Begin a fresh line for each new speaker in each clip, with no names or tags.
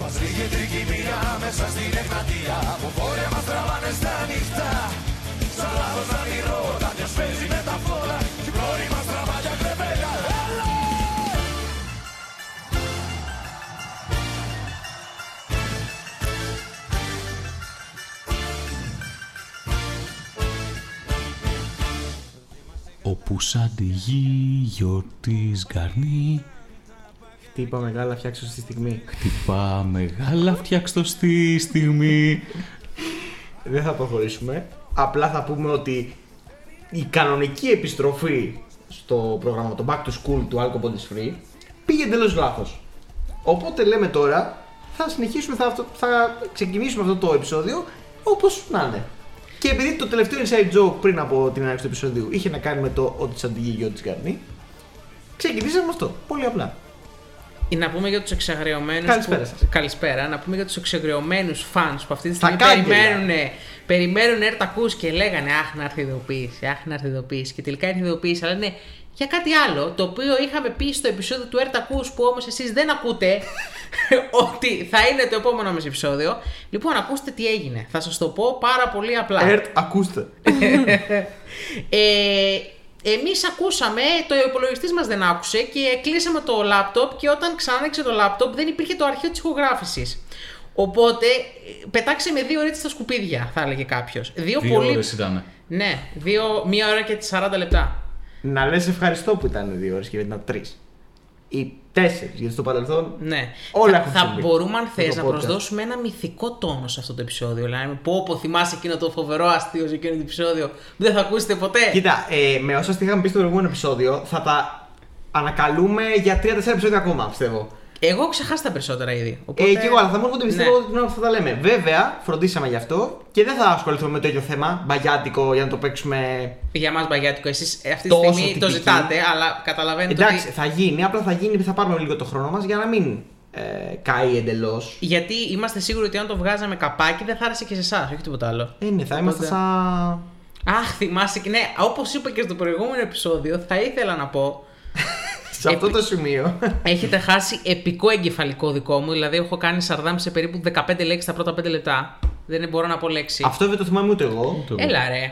Μας ρίχνει τρικυμία μέσα στην εκστρατεία Που βόρεια μας τραβάνε στα νυχτά Σαν λάθος να ρώτα Ποιος παίζει με τα φόρα Κι η πλώρη μας τραβάλια κρεβέλια Έλα!
Όπου σαν τη γη γιορτής γαρνή
Χτύπα μεγάλα, φτιάξω στη στιγμή.
Χτυπά μεγάλα φτιάξτο στη στιγμή
Δεν θα προχωρήσουμε. Απλά θα πούμε ότι η κανονική επιστροφή στο πρόγραμμα το Back to School του Alcohol is Free πήγε εντελώς λάθος. Οπότε λέμε τώρα θα συνεχίσουμε, θα, αυτό- θα ξεκινήσουμε αυτό το επεισόδιο όπως να είναι. Και επειδή το τελευταίο inside joke πριν από την έναρξη του επεισόδιου είχε να κάνει με το ότι σαν την γη τη Γκαρνή, ξεκινήσαμε αυτό. Πολύ απλά.
Ή να πούμε για τους εξαγριωμένους.
Καλησπέρα σας.
Καλησπέρα. Να πούμε για τους εξαγριωμένους φαν που αυτή τη
Τα
στιγμή
κάγκελα.
περιμένουν, περιμένουν ερτακού και λέγανε Αχ, να έρθει η ειδοποίηση, Αχ, να έρθει η ειδοποίηση. Και τελικά ήρθε η ειδοποίηση, αλλά είναι για κάτι άλλο, το οποίο είχαμε πει στο επεισόδιο του Ερτακού που όμως εσείς δεν ακούτε ότι θα είναι το επόμενο μας επεισόδιο. Λοιπόν, ακούστε τι έγινε. Θα σας το πω πάρα πολύ απλά.
Ερτ, ακούστε.
Ε, εμείς ακούσαμε, το υπολογιστής μας δεν άκουσε και κλείσαμε το λάπτοπ και όταν ξανάνοιξε το λάπτοπ δεν υπήρχε το αρχείο της ηχογράφησης. Οπότε ε, πετάξαμε δύο ώρες στα σκουπίδια, θα έλεγε κάποιος. Δύο,
Δύο
πολύ...
ώρες ήταν
Ναι, δύο, μία ώρα και 40 λεπτά.
Να λες ευχαριστώ που ήταν δύο ώρες και δεν ήταν τρεις. Ή τέσσερις, γιατί στο παρελθόν
Ναι.
Όλα
θα,
έχουν
θα
συμβεί.
μπορούμε, αν
Με
θες,
το
να
podcast.
προσδώσουμε ένα μυθικό τόνο σε αυτό το επεισόδιο. Δηλαδή, πω, πω, θυμάσαι εκείνο το φοβερό αστείο σε εκείνο το επεισόδιο που δεν θα ακούσετε ποτέ.
Κοίτα, ε, με όσα στοιχεία είχαμε πει στο προηγούμενο επεισόδιο, θα τα ανακαλούμε για τρία-τέσσερα επεισόδια ακόμα, πιστεύω.
Εγώ έχω ξεχάσει τα περισσότερα ήδη.
Ε,
Οπότε...
και εγώ, αλλά θα μου έρχονται πιστεύω
Ναι.
ότι την ώρα που θα τα λέμε. Βέβαια, φροντίσαμε γι' αυτό και δεν θα ασχοληθούμε με το ίδιο θέμα, μπαγιάτικο, για να το παίξουμε.
Για μας Μπαγιάτικο, εσείς αυτή τη
Τόσο
στιγμή το
τυπική.
ζητάτε, αλλά καταλαβαίνετε
Εντάξει,
ότι.
θα γίνει, απλά θα γίνει, θα πάρουμε λίγο το χρόνο μας για να μην ε, καεί εντελώς.
Γιατί είμαστε σίγουροι ότι αν το βγάζαμε καπάκι δεν θα άρεσε και σε εσάς, όχι τίποτα άλλο.
Ε, ναι, θα είμαστε
Οπότε-
σαν.
Αχ, θυμάσαι και ναι, όπως είπα και στο προηγούμενο επεισόδιο, θα ήθελα να πω.
σε αυτό το σημείο.
Έχετε χάσει επικό εγκεφαλικό δικό μου, δηλαδή έχω κάνει σαρδάμ σε περίπου 15 λέξεις τα πρώτα 5 λεπτά. Δεν μπορώ να πω λέξη.
αυτό δεν το θυμάμαι ούτε εγώ.
Το-
Έλα ρε.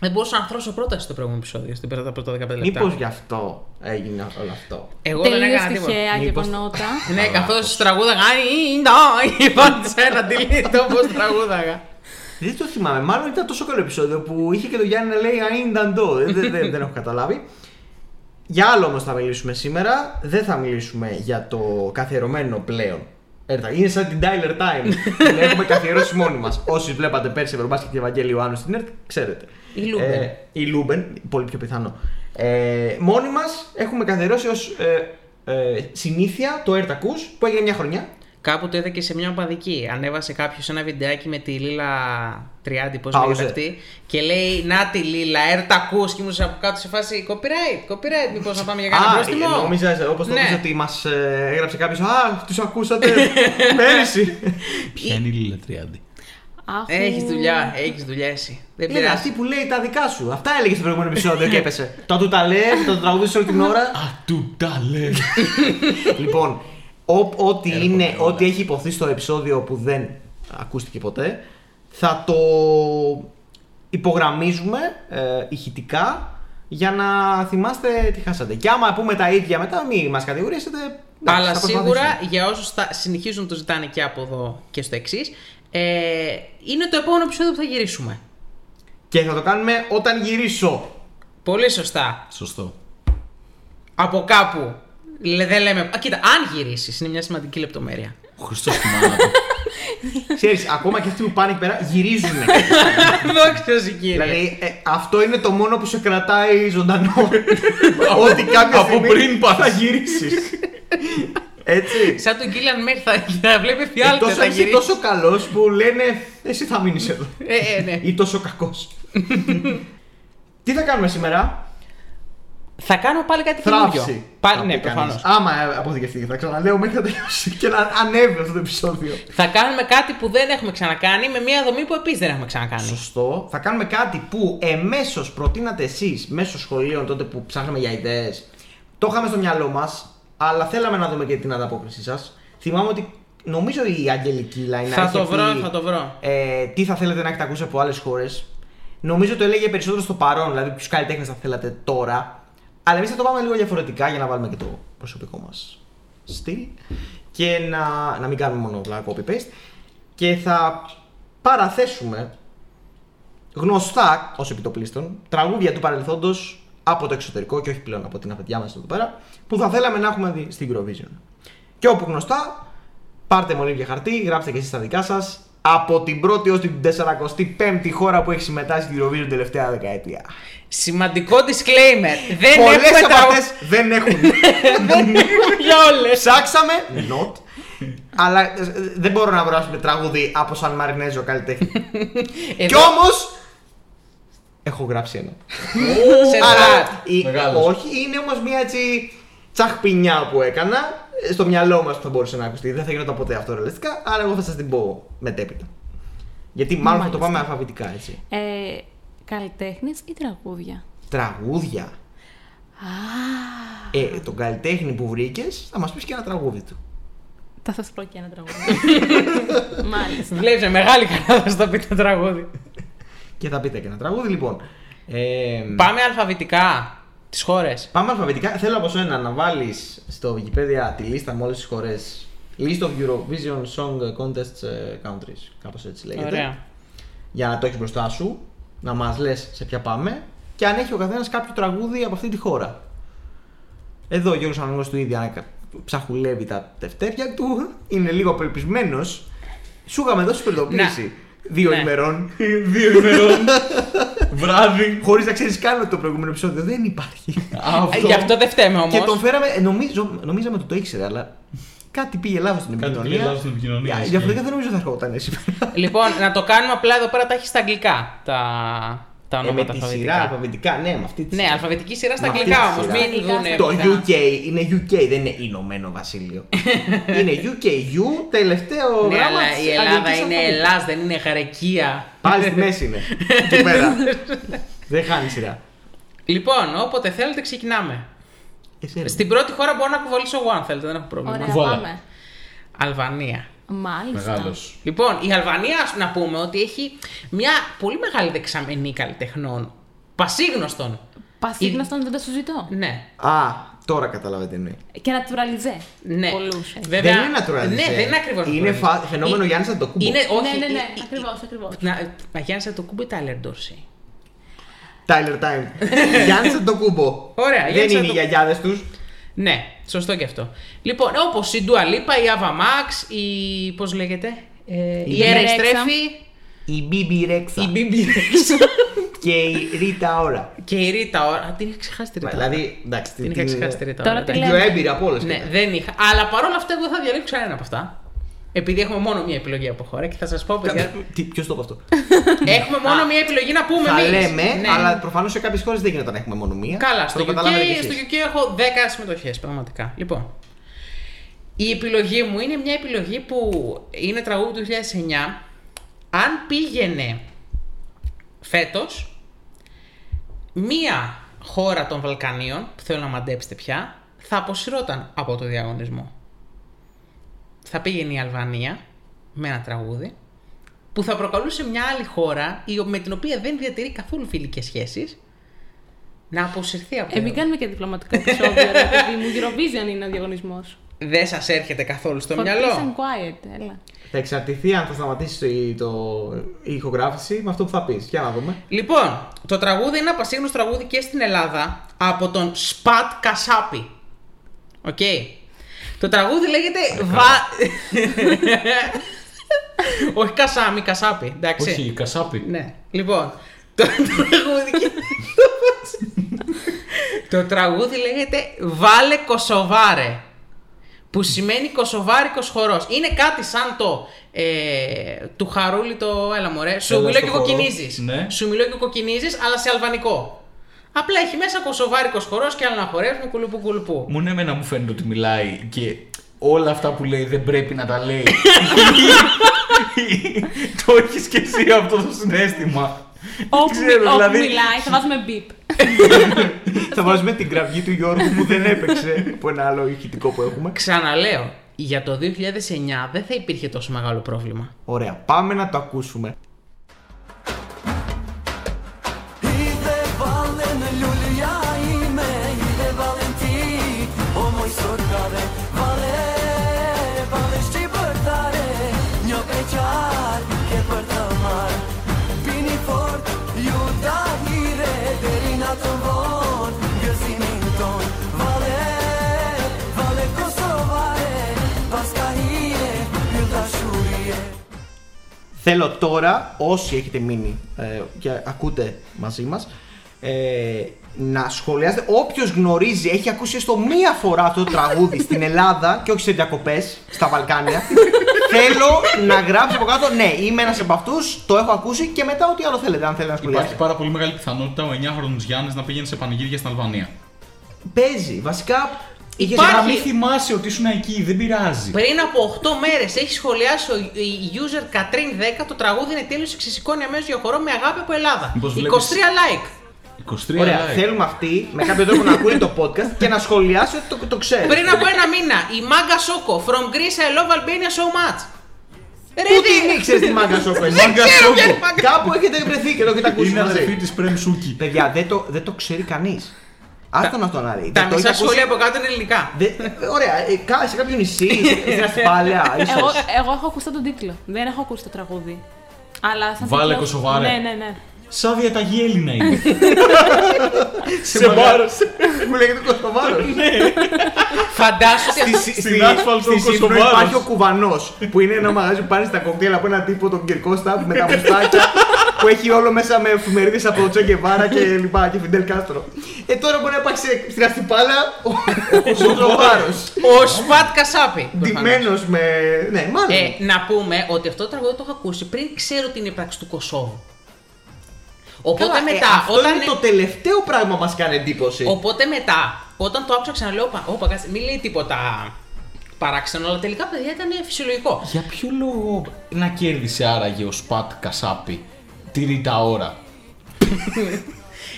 Δεν μπορούσα να θρώσω πρόταση στο προηγούμενο επεισόδιο, στην πρώτα, πρώτα 15 λεπτά.
Μήπως γι' αυτό έγινε όλο αυτό.
Εγώ δεν
Τελείω
έκανα τίποτα.
τυχαία
Μήπως-
γεγονότα.
Ναι, καθώς τραγούδαγα. Ναι, είπαν σε ένα τηλίτο πώ τραγούδαγα.
Δεν το θυμάμαι. Μάλλον ήταν τόσο καλό επεισόδιο που είχε και το Γιάννη να λέει Αϊνταντό. δεν, δεν, δεν, δεν έχω καταλάβει. Για άλλο όμως θα μιλήσουμε σήμερα. Δεν θα μιλήσουμε για το καθιερωμένο πλέον. Έρτα. Είναι σαν την Tyler Time. την έχουμε καθιερώσει μόνοι μας. Όσοι βλέπατε πέρσι Ευρωμπάσκετ και Ευαγγέλιο Άνω στην ΕΡΤ, ξέρετε.
Η Λούμπεν.
Ε, η Λούμπεν, πολύ πιο πιθανό. Ε, μόνοι μας έχουμε καθιερώσει ως ε, ε, συνήθεια το Ερτακού που έγινε μια χρονιά.
Κάπου το είδα και σε μια οπαδική. Ανέβασε κάποιος ένα βιντεάκι με τη Λίλα Τριάντη, πώς
Πάουζε.
λέγεται αυτή. Και λέει Να τη Λίλα, έρτα ακούς. Και ήμουν από κάτω σε φάση copyright, copyright. Μήπως να πάμε για
Α, ε,
κανένα πρόστιμο.
Νόμιζα, όπως το
Ναι.
ναι. ότι μας έγραψε κάποιος. Α, τους ακούσατε πέρυσι.
Ποια είναι η Λίλα Τριάντη
Αχ,
ναι.
Έχεις δουλειά, έχεις δουλειά εσύ. Δεν
Είναι
πειράζει.
αυτή που λέει τα δικά σου. Αυτά έλεγε στο προηγούμενο επεισόδιο και έπεσε. Το του τα λέει, το τραγουδίσει όλη την ώρα.
Α, του τα λέει
λοιπόν, ό- ό,τι,
Έρχομαι,
είναι,
έρχομαι.
ό,τι έχει υποθεί στο επεισόδιο που δεν ακούστηκε ποτέ, θα το υπογραμμίζουμε ε, ηχητικά για να θυμάστε τι χάσατε. Και άμα πούμε τα ίδια μετά, μην μας κατηγορήσετε. εντάξει,
Αλλά
θα προσπαθήσουμε.
σίγουρα για όσους συνεχίζουν να το ζητάνε και από εδώ και στο εξής, ε, είναι το επόμενο επεισόδιο που θα γυρίσουμε.
Και θα το κάνουμε όταν γυρίσω.
Πολύ σωστά.
Σωστό
Από κάπου. Λε- Δεν λέμε. Α, κοίτα, αν γυρίσεις, είναι μια σημαντική λεπτομέρεια.
Ο Χριστός του μάνα
Ξέρεις, ακόμα και αυτοί που πάνε εκεί πέρα γυρίζουν.
Δόξα σου κύριε.
δηλαδή, ε, αυτό είναι το μόνο που σε κρατάει ζωντανό. Ότι κάποια
από
στιγμή
πριν πας.
θα γυρίσεις. Έτσι.
Σαν τον Κίλιαν Μέρ θα, θα βλέπει
Ή
φιάλτη,
τόσο,
θα
είσαι
γυρίσει.
τόσο καλός που λένε εσύ θα μείνεις εδώ.
Ε, ε, ναι.
Ή τόσο κακός. Τι θα κάνουμε σήμερα,
Θα κάνω πάλι κάτι
θράψη.
Ε, καινούριο.
θα
Πάλι, ναι,
πει κανείς.
προφανώ.
Άμα ε, αποθηκευτεί, θα ξαναλέω μέχρι να τελειώσει και να ανέβει αυτό το επεισόδιο.
Θα κάνουμε κάτι που δεν έχουμε ξανακάνει με μια δομή που επίσης δεν έχουμε ξανακάνει.
Σωστό. Θα κάνουμε κάτι που εμέσως προτείνατε εσείς μέσω σχολείων τότε που ψάχναμε για ιδέες. Το είχαμε στο μυαλό μας, αλλά θέλαμε να δούμε και την ανταπόκρισή σας. Θυμάμαι ότι Νομίζω η Αγγελική Λαϊνά.
Θα
είχε
το βρω,
πει,
θα το βρω.
Ε, τι θα θέλετε να έχετε ακούσει από άλλες χώρες. Νομίζω το έλεγε περισσότερο στο παρόν, δηλαδή ποιους καλλιτέχνες θα θέλατε τώρα. Αλλά εμείς θα το πάμε λίγο διαφορετικά για να βάλουμε και το προσωπικό μας στυλ. Και να, να μην κάνουμε μόνο απλά copy-paste. Και θα παραθέσουμε γνωστά ως επιτοπλίστων τραγούδια του παρελθόντος από το εξωτερικό και όχι πλέον από την αφεντιά μας εδώ πέρα, που θα θέλαμε να έχουμε δει στην Eurovision. Και όπου γνωστά, πάρτε μολύβι και χαρτί, γράψτε και εσείς τα δικά σας. Από την πρώτη ω την 45η χώρα που έχει συμμετάσχει στην Eurovision την τελευταία δεκαετία.
Σημαντικό disclaimer. Δεν
Πολλές
έχουμε
από
τραγου-
αυτές δεν έχουν.
Δεν έχουμε για όλες.
Ψάξαμε. Not. αλλά ε, δεν μπορώ να βρω ας πούμε, τραγούδι από Σαν Μαρινέζο καλλιτέχνη.
Ε,
Κι όμως. Έχω γράψει ένα. Αλλά η-
Μεγάλος.
όχι, είναι όμως μια έτσι τσαχπινιά που έκανα ε, στο μυαλό μας που θα μπορούσε να ακουστεί. Δεν θα γινόταν ποτέ αυτό ρεαλιστικά, αλλά εγώ θα σας την πω μετέπειτα. Γιατί μάλλον θα το πάμε αλφαβητικά έτσι.
Ε, Καλλιτέχνες ή τραγούδια.
Τραγούδια.
Α,
Ε, τον καλλιτέχνη που βρήκες θα μας πεις και ένα τραγούδι του.
θα σας πω και ένα τραγούδι. Μάλιστα.
Βλέπεις μεγάλη χαρά θα στο πει το τραγούδι.
Και θα πείτε και ένα τραγούδι, λοιπόν. Ε,
Πάμε αλφαβητικά τις χώρες.
Πάμε αλφαβητικά. Θέλω από σένα να βάλεις στο Wikipedia τη λίστα με όλες τις χωρέ. List of Eurovision Song Contest ε, Countries. Κάπως έτσι λέγεται.
Ωραία.
Για να το έχεις μπροστά σου, να μας λες σε ποια πάμε και αν έχει ο καθένας κάποιο τραγούδι από αυτή τη χώρα. Εδώ ο Γιώργος Αναγνώστης του ίδια ανακα- ψαχουλεύει τα τευτέπια του, είναι λίγο απελπισμένος. Σου είχαμε δώσει
Ναι.
προειδοποίηση δύο
Ναι.
ημερών,
Ε, Δύο ημερών. Βράδυ.
χωρίς να ξέρεις καν ότι το προηγούμενο επεισόδιο δεν υπάρχει.
Ε, Γι' αυτό δεν φταίμε όμως.
Και τον φέραμε, ε, νομίζω, νομίζαμε ότι το ήξερε, αλλά κάτι πήγε λάθος στην
Κάτι
επικοινωνία.
πήγε λάθος στην επικοινωνία,
Για-
ισχύει.
Διαφορετικά δεν νομίζω θα ερχόταν εσύ.
Λοιπόν, να το κάνουμε απλά εδώ πέρα τα έχει στα αγγλικά. Τα, τα
Ε, με
ονόματα
τη σειρά
αλφαβητικά.
αλφαβητικά, ναι, με αυτή τη
Ναι,
σειρά.
αλφαβητική σειρά στα
Μα αυτή
αγγλικά
τη
όμως.
σειρά.
Μην δούνε.
Το
μετά.
UK είναι UK, δεν είναι Ηνωμένο Βασίλειο. είναι UK, U, τελευταίο
Ναι,
γράμμα
αλλά
της
η Ελλάδα
αγγλικής
είναι
αλφαβήτου.
Ελλάς, δεν είναι Γαρεκία.
Πάλι στη μέση είναι. Εκεί πέρα. δεν χάνει σειρά.
Λοιπόν, όποτε θέλετε ξεκινάμε.
Εσένα.
Στην πρώτη χώρα μπορώ να κουβαλήσω εγώ αν θέλετε, δεν έχω πρόβλημα.
Ωραία,
Κουβάλα.
πάμε.
Αλβανία.
Μάλιστα.
Μεγάλος.
Λοιπόν, η Αλβανία, ας να πούμε ότι έχει μια πολύ μεγάλη δεξαμενή καλλιτεχνών. Πασίγνωστον.
Πασίγνωστον δεν τα συζητώ.
Ναι.
Α, τώρα καταλάβετε ναι.
Και να τουραλιζέ.
Ναι.
Πολλούς. έτσι.
Βέβαια,
δεν είναι naturalized. ε.
Ναι, δεν είναι ακριβώς.
Είναι φα- φαινόμενο Γιάννης Αντοκούμπο.
Είναι, όχι,
Ναι, ναι, ναι,
ε, ε,
ακριβώς, ακριβώς.
Να, μα Γιάννης θα το κούμπε Τάιλερ Ντόρση.
Tyler Time. Γιάννης Αντοκούμπο.
Ωραία,
Δεν
Γιάννης
είναι οι
Αντοκούμπο.
γιαγιάδες τους.
Ναι, σωστό και αυτό. Λοιπόν, όπως η Dua Lipa, η Ava Max, η. Πώς λέγεται. Ε, η
Bibi
Έρα
Rexha.
Στρέφη,
Η Μπίμπι
η
Ρέξα
Bibi Rexha
και η Ρίτα Ωρα.
και η Ρίτα. Ωρα. Α, την είχα ξεχάσει τη Ρίτα.
Δηλαδή, εντάξει,
την είχα ξεχάσει τη Ρίτα.
Τώρα
Ωρα,
τη
εντάξει.
λέω.
Πιο έμπειρη από όλες.
Ναι, δεν είχα. Αλλά παρόλα αυτά, εγώ θα διαλέξω ένα από αυτά. Επειδή έχουμε μόνο μία επιλογή από χώρα και θα σας πω, παιδιά.
Ποιος το είπε αυτό.
έχουμε μόνο μία επιλογή να πούμε.
Θα
εμείς.
λέμε,
Ναι.
αλλά προφανώς σε κάποιες χώρες δεν γίνεται να έχουμε μόνο μία.
Καλά,
Το
στο UK,
καταλάβατε κι
στο
εσείς.
UK έχω 10 συμμετοχές, πραγματικά. Λοιπόν, η επιλογή μου είναι μια επιλογή που είναι τραγούδι του 2009. Αν πήγαινε φέτος μία χώρα των Βαλκανίων, που θέλω να μαντέψετε πια, θα αποσυρώταν από το διαγωνισμό. Θα πήγαινε η Αλβανία με ένα τραγούδι που θα προκαλούσε μια άλλη χώρα η- με την οποία δεν διατηρεί καθόλου φιλικές σχέσεις να αποσυρθεί από
Ε, μην
το-
κάνουμε και διπλωματικό επεισόδιο, ρε παιδί μου. Eurovision είναι ο διαγωνισμός.
Δεν σας έρχεται καθόλου στο μυαλό.
quiet, έλα.
Θα εξαρτηθεί αν θα σταματήσει το, το- η ηχογράφηση με αυτό που θα πεις. Για να δούμε.
Λοιπόν, το τραγούδι είναι απασύγνωστο τραγούδι και στην Ελλάδα από τον Σπατ Κασάπη. Οκ. Το τραγούδι λέγεται Βα... Όχι Κασάμι, Κασάπη. Εντάξει.
Όχι, η Κασάπη.
Ναι. Λοιπόν, το τραγούδι. το τραγούδι λέγεται Βάλε Κοσοβάρε. Που σημαίνει Κοσοβάρικος χορός. Είναι κάτι σαν το. Ε, του χαρούλι το έλα μωρέ. Σου
Έλα
μιλώ
στο
και
χορό.
κοκκινίζεις.
Ναι.
Σου μιλώ και κοκκινίζεις, αλλά σε αλβανικό. Απλά έχει μέσα κοσοβάρικος χορός και άλλα να χορεύουμε κουλουπού κουλουπού.
Μου ναι, να μου φαίνεται ότι μιλάει και όλα αυτά που λέει δεν πρέπει να τα λέει. το έχεις και εσύ αυτό το συνέστημα.
Όπου,
ξέρω,
όπου
δηλαδή-
μιλάει, θα βάζουμε beep.
θα βάζουμε την κραυγή του Γιώργου που δεν έπαιξε από ένα άλλο ηχητικό που έχουμε.
Ξαναλέω, η για το 2009 δεν θα υπήρχε τόσο μεγάλο πρόβλημα.
Ωραία, πάμε να το ακούσουμε.
Είδε βάλεν λουλιά είμαι, είδε βάλεν τι Όμοι σορκάρε, βάλε, βάλε στη πορτάρε Νιώ πετσάρ και πορταμάρ Πίνει φόρτ, γιούντα γύρε, τερίνα τον βόν Γιωσιμήν τον, βάλε, βάλε κοσοβάρε Πασκαΐε, γιούντα σούριε
Θέλω τώρα, όσοι έχετε μείνει ε, και ακούτε μαζί μας, ε, να σχολιάσετε. Όποιος γνωρίζει, έχει ακούσει έστω μία φορά αυτό το τραγούδι στην Ελλάδα και όχι σε διακοπές, στα Βαλκάνια. Θέλω να γράψει από κάτω, ναι, είμαι ένας από αυτούς, το έχω ακούσει και μετά ό,τι άλλο θέλετε, αν θέλετε να
Υπάρχει
σχολιάσετε.
πάρα πολύ μεγάλη πιθανότητα ο 9χρονο Γιάννης να πήγαινε σε πανηγύρια στην Αλβανία.
Παίζει, βασικά... είχες
Υπάρχει-
Πάρα
γράψει-
μην θυμάσαι ότι ήσουν εκεί, δεν πειράζει.
Πριν από 8 μέρες έχει σχολιάσει ο η user Κατρίν 10 το τραγούδι είναι τέλειος και ξεσηκώνει αμέσως για χορό με αγάπη από Ελλάδα.
Μήπως
23
βλέπεις-
like.
23
Ωραία,
like.
θέλουμε αυτή με κάποιο τρόπο να ακούει το podcast και να σχολιάσει ότι το, το ξέρει.
Πριν από ένα μήνα, η Μάγκα Σόκο from Greece I love Albania so much. Ρε,
Πού
τι-
την ήξερες τη μάγκα σου, παιδί.
Δεν Μάγκα
ξέρω ποια
Σόκο.
είναι η Μάγκα.
Κάπου έχετε βρεθεί και το έχετε ακούσει.
Είναι
μαζί. Ναι.
αδερφή της Πρέμ Σούκη.
Παιδιά, δεν το, δεν το ξέρει κανείς. Άστον αυτό να λέει.
Τα
Δεν το έχει
μισά
ακούσει.
σχόλια από κάτω είναι ελληνικά.
Δεν- Ωραία, ε, κα- σε κάποιο νησί, σε- στην Ασφάλεια,
Εγώ,
ίσως.
εγώ έχω ακούσει τον τίτλο. Δεν έχω ακούσει το τραγούδι. Αλλά σαν
Βάλε
τίτλος-
Κωσοβάρε.
Ναι, ναι, ναι.
Σαν διαταγή Έλληνα είναι.
Σε μπάρωσε. Μου λέγεται Κοστοβάρος.
Φαντάσου ότι αυτό-
Στη-
Ναι. Στην άσφαλτο
στη Σύμπρο
Κοστοβάρος.
Υπάρχει ο Κουβανός που είναι ένα μαγαζί που πάνε στα κοκτέιλ από έναν τύπο τον Κυρκώστα με τα μουστάκια που έχει όλο μέσα με εφημερίδες από τον Τσέκεβάρα και λοιπά και Φιντελ Κάστρο. Ε τώρα μπορεί να υπάρχει σε- στην Αστυπάλα ο- ο Κοστοβάρος.
ο Σφατ Κασάπη.
Ντυμένος με. Ναι, μάλλον.
Ε, να πούμε ότι αυτό το τραγούδι το έχω ακούσει πριν ξέρω την ύπαρξη του Κωσόβου. Οπότε
Καλά, ε,
μετά,
αυτό
όταν.
είναι το τελευταίο πράγμα που μας κάνει εντύπωση.
Οπότε μετά, όταν το άκουσα ξαναλέω, «Όπα, όπα, κάτσε, μην λέει τίποτα παράξενο, αλλά τελικά παιδιά ήταν φυσιολογικό.
Για ποιο λόγο να κέρδισε άραγε ο Σπατ Κασάπη τη Ρίτα Ωρα.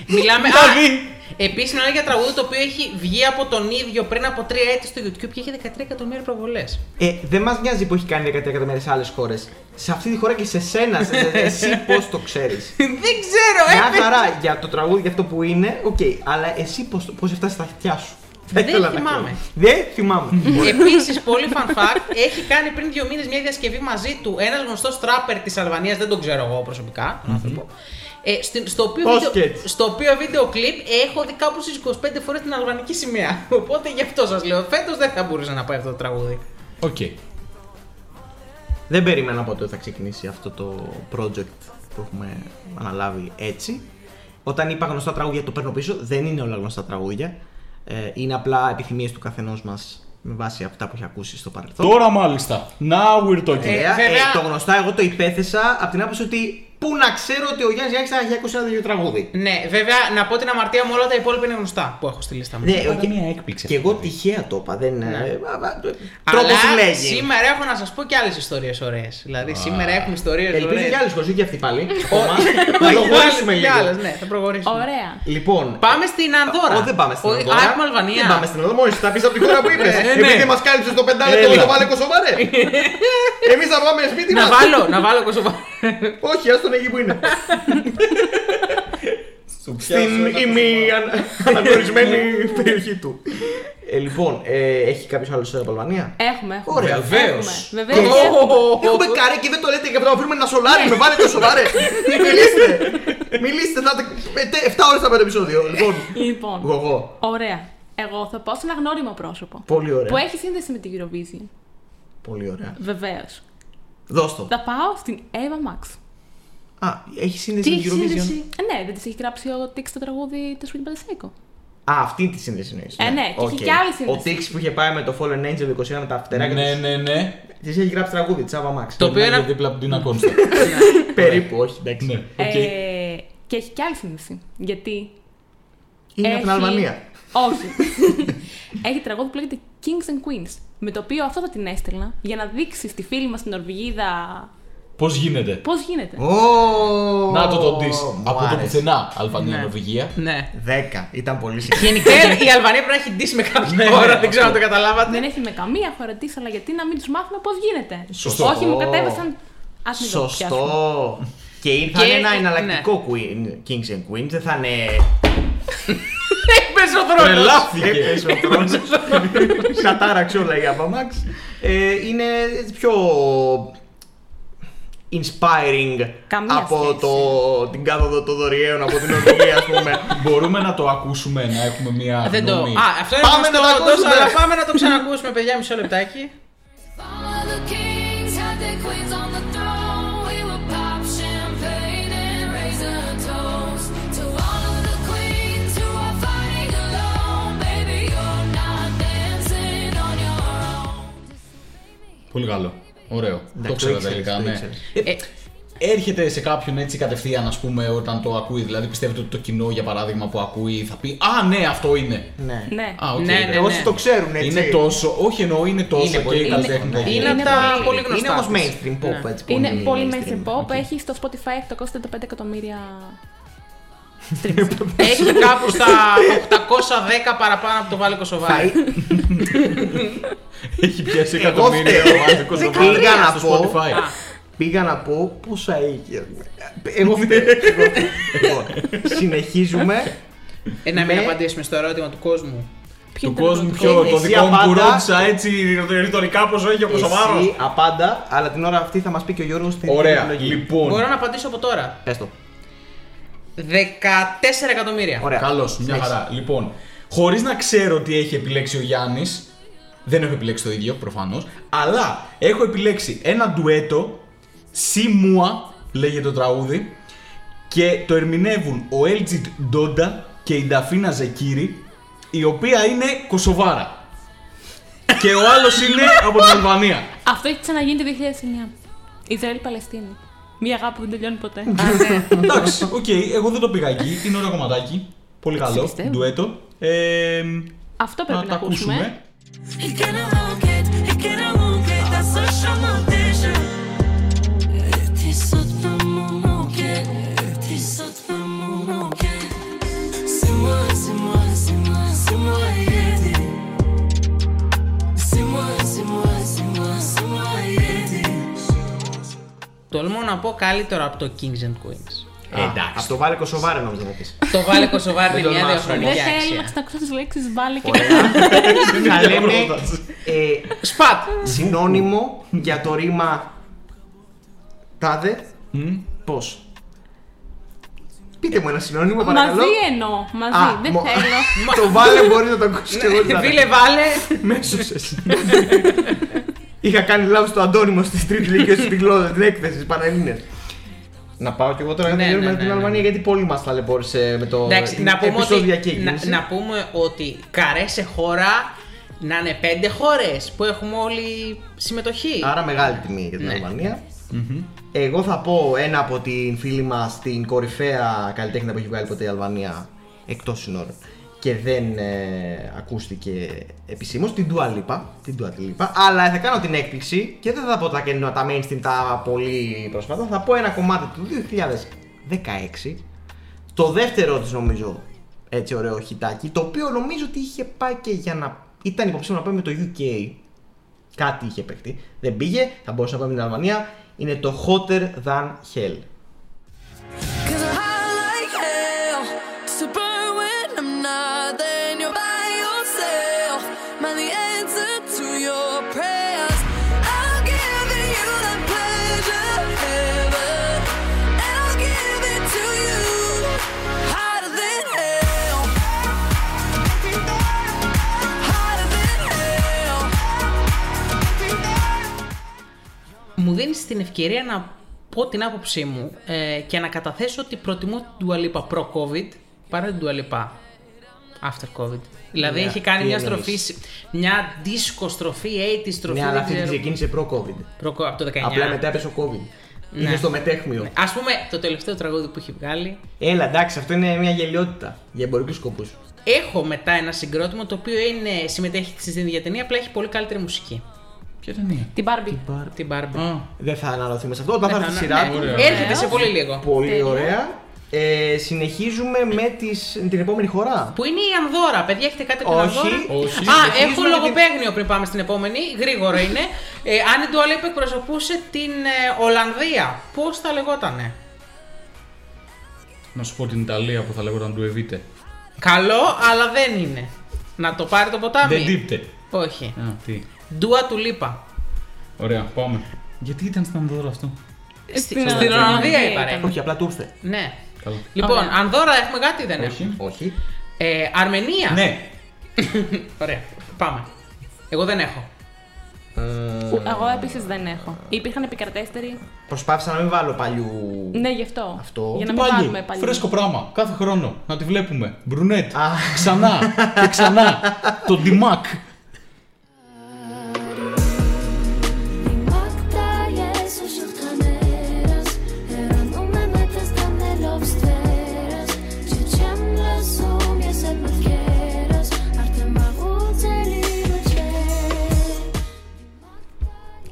Μιλάμε.
Δηλαδή.
Επίση, μιλάμε για τραγούδι το οποίο έχει βγει από τον ίδιο πριν από τρία έτη στο YouTube και έχει 13 εκατομμύρια προβολές.
Ε, δεν μας νοιάζει που έχει κάνει 10 εκατομμύρια σε άλλες χώρες. Σε αυτή τη χώρα και σε σένα, σε, σε- εσύ πώς το ξέρεις.
Δεν ξέρω,
Μια χαρά για το τραγούδι, για αυτό που είναι, οκ. αλλά εσύ πώς πώς έφτασε στα αυτιά σου. Θα
Δεν
ήθελα να
θυμάμαι.
ξέρω. Δεν θυμάμαι.
Επίσης, πολύ fun fact, έχει κάνει πριν δύο μήνες μια διασκευή μαζί του ένας γνωστός τράπερ της Αλβανίας, δεν τον ξέρω εγώ προσωπικά, τον άνθρωπο. Ε, στην- στο, οποίο
Πώς και
βίντεο,
έτσι.
στο οποίο βίντεο κλιπ έχω δει κάπου στι 25 φορές την αλβανική σημαία. Οπότε γι' αυτό σας λέω. Φέτος δεν θα μπορούσε να πάει αυτό το τραγούδι.
Οκ.
δεν περίμενα πότε θα ξεκινήσει αυτό το project που έχουμε αναλάβει έτσι. Όταν είπα γνωστά τραγούδια, το παίρνω πίσω. Δεν είναι όλα γνωστά τραγούδια. Ε, είναι απλά επιθυμίες του καθενός μας με βάση αυτά που έχει ακούσει στο παρελθόν.
Τώρα μάλιστα. Now we're talking.
Ωραία. Ε,
βέβαια.
το γνωστά εγώ το υπέθεσα από την άποψη ότι πού να ξέρω ότι ο Γιάννης Γιάννη θα έχει ακούσει ένα τέτοιο τραγούδι.
Ναι, βέβαια να πω την αμαρτία μου, όλα τα υπόλοιπα είναι γνωστά που έχω στη λίστα μου.
Ναι, ο-
Ήταν μια έκπληξη.
Και εγώ τυχαία το είπα. Δεν. ε, Τρόπο
Αλλά
λέγει.
σήμερα έχω να σας πω και άλλες ιστορίες ωραίες. Δηλαδή, σήμερα έχουμε ιστορίες ωραίε.
Ελπίζω και άλλες χωρίς, όχι αυτή πάλι. Ακόμα.
Θα
Θα προχωρήσουμε λίγο.
ναι, θα προχωρήσουμε.
Ωραία.
Λοιπόν.
Πάμε στην Ανδώρα.
Ω, δεν πάμε στην
Ο-
Ανδώρα.
Α, έχουμε Αλβανία.
Δεν πάμε στην Ανδώρα. Μόλις τα πεις από τη χώρα που είπε.
Ε, ναι.
Επειδή μας κάλυψες το πεντάλεπτο με
Έλα.
το βάλε κοσοβάρε. Εμείς θα πάμε σπίτι μα.
Να βάλω, να βάλω κοσοβά.
Όχι, α τον εκεί που είναι. Στην ημί ανα- αναγνωρισμένη περιοχή του. Ε, λοιπόν, ε, έχει κάποιος άλλος ιστορία από Αλβανία.
Έχουμε, έχουμε.
Ωραία,
βεβαίως.
Έχουμε. Βεβαίως και έχουμε.
Έχουμε καρέ και δεν το λέτε και αυτό αφήνουμε ένα σολάρι με βάλετε σοβαρέ. Μιλήστε. Μιλήστε, θα τα. 7 ώρες θα πάει το επεισόδιο. Λοιπόν.
Λοιπόν.
Εγώ, εγώ.
Ωραία. Εγώ θα πάω σε ένα γνώριμο πρόσωπο.
Πολύ ωραία.
Που έχει σύνδεση με την Eurovision.
Πολύ ωραία.
Βεβαίως.
Δώσ' το.
Θα πάω στην Eva Max.
Α, έχεις σύνδεση με την Eurovision.
Ε, ναι, δεν της έχει γράψει ο Τίξ το τραγούδι του Sweet by the Psycho.
Α, αυτή τη σύνδεση εννοείς.
Ε, ναι, και
Οκ.
έχει και άλλη σύνδεση.
Ο Τίξ που είχε πάει με το Fallen Angel 21 με τα φτεράκια.
Ναι, ναι, ναι.
Της έχει γράψει τραγούδι, Τσάβα Μαξ.
Το οποίο
Περνάει
είναι.
δίπλα από την Ακόνστα.
Περίπου, όχι, εντάξει.
Ναι, οκ.
Ε, και έχει και άλλη σύνδεση. Γιατί.
Είναι
έχει...
από την Αλβανία.
Όχι. έχει τραγούδι που λέγεται Kings and Queens. Με το οποίο αυτό θα την έστελνα για να δείξει στη φίλη μας την Νορβηγίδα
Πώς γίνεται.
Πώς γίνεται.
ναι. Ω,
Να το τον της.
μου
Από το
άρεσε.
πουθενά. Αλβανία,
Ναι.
Νορβηγία.
Ναι.
Δέκα. Ήταν πολύ συχνά.
Γενικά η Αλβανία πρέπει να έχει ντύσει με
Ναι,
κάποια χώρα, δεν ξέρω αν το καταλάβατε.
Δεν έχει με καμία χώρα τη, αλλά γιατί να μην τους μάθουμε πώς γίνεται.
Σωστό.
Όχι, μου κατέβασαν. Ας μην το πιάσουμε.
Σωστό. Και ή- θα
Και- ναι.
είναι ένα εναλλακτικό Queen, Kings and Queens, δεν θα είναι.
Πες ο θρόνος.
Τρελάθηκε.
Έπεσε ο θρόνος. Κατάραξε όλα η Abamax. Ε, είναι έτσι πιο inspiring
Καμία
από
σχέση.
το, την κάθοδο των δωριαίων από την Ορβηγία, ας πούμε.
Μπορούμε να το ακούσουμε, να έχουμε μια
Δεν το.
γνώμη.
Α, αυτό είναι
Πάμε
γνωστό,
να το
όντως,
ακούσουμε.
αλλά πάμε να το ξανακούσουμε, παιδιά, μισό λεπτάκι.
All the kings had their queens on the throne. We would pop champagne and raise a toast to all of the queens who are fighting alone. Baby, you're not dancing on your own.
Πολύ καλό. Ωραίο.
Ναι,
Το
το
ξέρω
ήξερες,
τελικά,
το
ναι.
ήξερες.
Ε, Έρχεται σε κάποιον έτσι κατευθείαν, ας πούμε, όταν το ακούει. Δηλαδή, πιστεύετε ότι το κοινό, για παράδειγμα, που ακούει θα πει Α, ναι, αυτό είναι.
ναι.
Ναι.
Α, οκ,
Ναι,
ρε.
ναι,
Όσοι το ξέρουν έτσι.
Είναι τόσο, όχι εννοώ, είναι τόσο
Είναι
και
πολύ
οι
καλό.
καλλιτέχνε.
Ναι. Είναι-
Είναι από τα πολύ
Είναι
γνωστά.
όμως
της.
mainstream pop,
Ναι.
έτσι.
Είναι πολύ mainstream pop. Έχει στο Spotify 835 εκατομμύρια. streams.
Έχει κάπου στα 810 παραπάνω από το Βάλε
Θα
Κοσοβάρι.
ή-
Έχει πιάσει
Εγώ
εκατομμύρια
φταίω.
ρομαντικό
Δεν
ζευγάρι
πήγα να
στο
πω.
Spotify.
Πήγα να πω πόσα είχε. Εγώ φταίω. Εγώ φταίω. Λοιπόν, συνεχίζουμε.
Ε, να μην
Με-
απαντήσουμε στο ερώτημα του κόσμου.
Ποιο
Του
είναι το
κόσμου
ερωτικό?
πιο το
Εσύ
δικό μου που
απάντα.
ρώτησα έτσι ρητορικά πόσο έχει ο Κοσοβάρος.
Εσύ απάντα, αλλά την ώρα αυτή θα μας πει και ο Γιώργος την
Ωραία,
επιλογή.
Μπορώ
λοιπόν.
να απαντήσω από τώρα.
Πες το.
14 εκατομμύρια.
Ωραία.
Καλώς, μια χαρά. Λοιπόν, χωρίς να ξέρω τι έχει επιλέξει ο Γιάννης, δεν έχω επιλέξει το ίδιο προφανώς, αλλά έχω επιλέξει ένα ντουέτο. Σιμούα λέγεται το τραγούδι και το ερμηνεύουν ο Έλτζιτ Ντόντα και η Νταφίνα Ζεκύρη, η οποία είναι Κοσοβάρα. και ο άλλος είναι από την Αλβανία.
Αυτό έχει ξαναγίνει το 2009. Ισραήλ-Παλαιστίνη. Μία αγάπη που δεν τελειώνει ποτέ.
Εντάξει, οκ, εγώ δεν το πήγα εκεί. Είναι ωραίο κομματάκι. Πολύ καλό.
πιστεύω.
Ντουέτο. Ε,
Αυτό
να
πρέπει
τα
να
ακούσουμε.
ακούσουμε.
He can walk it, he can walk it, that's such a motivation. Ти сотному муке, ти сотному муке. Зима, зима, зима, зима еде. Зима, зима, зима, зима еде.
Τολμώ να πω καλύτερο από το Kings and Queens.
Εντάξει.
Από το βάλε κοσοβάρε νόμιζα να πεις.
Το Βάλε Κοσοβάρι είναι
Δεν
μια
το
Δεν
διαχρονική
θέλουμε να
άξια.
ξανακούσω τι λέξεις βάλε και
Θα λέμε
πρόταση.
ε,
Σπατ!
συνώνυμο για το ρήμα τάδε. Πώς. Πείτε μου ένα συνώνυμο παρακαλώ.
Μαζί εννοώ.
Α,
Μαζί. Δεν
μο-
θέλω.
Το βάλε μπορεί να το ακούσεις και εγώ. τι θα λέω.
Βίλε Βάλε!
Με έσωσες. Είχα κάνει λάθος το αντώνυμο στη τρίτη ηλικία στην γλώσσα την έκθεση Πανελλήνες. Να πάω κι εγώ τώρα να
Ναι,
τελειώνουμε
ναι,
με την
ναι, ναι.
Αλβανία γιατί πολύ μας ταλαιπώρησε με το.
Εντάξει,
την
να πούμε,
επεισόδια
ότι, να,
κίνηση.
να πούμε ότι καρέ σε χώρα να είναι πέντε χώρες που έχουμε όλοι συμμετοχή.
Άρα μεγάλη τιμή για την
Ναι.
Αλβανία. Εγώ θα πω ένα από την φίλη μας, την κορυφαία καλλιτέχνη που έχει βγάλει ποτέ η Αλβανία εκτός συνόρων και δεν ε, ακούστηκε επισήμως, την Dua Lipa, την Dua Lipa. Αλλά θα κάνω την έκπληξη και δεν θα πω τα καινούρα, τα mainstream, τα πολύ πρόσφατα. Θα πω ένα κομμάτι του 2016. Το δεύτερο της νομίζω έτσι ωραίο χιτάκι, το οποίο νομίζω ότι είχε πάει και για να. ήταν υποψήφιο να πάει με το UK. Κάτι είχε παιχτεί. Δεν πήγε, θα μπορούσε να πάει με την Αλβανία. Είναι το hotter than hell.
'Cause I'm high like hell. So burn when I'm not, then you're by yourself. Man, the answer to your prayers. I'll give you that pleasure, heaven. And I'll give it to you. Hotter than hell. Hotter than hell.
Μου δίνεις την ευκαιρία να πω την άποψή μου ε, και να καταθέσω ότι προτιμώ την Dua Lipa προ-COVID παρά την Dua Lipa after COVID. Δηλαδή
Ναι,
έχει κάνει
τι
μια
εννοείς.
στροφή, σε- μια δίσκο στροφή, 80 στροφή.
Ναι, αλλά
δεν
αυτή την
ξέρω.
ξεκίνησε προ-COVID.
Προ- από το 19.
Απλά μετά έπεσε ο COVID.
Ναι.
Είναι στο μετέχμιο.
Ας πούμε το τελευταίο τραγούδι που έχει βγάλει
Έλα, εντάξει, αυτό είναι μια γελιότητα για εμπορικούς σκοπούς.
Έχω μετά ένα συγκρότημα το οποίο είναι, συμμετέχει στην ίδια ταινία, απλά έχει πολύ καλύτερη μουσική.
Ποια ταινία.
Την Barbie.
Την Barbie.
Α,
Δεν θα αναλωθούμε σε αυτό. Όταν θα έρθει η
Ναι,
σειράς
ναι.
του.
Ωραία.
Έρχεται
Ωραίος.
σε πολύ λίγο.
Πολύ
Τέλεια.
ωραία. Ε, συνεχίζουμε με τις, την επόμενη χώρα.
Που είναι η Ανδώρα. Παιδιά, έχετε κάτι από την
Όχι,
Ανδώρα.
όχι.
Α,
Συνεχίζουμε
έχω
με την-
λογοπαίγνιο πριν πάμε στην επόμενη. Γρήγορο είναι. Ε, αν η Ντουαλέπ εκπροσωπούσε την ε, Ολλανδία, πώς θα λεγότανε.
Να σου πω την Ιταλία που θα λέγονταν του Εβίτε.
Καλό, αλλά δεν είναι. Να το πάρει το ποτάμι.
Δεν τύπτε.
Όχι.
Α, τι.
Ντουα του Λίπα.
Ωραία, πάμε. Γιατί ήταν στην Ανδώρα αυτό.
Ε, Στην Ολλανδία Ε, είπα, ρε.
Όχι, απλά του ήρθε.
Ναι.
Καλά.
Λοιπόν,
Ωραία.
Ανδώρα έχουμε κάτι ή δεν έχουμε.
Όχι.
Ναι, Όχι.
Ε, Αρμενία.
Ναι.
Ωραία. Πάμε. Εγώ δεν έχω.
Εγώ επίσης δεν έχω. Υπήρχαν επικρατέστεροι.
Προσπάθησα να μην βάλω παλιού.
Ναι, γι' αυτό.
Αυτό.
Για να
Και
μην βάλουμε
πάλι.
πάλι.
Φρέσκο πράγμα. Κάθε χρόνο. Να τη βλέπουμε. Μπρουνέτ.
Α.
Ξανά. και ξανά. Το Ντιμάκ.
Bakterier som sjokkaneres Hører nummer møtes denne lovstveres Til kjemler som jeg selv markeres Alt er meg god til livet skjer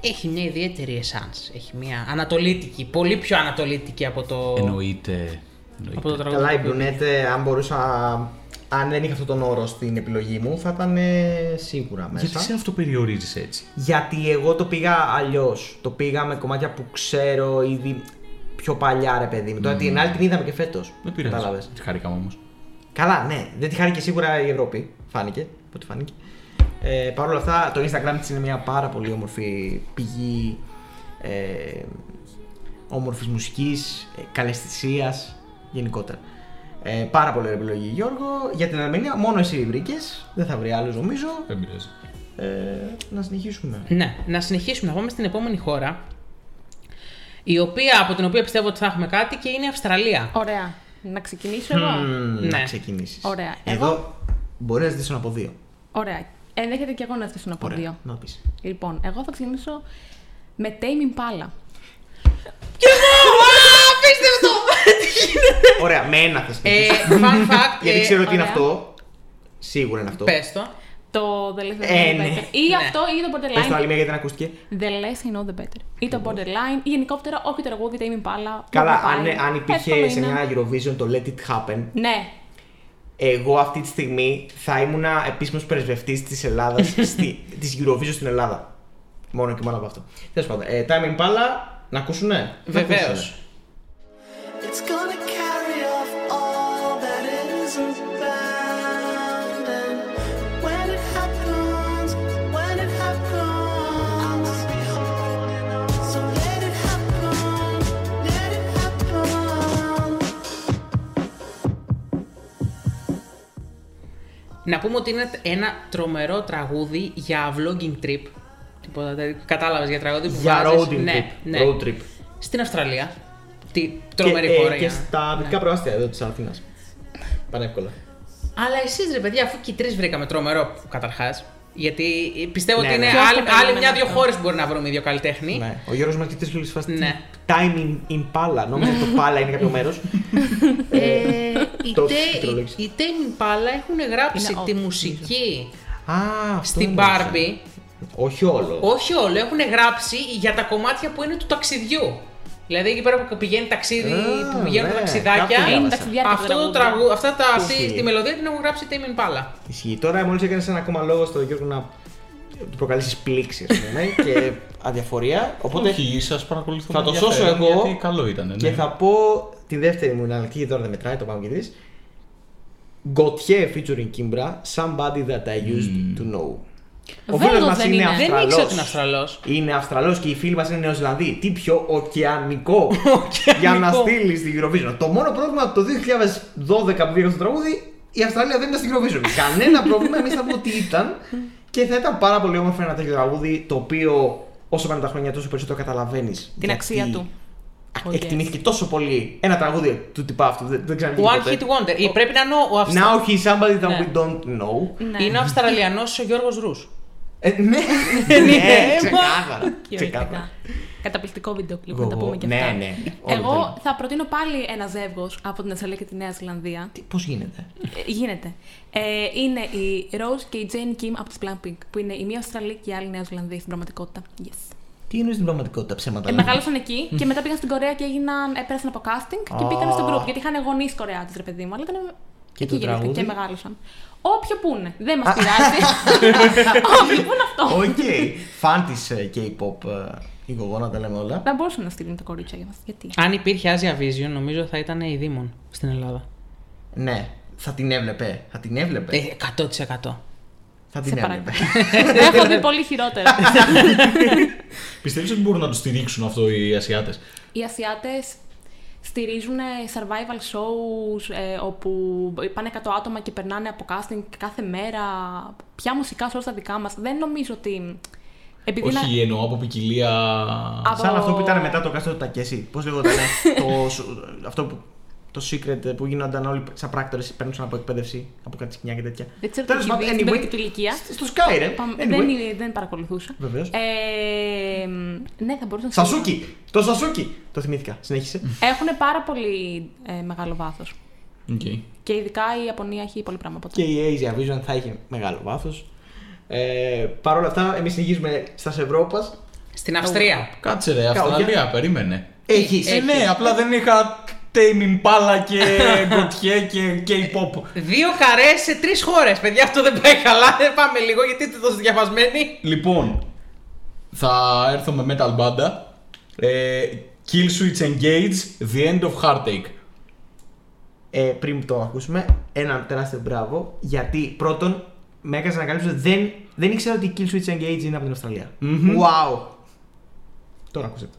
Έχει μια ιδιαίτερη εσάνς. Έχει μια ανατολίτικη, πολύ πιο ανατολίτικη από το,
Εννοείται. εννοείται.
από το τραγούδι.
Καλά, η Μπρουνέτε, αν μπορούσα. Αν δεν είχα αυτόν τον όρο στην επιλογή μου, θα ήταν ε, σίγουρα μέσα.
Γιατί σε αυτό περιορίζεις έτσι.
Γιατί εγώ το πήγα αλλιώς. Το πήγα με κομμάτια που ξέρω ήδη πιο παλιά, ρε παιδί μου. Τώρα την άλλη την είδαμε και φέτος.
Δεν πειράζει. Τη χαρήκαμε όμως.
Καλά, ναι. Δεν τη χάρηκε σίγουρα η Ευρώπη. Φάνηκε. Από ό,τι φάνηκε. Ε, Παρ' όλα αυτά, το Instagram της είναι μια πάρα πολύ όμορφη πηγή ε, όμορφης μουσικής, καλεσθησία γενικότερα. Ε, πάρα πολύ ωραία επιλογή, Γιώργο. Για την Αρμενία, μόνο εσύ βρήκες. Δεν θα βρει άλλου, νομίζω.
Δεν πειράζει.
Ε, να συνεχίσουμε.
Ναι, να συνεχίσουμε να πάμε στην επόμενη χώρα. Η οποία, από την οποία πιστεύω ότι θα έχουμε κάτι και είναι η Αυστραλία.
Ωραία. Να ξεκινήσω εγώ.
Μμμ,
Ναι.
Να ξεκινήσεις.
Ωραία.
Εδώ μπορεί να ζητήσουν από δύο.
Ωραία. Ενδέχεται και εγώ να ζητήσω από
Ωραία.
δύο.
Να πεις.
Λοιπόν, εγώ θα ξεκινήσω με Tame Impala.
Και εγώ! Α, Απίστευτο! Τι γίνεται!
Ωραία, με ένα θα συνεχίσουμε.
Ε, Fun fact.
Γιατί
ε,
ξέρω τι είναι
ωραία.
αυτό. Σίγουρα είναι αυτό.
Πες το.
Το The Less I Know
Ε,
The
ναι.
Better. Ή
Ναι.
αυτό ή το
Πες το άλλη
Borderline.
μία γιατί δεν ακούστηκε.
The Less I Know The Better. Ή το Borderline. Ή γενικότερα, όχι το τραγούδι Tame Impala.
Καλά,
Borderline.
αν, ε, αν υπήρχε
Εύκολο
σε
είναι.
μια Eurovision το Let It Happen,
Ναι.
εγώ αυτή τη στιγμή θα ήμουν επίσημος πρεσβευτής της Ελλάδας, της Eurovision στην Ελλάδα. Μόνο και μόνο από αυτό. Τέλος πάντων, ε, Time Impala, να ακούσουνε. Να
Βεβαίως.
ακούσουνε.
It's gonna carry off all that it isn't bound. And when it happens, when it happens, I will be holding on. So let it happen, let it happen.
Να πούμε ότι είναι ένα τρομερό τραγούδι για vlogging trip. Τίποτα τέτοιο. Κατάλαβες για τραγούδι που
Για
βάζεις.
roading
ναι,
trip.
ναι.
Road trip.
Στην Αυστραλία. Τι
Και,
τρομερή χώρα.
ε, και
είναι. Ναι.
στα δυτικά προάστια εδώ της Αθήνας. Πανεύκολα.
Αλλά εσείς ρε παιδιά, αφού και οι τρεις βρήκαμε τρομερό καταρχάς. Γιατί πιστεύω
Ναι,
ότι
ναι.
είναι
Ποιος το
άλλη,
περίμενε
άλλη μια-δύο
αυτό.
χώρες που μπορεί να βρούμε οι δύο καλλιτέχνοι.
Ναι. Ο Γιώργος Μαρκητή και όλη φάση.
Ναι.
Time in, in Pala. Νόμιζα το Pala είναι κάποιο μέρος.
Ε, Οι,
Το
τε,
πληκτρολόγησα.
οι, οι Tame Impala έχουν γράψει
Είναι
τη
off,
μουσική
Α, αυτό
στην
είναι.
Barbie.
Όχι όλο.
Όχι όλο, έχουν γράψει για τα κομμάτια που είναι του ταξιδιού. Δηλαδή εκεί πέρα που πηγαίνει ταξίδι,
Α,
που πηγαίνουν τα
ναι,
ταξιδάκια.
κάπου
Είναι
διάβασα.
ταξιδιάρικο
Αυτό το τραγούδι, αυτά τα, αυτή,
Ισχύει.
τη μελωδία την έχουν γράψει Tame Impala.
Ισχύει. Τώρα μόλις έκανες ένα ακόμα λόγο στο Γιώργο να του προκαλέσεις πλήξη ας πούμε, ναι, και αδιαφορία. Οπότε
Όχι, σα παρακολουθώ.
Θα το σώσω εγώ
Γιατί καλό ήταν. Ναι.
και θα πω τη δεύτερη μου εναλλακτική, γιατί τώρα δεν μετράει, το πάμε και τη. Γκοτιέ featuring Kimbra, somebody that I used to know. Ο
Βέλγος
φίλος μας
δεν
είναι
είναι.
Αυστραλός.
Δεν ήξερα ότι είναι Αυστραλός.
Είναι Αυστραλός και οι φίλοι μας είναι Νεοζηλανδοί. Τι πιο ωκεανικό για να στείλεις στην Eurovision. Το μόνο πρόβλημα το 2012 που βγήκε αυτό το τραγούδι, η Αυστραλία δεν ήταν στην Eurovision. Κανένα πρόβλημα, εμείς θα πούμε ότι ήταν. Και θα ήταν πάρα πολύ όμορφο ένα τέτοιο τραγούδι το οποίο όσο πάνε τα χρόνια τόσο περισσότερο καταλαβαίνεις.
Την αξία του. Οκ.
Εκτιμήθηκε τόσο πολύ ένα τραγούδι του τυπά αυτού. Δεν, δεν ξαναβγήκε
One
ποτέ.
hit wonder. Ή Πρέπει να είναι ο Αυστραλό.
Now he's somebody that
Ναι.
we don't know.
Ναι.
Είναι ο Αυστραλιανός ο Γιώργος Ρου.
Ε, ναι, ναι, ξεκάθαρα.
Και
ξεκάθαρα.
οριακά. Καταπληκτικό βίντεο κλιπ, να τα πούμε και
ναι,
αυτά.
ναι. Όλοι
Εγώ
θέλουν.
θα προτείνω πάλι ένα ζεύγος από την Αυστραλία και τη Νέα Ζηλανδία.
Τι- Πώς γίνεται.
Ε, γίνεται. Ε, είναι η Rose και η Jane Kim από τις Plan Pink, που είναι η μία Αυστραλία και η άλλη Νέα Ζηλανδία στην πραγματικότητα. Yes.
Τι εννοείς την πραγματικότητα, ψέματα. δηλαδή?
Ε,
λέμε.
μεγάλωσαν εκεί και μετά πήγαν στην Κορέα και έγιναν, ε, πέρασαν από casting και
Α.
πήγαν στο group. Γιατί είχαν γονείς Κορεάτε, ρε παιδί μου, αλλά ήταν.
Και
εκεί
το
γεννήθηκαν και
τραγούδι?
μεγάλωσαν. Όποιο πούνε. Δεν μας πειράζει. Όποιο πούνε αυτό.
Οκ. Φαν της ε, K-pop. ε, Η γογόνα τα λέμε όλα.
Να μπορούσαν να στείλουν τα κορίτσια για μας. Γιατί.
Αν υπήρχε Asia Vision, νομίζω θα ήταν η Δήμον στην Ελλάδα.
Ναι. Θα την έβλεπε. Θα την έβλεπε.
Ε, 100%.
Θα την
παρακαλώ.
έβλεπε.
Έχω δει πολύ χειρότερα.
Πιστεύεις ότι μπορούν να το στηρίξουν αυτό οι Ασιάτες.
Οι Ασιάτες στηρίζουν ε, survival shows ε, όπου πάνε 100 άτομα και περνάνε από casting κάθε μέρα. Πια μουσικά shows τα δικά μας. Δεν νομίζω ότι. Επειδή είναι-
Όχι, εννοώ από ποικιλία.
από-
ε, Σαν αυτό που ήταν μετά το κάστρο του Τακέση. Πώ λεγόταν. ε, το, σου- αυτό που, το secret που γίνονταν όλοι σαν πράκτορες, παίρνουν από εκπαίδευση από κάτι σκηνιά και τέτοια.
Δεν ξέρω
Τέλος
τι έχει δει στην
anyway,
παιδική του ηλικία.
σ- Στο Skyrim.
Πα- Δεν,
Anyway.
είναι- δεν παρακολουθούσα.
Βεβαίως.
Ε, μ, ναι, θα μπορούσα να
Σασούκι! Το Σασούκι! Το θυμήθηκα. Συνέχισε.
Έχουν πάρα πολύ ε, μεγάλο βάθος.
Οκ.
Και ειδικά η Ιαπωνία έχει πολύ πράγμα από
και
το.
η Asia Vision θα είχε μεγάλο βάθος. Ε, Παρ' όλα αυτά, εμείς συνεχίζουμε στα Ευρώπας.
Στην Αυστρία.
Κάτσε ρε, Αυστραλία, περίμενε.
Έχει.
Ε, ναι, απλά δεν είχα Tame Impala και Γκοτιέ και K-pop.
Δύο χαρές σε τρεις χώρες. Παιδιά, αυτό δεν πάει καλά. Δεν πάμε λίγο γιατί είστε τόσο διαβασμένοι.
Λοιπόν, θα έρθω με Metal Banda. Ε, Kill Switch Engage, The End of Heartache.
ε, πριν το ακούσουμε, ένα τεράστιο μπράβο. Γιατί πρώτον, με έκανε να καλύψω. Δεν, δεν ήξερα ότι η Kill Switch Engage είναι από την αυστραλια Wow! Τώρα ακούσατε.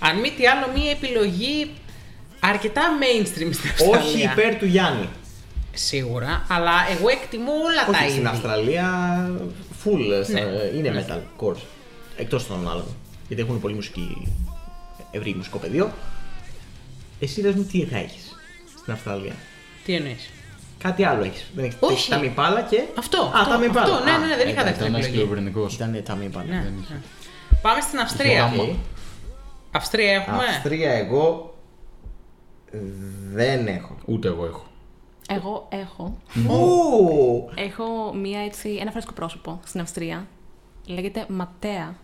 Αν μη τι άλλο, μία επιλογή αρκετά mainstream στην Αυστραλία.
Όχι υπέρ του Γιάννη.
Σίγουρα, αλλά εγώ εκτιμώ όλα τα
Όχι στην
είδη.
Αυστραλία, full ε, στα-
Ναι.
είναι metal core. Εκτός των άλλων. Γιατί έχουν πολύ μουσική, ευρύ μουσικό πεδίο. Εσύ λες μου τι θα έχεις στην Αυστραλία.
Τι εννοείς.
Κάτι άλλο έχεις. Δεν έχεις.
Όχι.
Τα μυπάλα και.
Αυτό.
Α,
αυτό,
τα μυπάλα.
αυτό, ναι, ναι, ναι, δεν είχα
Ήταν-
δεύτερη
Ήταν ένας
επιλογή.
κυβερνητικό.
Ήταν τα μυπάλα.
Ναι, ναι. Πάμε στην Αυστρία.
Ε,
Γάμα.
Αυστρία
ναι.
έχουμε.
Αυστρία εγώ δεν έχω.
Ούτε εγώ έχω.
Εγώ έχω.
Ου!
Έχω μία έτσι, ένα φρέσκο πρόσωπο στην Αυστρία. Λέγεται Ματέα.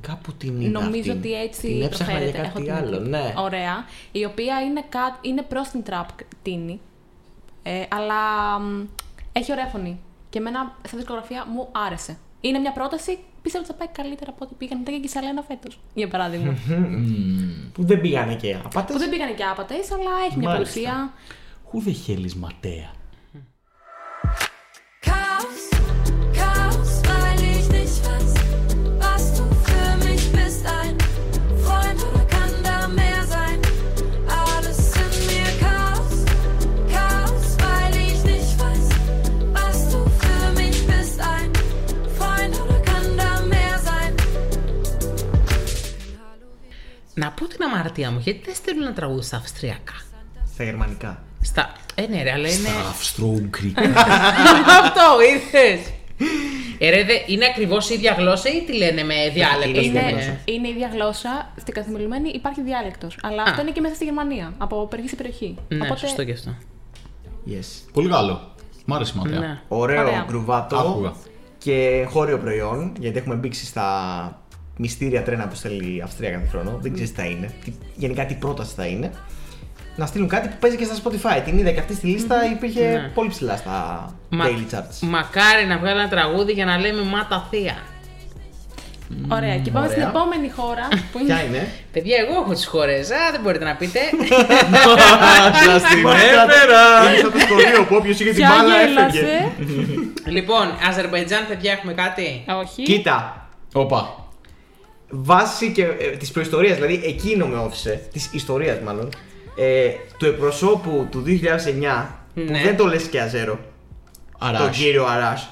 Κάπου την είδα
Νομίζω
αυτή.
ότι έτσι
Την έψαχνα για
προφέρεται. Έχω
κάτι
την
άλλο,
εικόνα.
ναι.
Ωραία. Η οποία είναι, κά... είναι προς την τραπ τίνη. Ε, αλλά μ, έχει ωραία φωνή. Και εμένα σαν δισκογραφία μου άρεσε. Είναι μια πρόταση, πιστεύω ότι θα πάει καλύτερα από ό,τι πήγαν μετά και η Κισαλένα φέτος, για παράδειγμα.
Που δεν πήγανε και απάτε.
που δεν πήγαν και άπατες, αλλά έχει μια
Μάλιστα.
παρουσία.
Who the hell is Matea?
Chaos, Chaos, weil ich nicht weiß, was du für mich bist. Ein Freund oder kann da mehr sein? Alles in mir Chaos, Chaos, weil ich nicht weiß, was du für mich bist. Ein Freund oder kann da mehr sein?
Να πω την αμαρτία μου, γιατί δεν στέλνουν να τραγούδι στα Αυστριακά.
Στα γερμανικά.
Στα. Ε, ναι, ρε, αλλά είναι.
Αυστρο-Ουγγρικά.
Αυτό, είδες. Ε, ρε, δε- είναι ακριβώς η ίδια γλώσσα ή τη λένε με διάλεκτο. Ναι.
Είναι-
ας πούμε?
Είναι, είναι η ίδια γλώσσα. Στην καθημερινή υπάρχει διάλεκτος. Αλλά αυτό είναι και μέσα στη Γερμανία, από περιοχή σε περιοχή.
Ναι, σωστό και αυτό.
Yes.
Πολύ καλό. Μ' άρεσε η Ματέα.
Ναι.
Ωραίο
Ωραία.
γκρουβάτο
Άκουγα.
και χώριο προϊόν, γιατί έχουμε μπήξει στα μυστήρια τρένα που στέλνει η Αυστρία κάθε χρόνο. Δεν ξέρεις τι θα είναι. Τι- γενικά τι πρόταση θα είναι. Να στείλουν κάτι που παίζει και στα Spotify. Την είδα και αυτή στη λίστα υπήρχε
Ναι.
πολύ ψηλά στα
Μα-
daily charts.
Μακάρι να βγάλει ένα τραγούδι για να λέμε Μάτα Θεία.
Ωραία, και πάμε
ωραία.
στην επόμενη χώρα που
Ποια
είναι.
είναι.
Παιδιά, εγώ έχω τις χώρες. Α, δεν μπορείτε να πείτε. Λοιπόν,
Σας την έφερα!
Είναι σαν το σχολείο που όποιος είχε την
Ποια
μπάλα έφεγε.
γέλασε.
λοιπόν, Αζερβαϊτζάν, παιδιά, έχουμε κάτι.
Όχι.
Κοίτα,
Όπα.
βάση και ε, της προϊστορίας, δηλαδή εκείνο με όφησε, της ιστορίας μάλλον. ε, του εκπροσώπου του 2009,
Ναι.
που δεν το λες και αζέρο, τον
Αράς.
κύριο Αράς,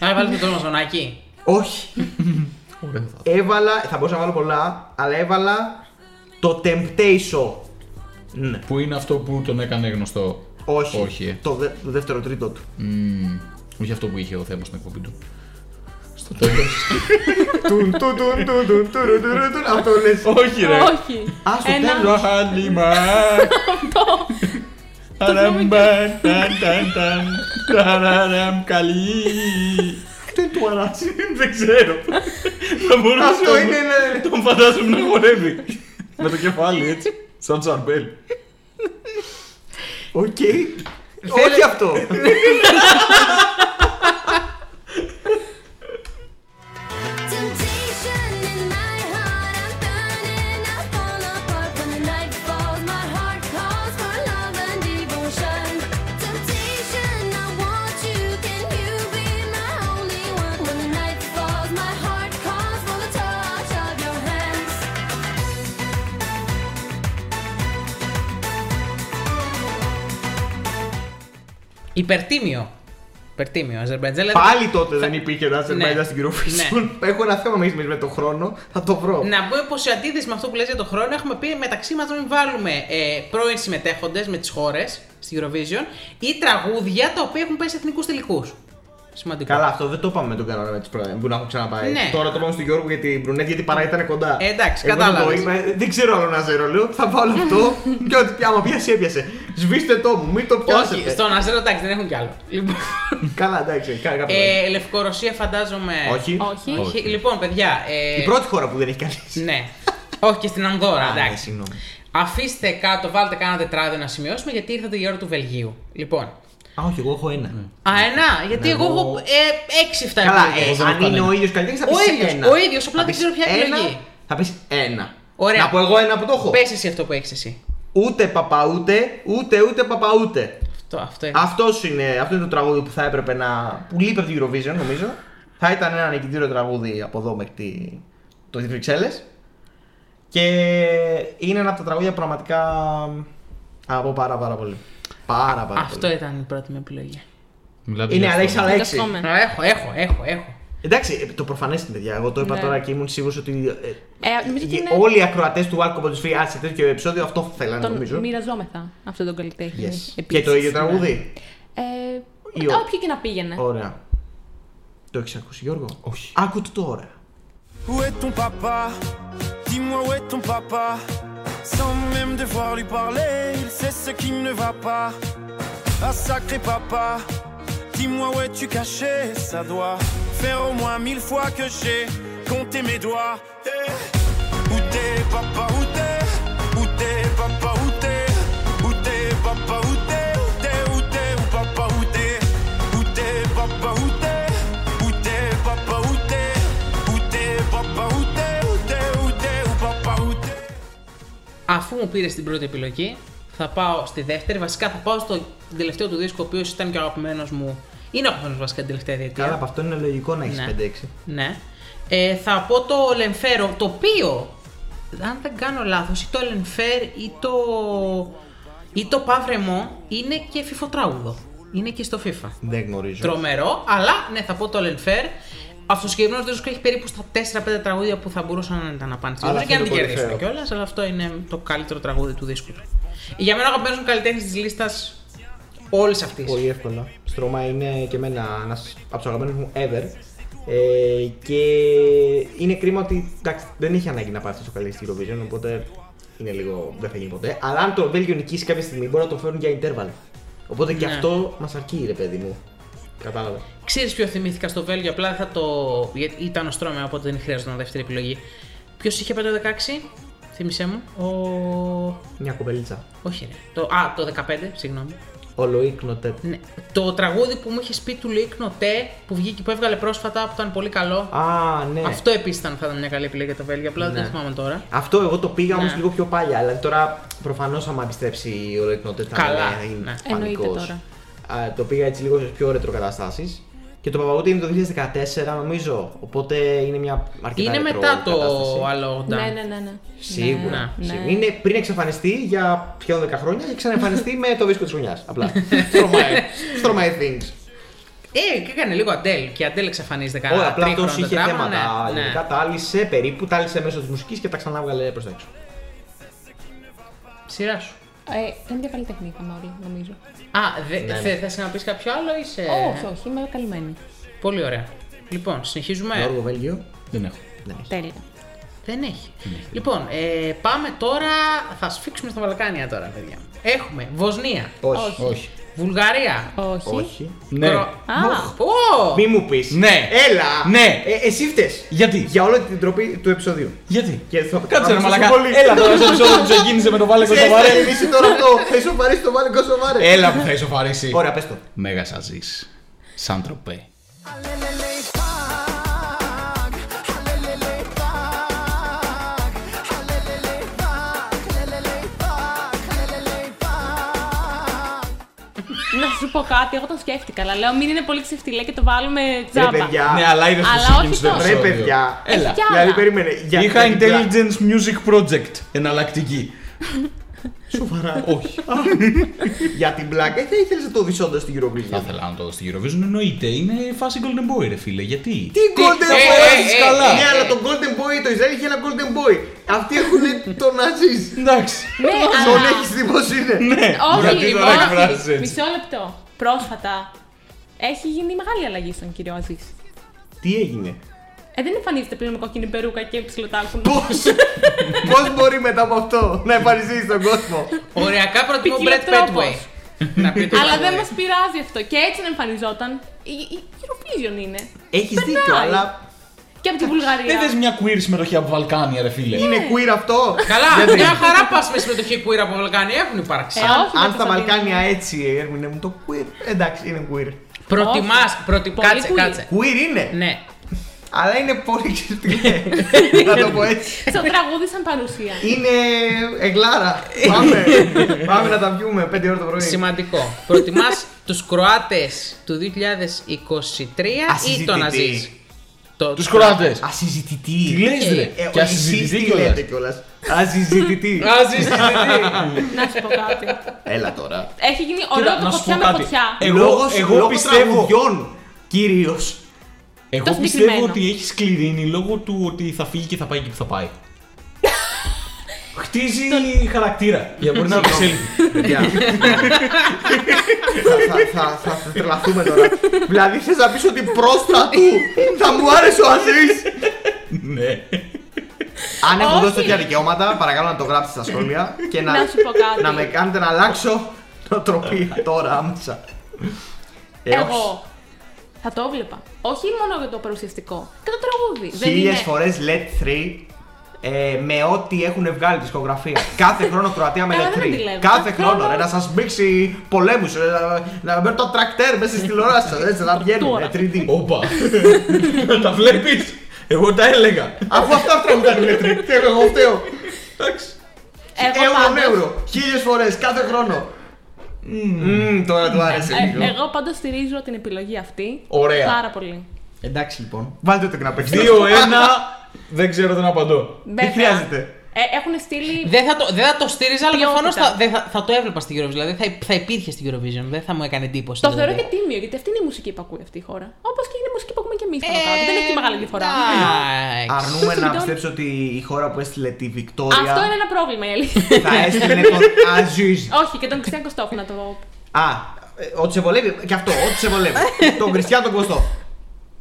Άρα βάλετε το όνομα Ζωνάκη.
όχι, έβαλα, θα μπορούσα να βάλω πολλά, αλλά έβαλα το Temptation. Ναι.
Που είναι αυτό που τον έκανε γνωστό.
Όχι,
Όχι, ε.
το, δε- το δεύτερο τρίτο του.
Μμμ. Όχι αυτό που είχε ο θέμα στην εκπομπή του. Στο τέλος.
Τουν, τουν, τουν, τουν, τουν, τουρου, τουρου, τουν. Αυτό λες.
Όχι ρε.
Όχι.
Α, στο
Ένα-
τέλος.
Χάλιμα.
θυμόμαι
Ταραμπαν, ταν, ταν, ταν, ταραραμ, καλή.
Αυτό είναι του Αράς.
Δεν ξέρω. Θα μπορούσα
Αυτό
να-
είναι ένα-
Τον φαντάζομαι να χορεύει. Με το κεφάλι έτσι. Σαν τσαρμπέλ.
Οκ. Όχι αυτό.
Temptation in my heart, I'm burning. I fall apart when the night falls. My heart calls for love and devotion. Temptation, I want you. Can you be my only one? When the night falls, my heart calls for the touch of your hands.
Υπερτίμιο. Υπερτίμιο. Αζερμπαϊτζάν. δηλαδή-
Πάλι τότε δεν υπήρχε ένα Αζερμπαϊτζάν στην Eurovision.
Ναι.
Έχω ένα θέμα μέχρι με τον χρόνο. Θα το βρω.
Να πω πως σε αντίθεση με αυτό που λες για τον χρόνο, έχουμε πει μεταξύ μας να μην βάλουμε ε, πρώην συμμετέχοντες με τις χώρες στην Eurovision ή τραγούδια τα οποία έχουν πάει σε εθνικούς τελικούς. Σημαντικό.
Καλά, αυτό δεν το είπαμε με τον κανόνα με τις πρώην που να έχω ξαναπάει.
Ναι.
Τώρα το πάμε στον Γιώργο για την Μπρουνέτ γιατί παρά ήταν κοντά.
Ε, εντάξει,
Εγώ
κατάλαβες.
το είπα, δεν ξέρω άλλο να ζέρω, λέω. Θα βάλω αυτό και ό,τι πια- άμα πιάσει, έπιασε. Σβήστε το μου, μην το
Όχι,
πιάσετε.
στον Αζέρο εντάξει δεν έχουν κι άλλο. Λοιπόν,
Καλά, εντάξει, καλά. καλά.
ε, Λευκορωσία φαντάζομαι.
Όχι.
Όχι.
Όχι. Λοιπόν, παιδιά. Ε,
Η πρώτη χώρα που δεν έχει κανείς.
Ναι. Όχι και στην Ανδόρα,
Α, ναι,
εντάξει.
συγγνώμη.
Αφήστε κάτω, βάλτε κάνα τετράδιο να σημειώσουμε γιατί ήρθατε η ώρα του Βελγίου. Λοιπόν.
Α, όχι, εγώ έχω ένα.
Α, ένα, γιατί εγώ,
Εγώ-
έχω ε, έξι φτάνει.
Ναι. Καλά,
επιλογές.
ε,
δεν έχω
αν είναι
κανένα.
ο ίδιος καλλιτέχνης θα
Ο
πεις
ίδιος,
ένα.
ο ίδιος, απλά
Θα
δεν
πεις
ξέρω ποια
ένα,
επιλογή.
Θα πεις ένα.
Ωραία.
Να πω εγώ ένα που το έχω.
Πες εσύ αυτό που έχεις εσύ.
Ούτε παπα ούτε, ούτε ούτε παπα ούτε.
Αυτό, αυτό είναι.
Αυτός είναι, αυτό είναι το τραγούδι που θα έπρεπε να. που λείπει από την Eurovision νομίζω. θα ήταν ένα νικητήριο τραγούδι από εδώ μέχρι τη... το τις Βρυξέλλες. Και είναι ένα από τα τραγούδια που πραγματικά αγαπώ πάρα πάρα πολύ. Πάρα πάρα
Αυτό
πολύ.
ήταν η πρώτη μου επιλογή.
Μιλάτε
Είναι
για αυτό.
Αλέξη Αλέξη.
Δικαστούμε.
Α, έχω, έχω, έχω, έχω.
Εντάξει, ε, το προφανές είναι παιδιά. Εγώ το είπα
Ναι.
τώρα και ήμουν σίγουρος ότι. ε,
Ε, νομίζω ότι
και
είναι-
Όλοι οι ακροατές του Άλκο Ποντισφρή, α σε τέτοιο επεισόδιο, αυτό θέλανε
Τον
νομίζω.
μοιραζόμεθα αυτόν τον καλλιτέχνη.
Yes. Και
επίσης. ναι.
το ίδιο τραγούδι.
Ε,
Ή ο-
Όποιο και να πήγαινε.
Ωραία. Το έχεις ακούσει, Γιώργο. Όχι. Άκου το τώρα.
Où est ton papa Dis-moi où est ton papa Sans même devoir lui parler, il sait ce qui ne va pas. Ah sacré papa, dis-moi où es-tu caché Ça doit faire au moins mille fois que j'ai compté mes doigts. Eh, Où t'es papa, où t'es Où t'es papa, où t'es Où t'es papa, où t'es Où t'es, où t'es, où papa, où t'es Où t'es papa, où t'es Où t'es papa, où t'es Où t'es papa, où t'es Où t'es, où t'es, où papa, où t'es
Αφού μου πήρες την πρώτη επιλογή, θα πάω στη δεύτερη. Βασικά θα πάω στο τελευταίο του δίσκο, ο οποίος ήταν και ο αγαπημένος μου. Είναι ο αγαπημένος βασικά την τελευταία διετία.
Καλά, από αυτό είναι λογικό να έχεις
Ναι.
5-6.
Ναι. Ε, θα πω το Λεμφέρο, το οποίο, αν δεν κάνω λάθος, ή το Λεμφέρ ή το, ή το Παύρεμο είναι και φιφοτράγουδο. Είναι και στο FIFA.
Δεν γνωρίζω.
Τρομερό, αλλά ναι, θα πω το Λεμφέρ. Αυτός ο συγκεκριμένος δίσκος έχει περίπου στα 4-5 τραγούδια που θα μπορούσαν να ήταν να πάνε στην
Αλλά
Eurovision
αυτό είναι το
και να την κερδίσουν
κορυφαίο.
κιόλας. Αλλά αυτό είναι το καλύτερο τραγούδι του δίσκου. Για μένα, ο αγαπημένος μου καλλιτέχνης της λίστας όλης αυτής.
Πολύ εύκολα. Στρώμα είναι και εμένα ένας από τους αγαπημένους μου ever. Ε, και είναι κρίμα ότι εντάξει, δεν είχε ανάγκη να πάει αυτός ο καλή στην Eurovision, οπότε είναι λίγο. δεν θα γίνει ποτέ. Αλλά αν το Βέλγιο νικήσει κάποια στιγμή, μπορεί να το φέρουν για interval. Οπότε και
Ναι.
αυτό μας αρκεί, ρε παιδί μου. Κατάλαβα.
Ξέρεις ποιο θυμήθηκα στο Βέλγιο, απλά δεν θα το. Γιατί ήταν ο Στρώμα, οπότε δεν χρειαζόταν δεύτερη επιλογή. Ποιος είχε πάει το 16, θύμισε μου. Ο.
Μια κοπελίτσα.
Όχι, ρε. Το... Α, το 15, συγγνώμη.
Όλο ίκνο τέτοιο.
Ναι. Το τραγούδι που μου είχε πει του Λουίκ Νοτέ που βγήκε, που έβγαλε πρόσφατα, που ήταν πολύ καλό.
Α, ναι.
Αυτό επίσης θα ήταν μια καλή επιλογή για το Βέλγιο, απλά δεν
Ναι.
θυμάμαι τώρα.
Αυτό εγώ το πήγα όμως
Ναι.
λίγο πιο πάλι. Αλλά τώρα προφανώς άμα επιστρέψει ο Ρεκνότε θα
Καλά,
είναι- θα γίνει
ναι.
πανικός.
Εννοείται τώρα.
Α, το πήγα έτσι λίγο σε πιο ρετροκαταστάσεις. Και το Παπαγούτι είναι το 2014, νομίζω. Οπότε είναι μια αρκετά
Είναι
retro
μετά το
κατάσταση.
άλλο 80.
Ναι, ναι, ναι. ναι.
Σίγουρα.
Ναι,
σίγουρα.
ναι.
Είναι πριν εξαφανιστεί για σχεδόν 10 χρόνια και ξαναεμφανιστεί με το βίσκο της χρονιά. Απλά. Στρωμάει. Στρωμάει things.
Ε, και έκανε λίγο Αντέλ. Και Αντέλ εξαφανίζεται κανένα.
Όλα, απλά
τρίχρονο
αυτός είχε
τετράγωνο,
θέματα.
ναι, ναι.
Γενικά τα άλυσε περίπου, τα άλυσε μέσω της μουσικής και τα ξανάβγαλε προς τα έξω.
Σειρά σου.
Ε, ήταν μια καλή τεχνή είχαμε όλοι, νομίζω.
Α, δε,
Ναι,
θε, θες να πεις κάποιο άλλο ή σε...
Ε.
Όχι, όχι, είμαι καλυμμένη.
Πολύ ωραία. Λοιπόν, συνεχίζουμε.
Γιώργο Βέλγιο.
Δεν έχω.
Δεν έχεις.
Τέλεια.
Δεν έχει. Λοιπόν, ε, πάμε τώρα. Θα σφίξουμε στα Βαλκάνια τώρα, παιδιά. Έχουμε Βοσνία,
Όχι.
Όχι.
Βουλγαρία.
Όχι.
Όχι.
Ναι.
Κρο-
Α.
Οχ, ω!
Μη μου πεις.
Ναι.
Έλα.
Ναι.
Ε, εσύ φταίς.
Γιατί?
Για όλη την τροπή του επεισόδιου.
Γιατί.
Και θα
Κάτσε ρε
θα-
μαλακά.
πολύ.
Έλα τώρα στο επεισόδιο που ξεκίνησε με το Βάλε
Ξέρεις,
Κοστοβάρε.
θα γυρίσει τώρα αυτό. Θα ισοφαρίσει το Βάλε Κωσοβάρε.
Έλα που θα ισοφαρίσει.
Ωραία, πες το.
Μέγας σαζής. Σαν τροπέ.
Να σου πω κάτι, εγώ το σκέφτηκα, αλλά λέω μην είναι πολύ ξεφτιλέ και το βάλουμε
Ρε
τζάμπα.
παιδιά.
Ναι, αλλά είδες που
Αλλά
ξεκίνησε το
όχι τόσο.
επεισόδιο.
Ρε, παιδιά.
Έλα.
Έχει κι άλλα.
Δηλαδή περίμενε. για-
Είχα
για-
Intelligence Music Project. Εναλλακτική. Σοβαρά. Όχι.
Για την πλάκα. Ε, Θα ήθελες να το δεις όντως στην
Θα
Eurovision.
ήθελα να το δω στη Eurovision, εννοείται. Είναι φάση Golden Boy, ρε φίλε. Γιατί.
Τι Golden
ε,
Boy
ε,
έχεις
ε,
καλά.
ε,
Ναι,
ε,
αλλά
ε.
το Golden Boy, το Ισραήλ είχε ένα Golden Boy. Αυτοί έχουν τον Ναζί.
Εντάξει.
Ναι,
Τον
αλλά...
έχεις δει πώς είναι.
Ναι.
Όχι,
Γιατί τώρα εκφράζεσαι
όχι.
έτσι.
Μισό λεπτό. Πρόσφατα έχει γίνει μεγάλη αλλαγή στον κύριο Αζή.
Τι έγινε.
Ε, δεν εμφανίζεται πλέον με κόκκινη περούκα και ψηλοτάκουν.
Πώς, πώς μπορεί μετά από αυτό να εμφανιστεί στον κόσμο.
Οριακά προτιμώ Brad
Ποικιλοτρόπος.
Petway. να πείτε
Αλλά
το ε.
δεν
λέει.
μας πειράζει αυτό. Και έτσι να εμφανιζόταν. Η, η Eurovision είναι.
Έχεις
Περνάει.
δίκιο, αλλά
Και από τη Βουλγαρία.
Δεν θες μια queer συμμετοχή από Βαλκάνια, ρε
Ναι.
φίλε.
είναι queer αυτό.
Καλά, μια
Ναι.
χαρά πας με συμμετοχή queer από Βαλκάνια έχουν υπάρξει.
Ε, όχι,
Αν
με
στα
το
Βαλκάνια
Σαντίνο.
έτσι ερμηνεύουν το queer, εντάξει είναι queer.
Προτιμάς, προτι...
Πολύ
κάτσε,
queer.
κάτσε.
Queer είναι,
Ναι.
αλλά είναι πολύ ξεφτυγέ.
Ναι.
Να το πω έτσι.
Στο τραγούδι σαν παρουσία.
Είναι εγλάρα. Πάμε. Πάμε να τα πιούμε 5 ώρα το πρωί.
Σημαντικό. Προτιμάς τους Κροάτες του 2023 ή
Ασυζητητή.
τον Αζίζ. Το...
Τους Κροάτες.
Ασυζητητή.
Τι λες, ρε.
Ε,
Και
ο- εσείς
ασυζητητή
τι λέτε
κιόλας.
κιόλας. Ασυζητητή.
να σου πω κάτι.
Έλα τώρα.
Έχει γίνει
Κοίτα,
ωραίο το
να σου
φωτιά
πω
με
κάτι.
Ε,
φωτιά.
Εγώ-
Λόγος-
εγώ
λόγος
πιστεύω-
τραγουδιών, κυρίως.
Εγώ πιστεύω
συγκεκριμένο.
ότι έχει σκληρίνει λόγω του ότι θα φύγει και θα πάει εκεί που θα πάει. Χτίζει χαρακτήρα για να μπορεί να εξελιχθεί.
Παιδιά. θα, θα, θα, θα τρελαθούμε τώρα. δηλαδή θες να πεις ότι πρόστα του θα μου άρεσε ο Αζής.
Ναι.
Αν έχω
Όχι.
δώσει τέτοια δικαιώματα, παρακαλώ να το γράψετε στα σχόλια και να,
Να σου πω κάτι.
να με κάνετε να αλλάξω νοοτροπία τώρα άμεσα. Ε, όχι.
Εγώ. Θα το έβλεπα. Όχι μόνο για το παρουσιαστικό. Και το τραγούδι. Δεν
Χίλιες
είναι.
φορές LED 3 ε, με ό,τι έχουν βγάλει δισκογραφία. Κάθε χρόνο Κροατία με
Καλά,
LED
δεν
3.
αντιλέγω.
Κάθε
Κάθε
χρόνο
χρόνο.
ρε, να σας μπήξει πολέμους, ρε, να- να μπαίνει το τρακτέρ μέσα στη τηλεόραση σας, έτσι, να βγαίνει
Τώρα.
ε, 3D.
Όπα. Τα βλέπεις. Εγώ τα έλεγα.
Αφού αυτά τραγουδάνε οι Λέτρι, τι έχω εγώ φταίω.
Εντάξει.
Εγώ
Εύρον
πάντως- Ε,
ευρώ, χίλιες φορές, κάθε χρόνο. Μμμ, τώρα του άρεσε
Ε,
λίγο.
εγώ πάντω στηρίζω την επιλογή αυτή.
Ωραία.
Πάρα πολύ.
Εντάξει λοιπόν, βάλτε το και να παίξετε.
2-1. Δεν ξέρω τι να απαντώ.
Βέβαια.
χρειάζεται.
Ε, έχουν στείλει.
Δεν θα το, δεν θα το στήριζα, αλλά
Ποιότητα.
προφανώς θα, δεν θα, θα το έβλεπα στην Eurovision. Δηλαδή θα, υ- θα υπήρχε στην Eurovision, δεν θα μου έκανε εντύπωση.
Το
δηλαδή.
θεωρώ και τίμιο γιατί αυτή είναι η μουσική που ακούει αυτή η χώρα. Όπως και είναι η μουσική που ακούμε και εμείς πάνω κάτω. Δεν έχει και μεγάλη διαφορά.
Ε, Εντάξει.
Αρνούμε να
Συντών.
πιστέψω ότι η χώρα που έστειλε τη
Αυτό είναι
Βικτόρια
ένα πρόβλημα η αλήθεια.
θα έστειλε τον Αζίζ.
Όχι, και τον Χριστιαν Κωστόφ να το.
Α, ε, ό,τι σε βολεύει, και αυτό, ό,τι σε βολεύει. τον Κριστιαν τον Κωστό.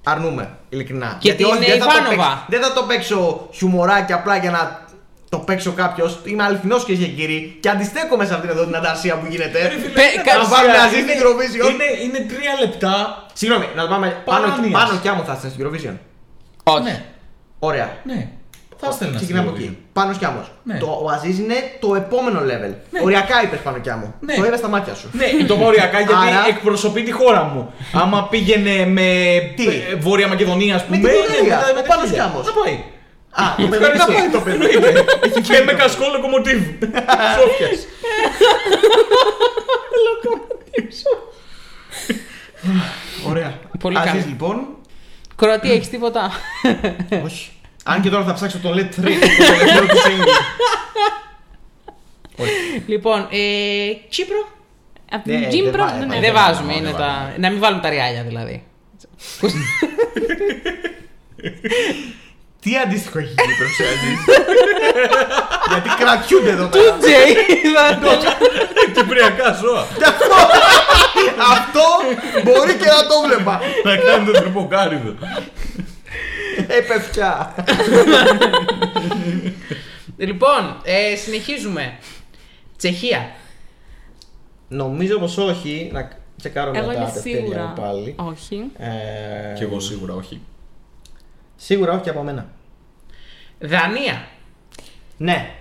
Αρνούμε, ειλικρινά.
Και την
δεν θα, το
Ιβάνοβα.
παίξω, δεν θα το παίξω χιουμοράκι απλά για να το παίξω κάποιος. Είμαι αληθινός και και κύριοι. Και αντιστέκομαι σε αυτήν εδώ την ανταρσία που γίνεται.
Πε- κα-
να βάλουμε Αζίζ
Είναι-
στην Eurovision.
είναι- Είναι τρία λεπτά.
Συγγνώμη, να το πάμε πάνω,
Παράνοιας.
πάνω κι άμμο θα είστε στην Eurovision.
Ναι.
Ωραία.
Ναι. Θα στέλνα.
Ξεκινάμε από εκεί. Πάνω κι άμμος.
Ναι.
Το ο Αζίζ είναι το επόμενο level. Οριακά είπες πάνω κι άμμο.
Ναι.
Το είδα στα μάτια σου.
Ναι, το είπα οριακά γιατί
Άρα-
εκπροσωπεί τη χώρα μου. Άμα πήγαινε με
Τι?
ε, Βόρεια Μακεδονία, ας πούμε.
την Βουλγαρία,
ναι,
με
πάνω
τέτοιους
εκεί.
γάμους.
Να πάει.
Α, το παιδί
Ευχαριστώ.
να πάει το παιδί.
Εννοείται. Και με κασκό λοκομοτίβ. Σόφια.
Ωραία.
Πολύ
Aziz,
καλό.
λοιπόν.
Κροατία, έχεις τίποτα.
Όχι. Αν και τώρα θα ψάξω το Let 3, το τελευταίο του single.
λοιπόν, ε, Κύπρο.
Από
Ναι,
την
δεν
Τζίμπρο
βά-
δεν
βάζω.
είναι.
δεν
δεν
βάζουμε,
βάζω,
είναι
δεν
τα. Να μην βάλουμε τα ριάλια δηλαδή.
Τι αντίστοιχο έχει γίνει το Aziz. Γιατί κρατιούνται εδώ πέρα.
Τζέι, είδατε.
Κυπριακά ζώα.
Αυτό μπορεί και να το βλέπα.
Να κάνετε τρυποκάριδο.
Ε, παιδιά.
Λοιπόν, ε, συνεχίζουμε. Τσεχία.
Νομίζω πως όχι. Να τσεκάρω
Εγώ
μετά
είμαι
τα τευτέρια
σίγουρα.
μου πάλι.
Όχι.
Ε,
Κι εγώ σίγουρα όχι.
Σίγουρα όχι και από μένα.
Δανία.
Ναι.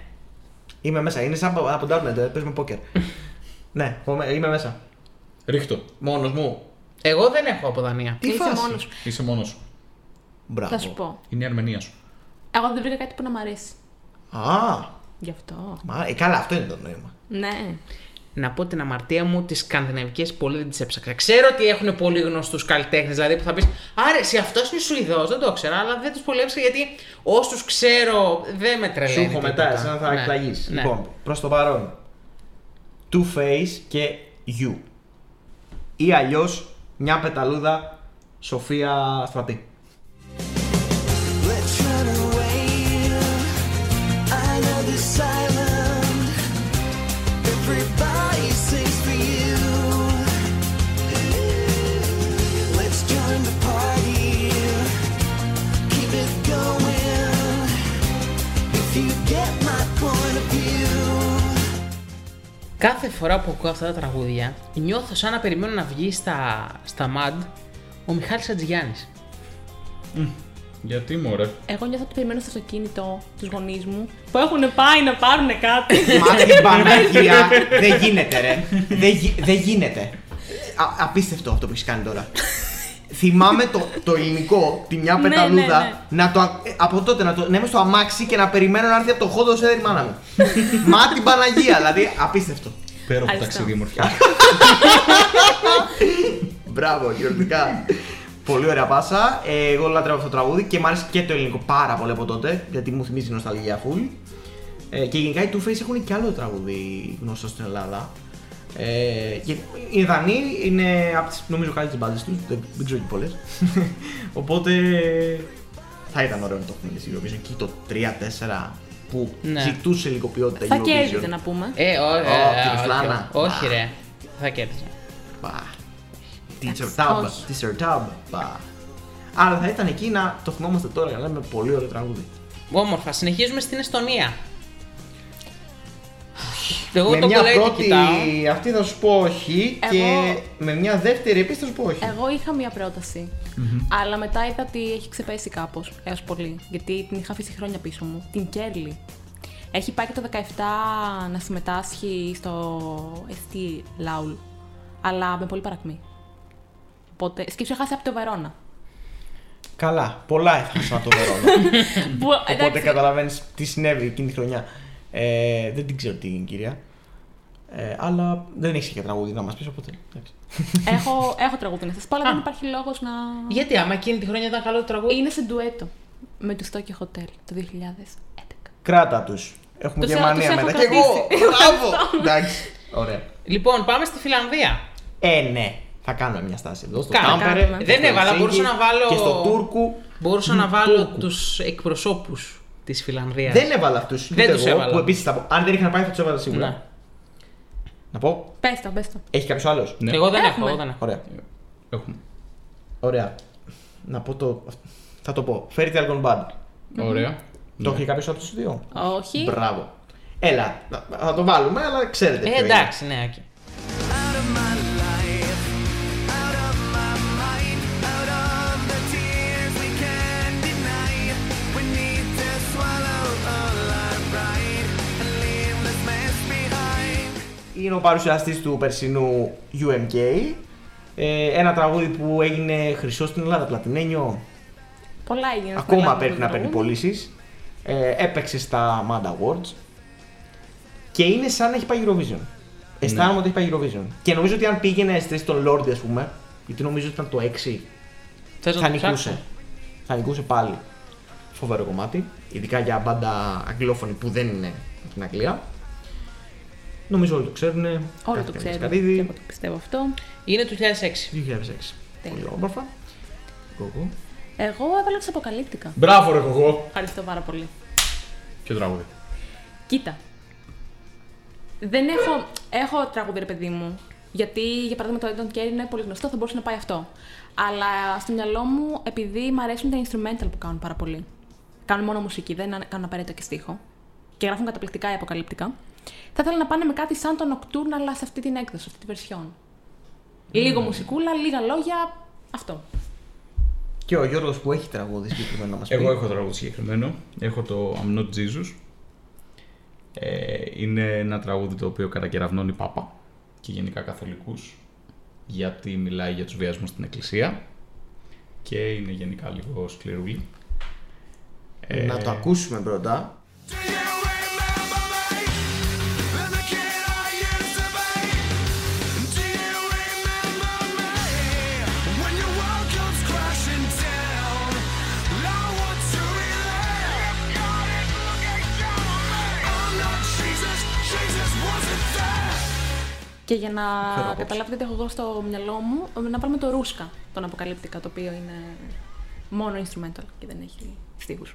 Είμαι μέσα. Είναι σαν από- από Darknet. Παίζουμε πόκερ. ναι, εγώ είμαι- είμαι μέσα.
Ρίχτω.
Μόνος μου.
Εγώ δεν έχω από Δανία.
Τι
Είσαι
φάση.
μόνος σου.
Είσαι μόνος σου.
Μπράβο.
Θα σου πω.
Είναι η Αρμενία σου.
Εγώ δεν βρήκα κάτι που να μ' αρέσει.
Α,
Γι' αυτό.
μα, ε, καλά, αυτό είναι το νόημα.
Ναι.
Να πω την αμαρτία μου, τις σκανδιναβικές πολύ δεν τις έψαξα. Ξέρω ότι έχουν πολύ γνωστούς καλλιτέχνες, δηλαδή που θα πεις Άρεσε, αυτός είναι Σουηδός, δεν το ήξερα, αλλά δεν τους πολύ έψαξα γιατί όσους ξέρω δεν με τρελαίνει.
Σου έχω μετά,
τίποτα.
εσένα θα
Ναι,
εκπλαγείς.
ναι.
Λοιπόν, προς το παρόν. Two Face και You. Ή αλλιώς μια πεταλούδα Σοφία Στρατή.
Let's run away. I know this island. Everybody sings for you. Let's join the party. Keep it going. If you get my point of view.
Κάθε φορά που ακούω αυτά τα τραγούδια, νιώθω σαν να περιμένω να βγει στα, στα MAD ο Μιχάλης Ατζηγιάννης.
Γιατί μωρέ.
Εγώ νιώθω ότι περιμένω στο αυτοκίνητο τους γονείς μου που έχουν πάει να πάρουν κάτι.
Μα την Παναγία δεν γίνεται, ρε. Δεν, γι- δεν γίνεται. Α- απίστευτο αυτό που έχεις κάνει τώρα. Θυμάμαι το, το ελληνικό, τη μια
Ναι, ναι,
πεταλούδα,
ναι.
να το, α- ε, από τότε να το να είμαι στο αμάξι και να περιμένω να έρθει από το χόντο σε η μάνα μου. Μα την Παναγία, δηλαδή απίστευτο.
Πέρα
Ευχαριστώ.
ταξίδι μορφιά.
Μπράβο, γιορτικά. πολύ ωραία πάσα. Ε, εγώ λατρεύω αυτό το τραγούδι και μου αρέσει και το ελληνικό πάρα πολύ από τότε, γιατί μου θυμίζει νοσταλγία φουλ. Ε, και γενικά οι Two Face έχουν και άλλο τραγούδι γνωστό στην Ελλάδα. Ε, και οι Δανείοι είναι από τις νομίζω καλύτερες μπάντες τους, δεν, δεν ξέρω και πολλές. Οπότε θα ήταν ωραίο να το έχουμε εμείς στην Eurovision. Εκεί το 3-4 που
Ναι.
ζητούσε λίγο ποιότητα
Θα
Eurovision.
κέρδιζε να πούμε.
Ε, ό,
Ω,
ε, ε,
κύριε
όχι,
Φλάνα.
όχι
Μπα.
ρε, θα κέρδιζε.
Πα. Teacher Tab.
όχι.
Teacher Tab. Πα. Αλλά θα ήταν εκεί να το θυμόμαστε τώρα για να λέμε πολύ ωραίο τραγούδι.
Όμορφα, συνεχίζουμε στην Εστονία. Εγώ
με
το
μια
κολλάκι
πρώτη
κοιτάω.
αυτή θα σου πω όχι και
Εγώ- Ε-
με μια δεύτερη επίσης θα σου πω όχι.
Εγώ είχα μία πρόταση, αλλά μετά είδα ότι έχει ξεπέσει κάπως έως πολύ. Γιατί την είχα αφήσει χρόνια πίσω μου. Την Κέρλι. Έχει πάει και το 17 να συμμετάσχει στο ST Laul, αλλά με πολύ παρακμή. Οπότε σκέψου χάσει από το Βερόνα.
Καλά, πολλά έχασα από το Βερόνα.
Που,
Οπότε καταλαβαίνεις τι συνέβη εκείνη τη χρονιά. Ε, δεν την ξέρω τι είναι, κυρία. Ε, αλλά δεν έχεις και τραγούδι να μας πεις οπότε. εντάξει.
έχω, έχω τραγούδι να σα πω, αλλά δεν υπάρχει λόγος να.
Γιατί άμα εκείνη τη χρονιά ήταν καλό το τραγούδι.
Είναι σε ντουέτο με το Στόκιο Hotel το 2011.
Κράτα τους. Έχουμε
Τους έχω-
Γερμανία
τους
μετά.
έχω
Και εγώ!
κρατήσει.
Μπράβο! Εντάξει. Ωραία.
Λοιπόν, πάμε στη Φιλανδία.
Ε, ναι. Θα κάνουμε μια στάση εδώ. Στο
Κάναμε.
Τάμπερε.
Κάναμε.
στο
Δεν έβαλα,
Ελσίνκι
μπορούσα να βάλω-
Και στο Τούρκου.
Μπορούσα να βάλω τους εκπροσώπους της Φιλανδίας.
Δεν έβαλα αυτούς.
Δεν τους έβαλα.
Που επίσης θα πω. Αν δεν είχα πάει, θα τους έβαλα σίγουρα.
Ναι.
Να πω.
Πες το, πες το.
Έχει κάποιος άλλος.
Ναι.
Εγώ δεν έχω,
Έχουμε.
εγώ δεν έχω.
Ωραία.
Έχουμε.
Ωραία. Να πω το. Θα το πω. Fairy Tale Gone Bad.
Ωραία.
Ναι.
Το έχει κάποιος από του δύο.
Όχι.
Μπράβο. Έλα. να- Θα το βάλουμε, αλλά ξέρετε.
Ε,
ποιο
εντάξει, ναι, οκ.
Out of my life, out of my mind, out of the tears we can deny. We need to swallow all our pride and leave this mess behind.
Είναι ο παρουσιαστής του περσινού UMK. Ε, ένα τραγούδι που έγινε χρυσό στην Ελλάδα, πλατινένιο.
Πολλά έγιναν. στην
Ακόμα
Ελλάδα
πρέπει
με
να
το
παίρνει
τραγούδι.
πωλήσεις. Ε, έπαιξε στα Mad Awards. Και είναι σαν να έχει πάει Eurovision.
Ναι.
Αισθάνομαι ότι έχει πάει Eurovision. Και νομίζω ότι αν πήγαινε στη θέση των Lordi, ας πούμε, γιατί νομίζω ότι ήταν το 6
Θες να
θα
το
νικούσε.
ψάξω?
Θα νικούσε πάλι. Φοβερό κομμάτι. Ειδικά για μπάντα αγγλόφωνη που δεν είναι από την Αγγλία. Νομίζω όλοι το ξέρουν.
Όλοι το ξέρουν. Και εγώ
Κατήδη,
το πιστεύω αυτό.
Είναι του 2006.
2006. Πολύ όμορφα. Κοκού.
Εγώ έβαλα τους αποκαλύπτηκα.
Μπράβο, ρε κοκό.
Ευχαριστώ πάρα πολύ.
Ποιο τραγούδι.
Κοίτα. Δεν έχω, έχω τραγούδι, ρε παιδί μου. Γιατί, για παράδειγμα, το Edon Carey είναι πολύ γνωστό, θα μπορούσε να πάει αυτό. Αλλά στο μυαλό μου, επειδή μου αρέσουν τα instrumental που κάνουν πάρα πολύ. Κάνουν μόνο μουσική, δεν κάνουν απαραίτητα και στίχο. Και γράφουν καταπληκτικά ή αποκαλύπτικα. Θα ήθελα να πάνε με κάτι σαν το Nocturne, αλλά σε αυτή την έκδοση, σε αυτή την version. Λίγο μουσικούλα, λίγα λόγια, αυτό.
Και ο Γιώργος που έχει τραγούδι συγκεκριμένο να μας πει.
Εγώ έχω τραγούδι συγκεκριμένο. Έχω το I'm not Jesus. Ε, είναι ένα τραγούδι το οποίο κατακεραυνώνει Πάπα και γενικά καθολικούς γιατί μιλάει για τους βιασμούς στην εκκλησία και είναι γενικά λίγο σκληρούλη.
Να το ακούσουμε πρώτα.
Do you remember me? As a kid I used to be. Do you remember me? When your world comes crashing down, I want to relive. God is looking down on me. I'm not Jesus. Jesus wasn't there.
Και για να καταλάβετε τι έχω εγώ στο μυαλό μου, να πάρουμε το Ρούσκα, τον αποκαλύπτηκα, το οποίο είναι μόνο instrumental και δεν έχει στίχους.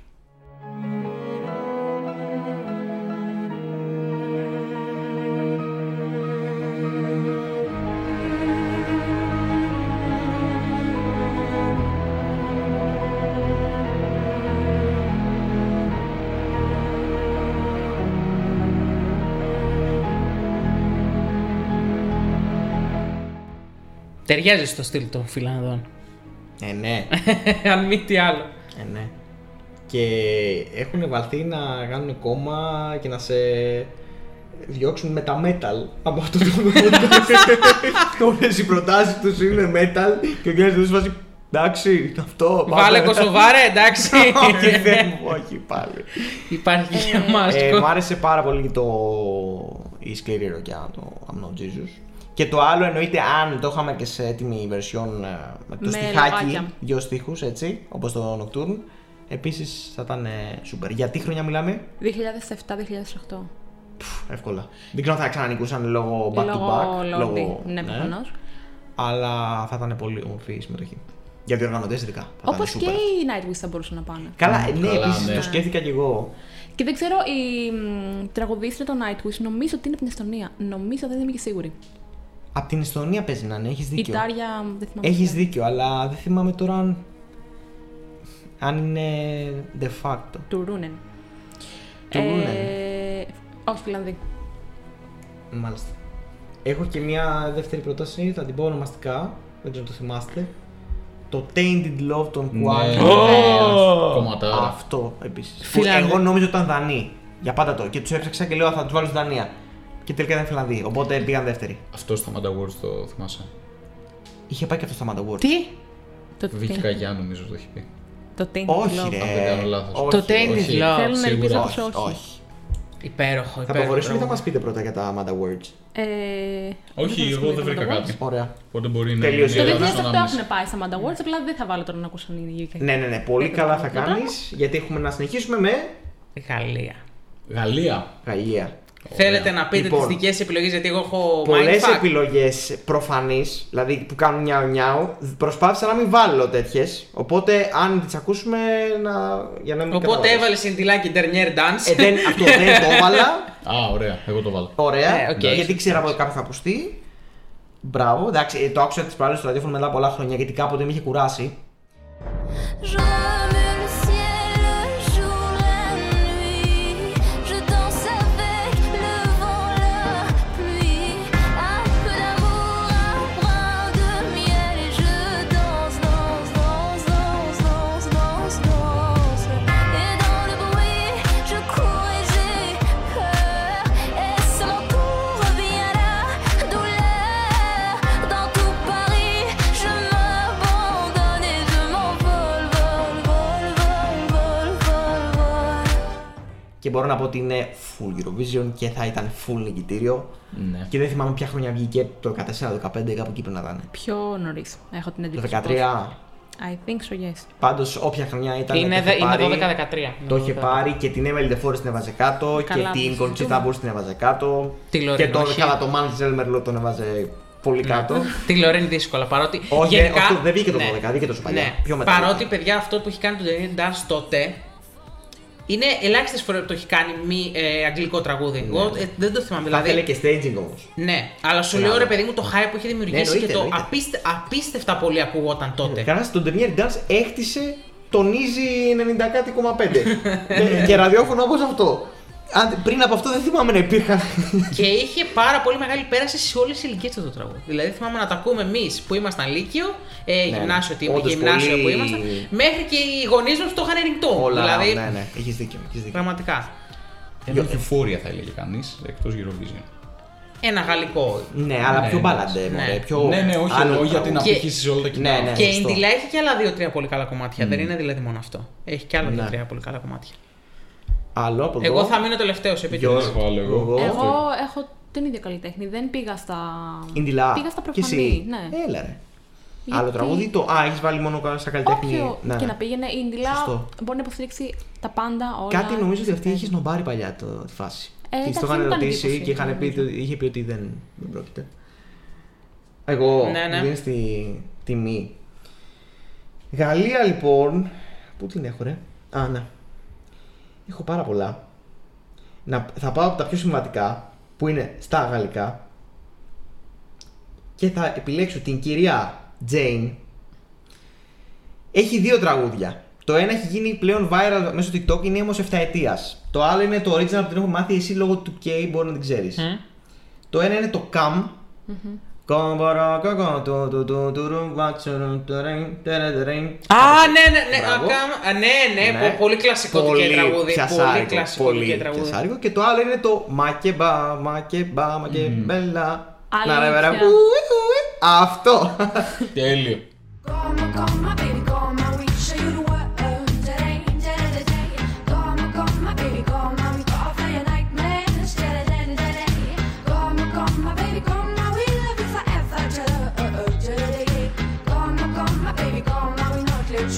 Ταιριάζει στο στυλ των Φιλανδών.
Ε, ναι.
Αν μη τι άλλο.
Ε, ναι. Και έχουν βαλθεί να κάνουν κόμμα και να σε διώξουν με τα metal από αυτό το podcast. Όλες οι προτάσεις τους είναι metal και ο Γιάννης τους βάζει εντάξει αυτό πάμε».
Βάλε κοσοβάρε, εντάξει.
Όχι, δεν μου, όχι πάλι.
Υπάρχει και για μας.
Ε, μου άρεσε πάρα πολύ το... η σκληρή ροκιά, το I'm not Jesus. Και το άλλο εννοείται αν το είχαμε και σε έτοιμη version ε, με το
Με
στιχάκι,
λογάκια.
δύο στίχους έτσι, όπως το Nocturne. Επίσης θα ήταν ε, super. Για τι χρονιά μιλάμε,
2007-2008.
Πφ, εύκολα. Δεν ξέρω αν θα ξανανικούσαν λόγω back to
Λόγω
back.
Λόντι, ναι, προφανώς.
Αλλά θα ήταν πολύ όμορφη η συμμετοχή. Για διοργανωτές ειδικά. θα ήταν
Όπως
super.
και οι Nightwish θα μπορούσαν να πάνε.
Καλά, ε, ναι,
Καλά,
επίσης
ναι.
το σκέφτηκα κι εγώ.
Και δεν ξέρω, η μ, τραγουδίστρια των Nightwish νομίζω ότι είναι από την Εστονία. Νομίζω, δεν είμαι και σίγουρη.
Απ' την Εστονία παίζει να είναι, έχεις
Η
δίκιο.
Τάρια, δεν θυμάμαι.
Έχεις
ποια.
δίκιο, αλλά δεν θυμάμαι τώρα αν. αν είναι de facto.
Του Ρούνεν.
Του
Ε, όχι, Φιλανδή.
Μάλιστα. Έχω και μια δεύτερη πρόταση, θα την πω ονομαστικά. Δεν ξέρω αν το θυμάστε. Το Tainted Love των
Ναι.
Κουάν.
Κομματάρα.
Αυτό επίσης.
Φιλανδία.
Εγώ νόμιζα ότι ήταν Δανή. Για πάντα το. Και τους έψαξα και λέω «Α, θα τους βάλω στη Δανία. Και τελικά ήταν Φιλανδοί. Οπότε πήγαν δεύτερη.
Αυτό στα Mad Awards το θυμάσαι.
Είχε πάει και αυτό στα Mad Awards.
Τι?
Το
Βίκυ
Tainted-
Καγιά νομίζω το έχει πει.
Το Tainted
Όχι,
Love.
ρε.
Αν δεν κάνω λάθος.
Όχι,
Το Tainted
όχι.
Όχι.
Love.
Θέλω να
Σίγουρα
ελπίζω
όχι,
πως όχι.
Όχι.
Υπέροχο, υπέροχο.
Θα προχωρήσουμε ή θα
τραγούδι.
μας πείτε πρώτα για τα Mad Awards.
Ε,
Όχι, εγώ δεν βρήκα κάτι.
Ωραία.
Οπότε μπορεί να
Τελείωσε.
είναι
Το
Ε,
ένας
2008
ανάμεσα.
έχουν πάει στα Mad Awards, απλά δεν θα βάλω τώρα να ακούσω αν είναι γη.
Ναι, ναι, ναι.
Ε,
Πολύ
Δεν
καλά θα
θυμάμαι το
κάνεις, γιατί έχουμε να συνεχίσουμε με.
Γαλλία.
Γαλλία.
Γαλλία.
Θέλετε να πείτε
Λοιπόν,
τις δικές σας επιλογές γιατί εγώ έχω
Πολλές
mindfuck.
επιλογές προφανείς, δηλαδή που κάνουν νιάου νιάου, προσπάθησα να μην βάλω τέτοιες. Οπότε, αν τις ακούσουμε, να... για να μην
Οπότε
καταλάβεις.
έβαλες συντηλάκι Dernier Dance.
Ε, δεν, αυτό δεν το έβαλα.
Α, ωραία. Εγώ το βάλω.
Ωραία.
Ε, οκ.
Γιατί ξέρα ότι κάποιο θα ακουστεί. Μπράβο. Εντάξει, ε, το άκουσα τις προάλλες στο ραδιόφωνο μετά πολλά χρόνια γιατί κάποτε με είχε κουράσει.
J'aime le ciel, le jour, la nuit. Je danse avec le vent, la pluie. Un peu d'amour, un brin de miel. Et je danse, danse, danse, danse, danse, danse, danse. Et dans le bruit, je cours et j'ai peur. Et ça m'entoure, vient la douleur. Dans tout Paris, je m'abandonne et je m'envole, vole, vole, vole, vole, vole, vole.
Και μπορώ να πω ότι είναι full Eurovision και θα ήταν full νικητήριο.
Ναι.
Και δεν θυμάμαι ποια χρονιά βγήκε το 14, το 15, κάπου εκεί πρέπει να ήταν.
Πιο νωρίς, έχω την
Το
εντύπωση.
13.
I think so, yes.
Πάντως, όποια χρονιά ήταν.
Είναι,
το είχε
δε- είναι
πάρει,
12-13.
Το είχε πάρει και την Έμελι Ντεφόρη την έβαζε κάτω
Καλά,
και την
το
Κοντσίτα
συζητούμε.
Μπούς την έβαζε κάτω.
Τη Λόριν
και τον
όχι. Ναι.
καλά, το Μάντζελ Μερλό τον έβαζε πολύ Ναι. κάτω.
Τη Λορέν δύσκολα. Παρότι.
Όχι,
γενικά...
αυτό δεν βγήκε το 12, βγήκε τόσο παλιά.
Ναι.
Πιο μετά
Παρότι,
βγήκε.
παιδιά, αυτό που έχει κάνει το Daniel Dance τότε. Είναι ελάχιστες φορές που το έχει κάνει μη ε, αγγλικό τραγούδι. Εγώ ε, δεν το θυμάμαι.
Ναι. Θα
Δηλαδή,
θέλει και staging όμως.
Ναι, αλλά σου
Ναι,
λέω
ναι.
ρε παιδί μου το hype που είχε δημιουργήσει
εννοείται,
και το
εννοείται. Ναι,
απίστε- απίστευτα πολύ ακούγονταν τότε.
Κανένας τον Dernier Dance έκτισε τον Easy 90,5. Ε, και ραδιόφωνο όπως αυτό. Αν- πριν από αυτό δεν θυμάμαι να υπήρχαν.
και είχε πάρα πολύ μεγάλη πέραση σε όλες τις ηλικίες αυτό το τραγούδι. Δηλαδή θυμάμαι να τα ακούμε εμείς που ήμασταν Λύκειο, ε, γυμνάσιο τι
Ναι, όντως
γυμνάσιο
πολύ-
που ήμασταν, μέχρι και οι γονείς μας που το είχαν ρηκτό.
Όλα.
δηλαδή,
Ναι, ναι, έχεις δίκιο. έχεις δίκιο.
πραγματικά.
Ένα Euphoria θα έλεγε κανείς, εκτός Eurovision.
Ένα γαλλικό.
Ναι, αλλά
Ναι,
πιο
ναι.
μπαλαντέ, μωρέ,
Ναι.
πιο
Ναι, ναι, όχι,
άλλο
εννοώ γιατί να
τραγούδι.
Και-
απηχήσει όλα τα κοινά.
Ναι, ναι.
και η
σωστό.
Ντιλά έχει και άλλα δύο-τρία πολύ καλά κομμάτια. Δεν είναι δηλαδή μόνο αυτό. Έχει και
Ναι.
άλλα δύο-τρία πολύ καλά κομμάτια.
Άλλο από εδώ.
Εγώ θα μείνω τελευταίος επειδή.
θα βάλω εγώ.
Εγώ έχω την ίδια καλλιτέχνη. Δεν πήγα στα.
Ιντιλά.
Πήγα στα
Και εσύ. Ε,
προφανή. Ναι.
Έλα ρε.
Γιατί-
Άλλο τραγούδι το. Α, έχεις βάλει μόνο στα καλλιτέχνη.
Όποιο
Ναι,
και
ναι.
να πήγαινε, η Ιντιλά
Σωστό.
μπορεί να υποστηρίξει τα πάντα όλα. Ναι.
Κάτι νομίζω ότι αυτή είχε σνομπάρει παλιά το, τη φάση.
Ε,
Της
εντάξει,
το είχαν
δεν μου κάνει
ρωτήσει
εντύπωση,
και είχαν πει,
νομίζω.
ότι- είχε πει ότι δεν, δεν πρόκειται. Εγώ
Ναι, ναι.
μου δίνεις τη τιμή. Γαλλία λοιπόν. Πού την έχω, ρε. Α, ναι. Έχω πάρα πολλά. Να, θα πάω από τα πιο σημαντικά που είναι στα γαλλικά και θα επιλέξω την κυρία Jane. Έχει δύο τραγούδια. Το ένα έχει γίνει πλέον viral μέσω TikTok, είναι όμως 7 ετίας. Το άλλο είναι το original που την έχω μάθει εσύ λόγω του K, μπορεί να την ξέρεις.
Μμ.
Το ένα είναι το Cam. Α,
Α, ναι, ναι, ναι,
Μπράβο.
ακάμα- α, ναι, ναι, πο- πολύ κλασικό του και τραγούδι. Πολύ κλασικό του
πολύ
και τραγούδι.
πιασάρικο. Και το άλλο είναι το Μακεμπά, Μακεμπά, Μακεμπέλα. Να ρε,
Αλήθεια.
ρε, ου, ου, ου. Αυτό.
Τέλειο.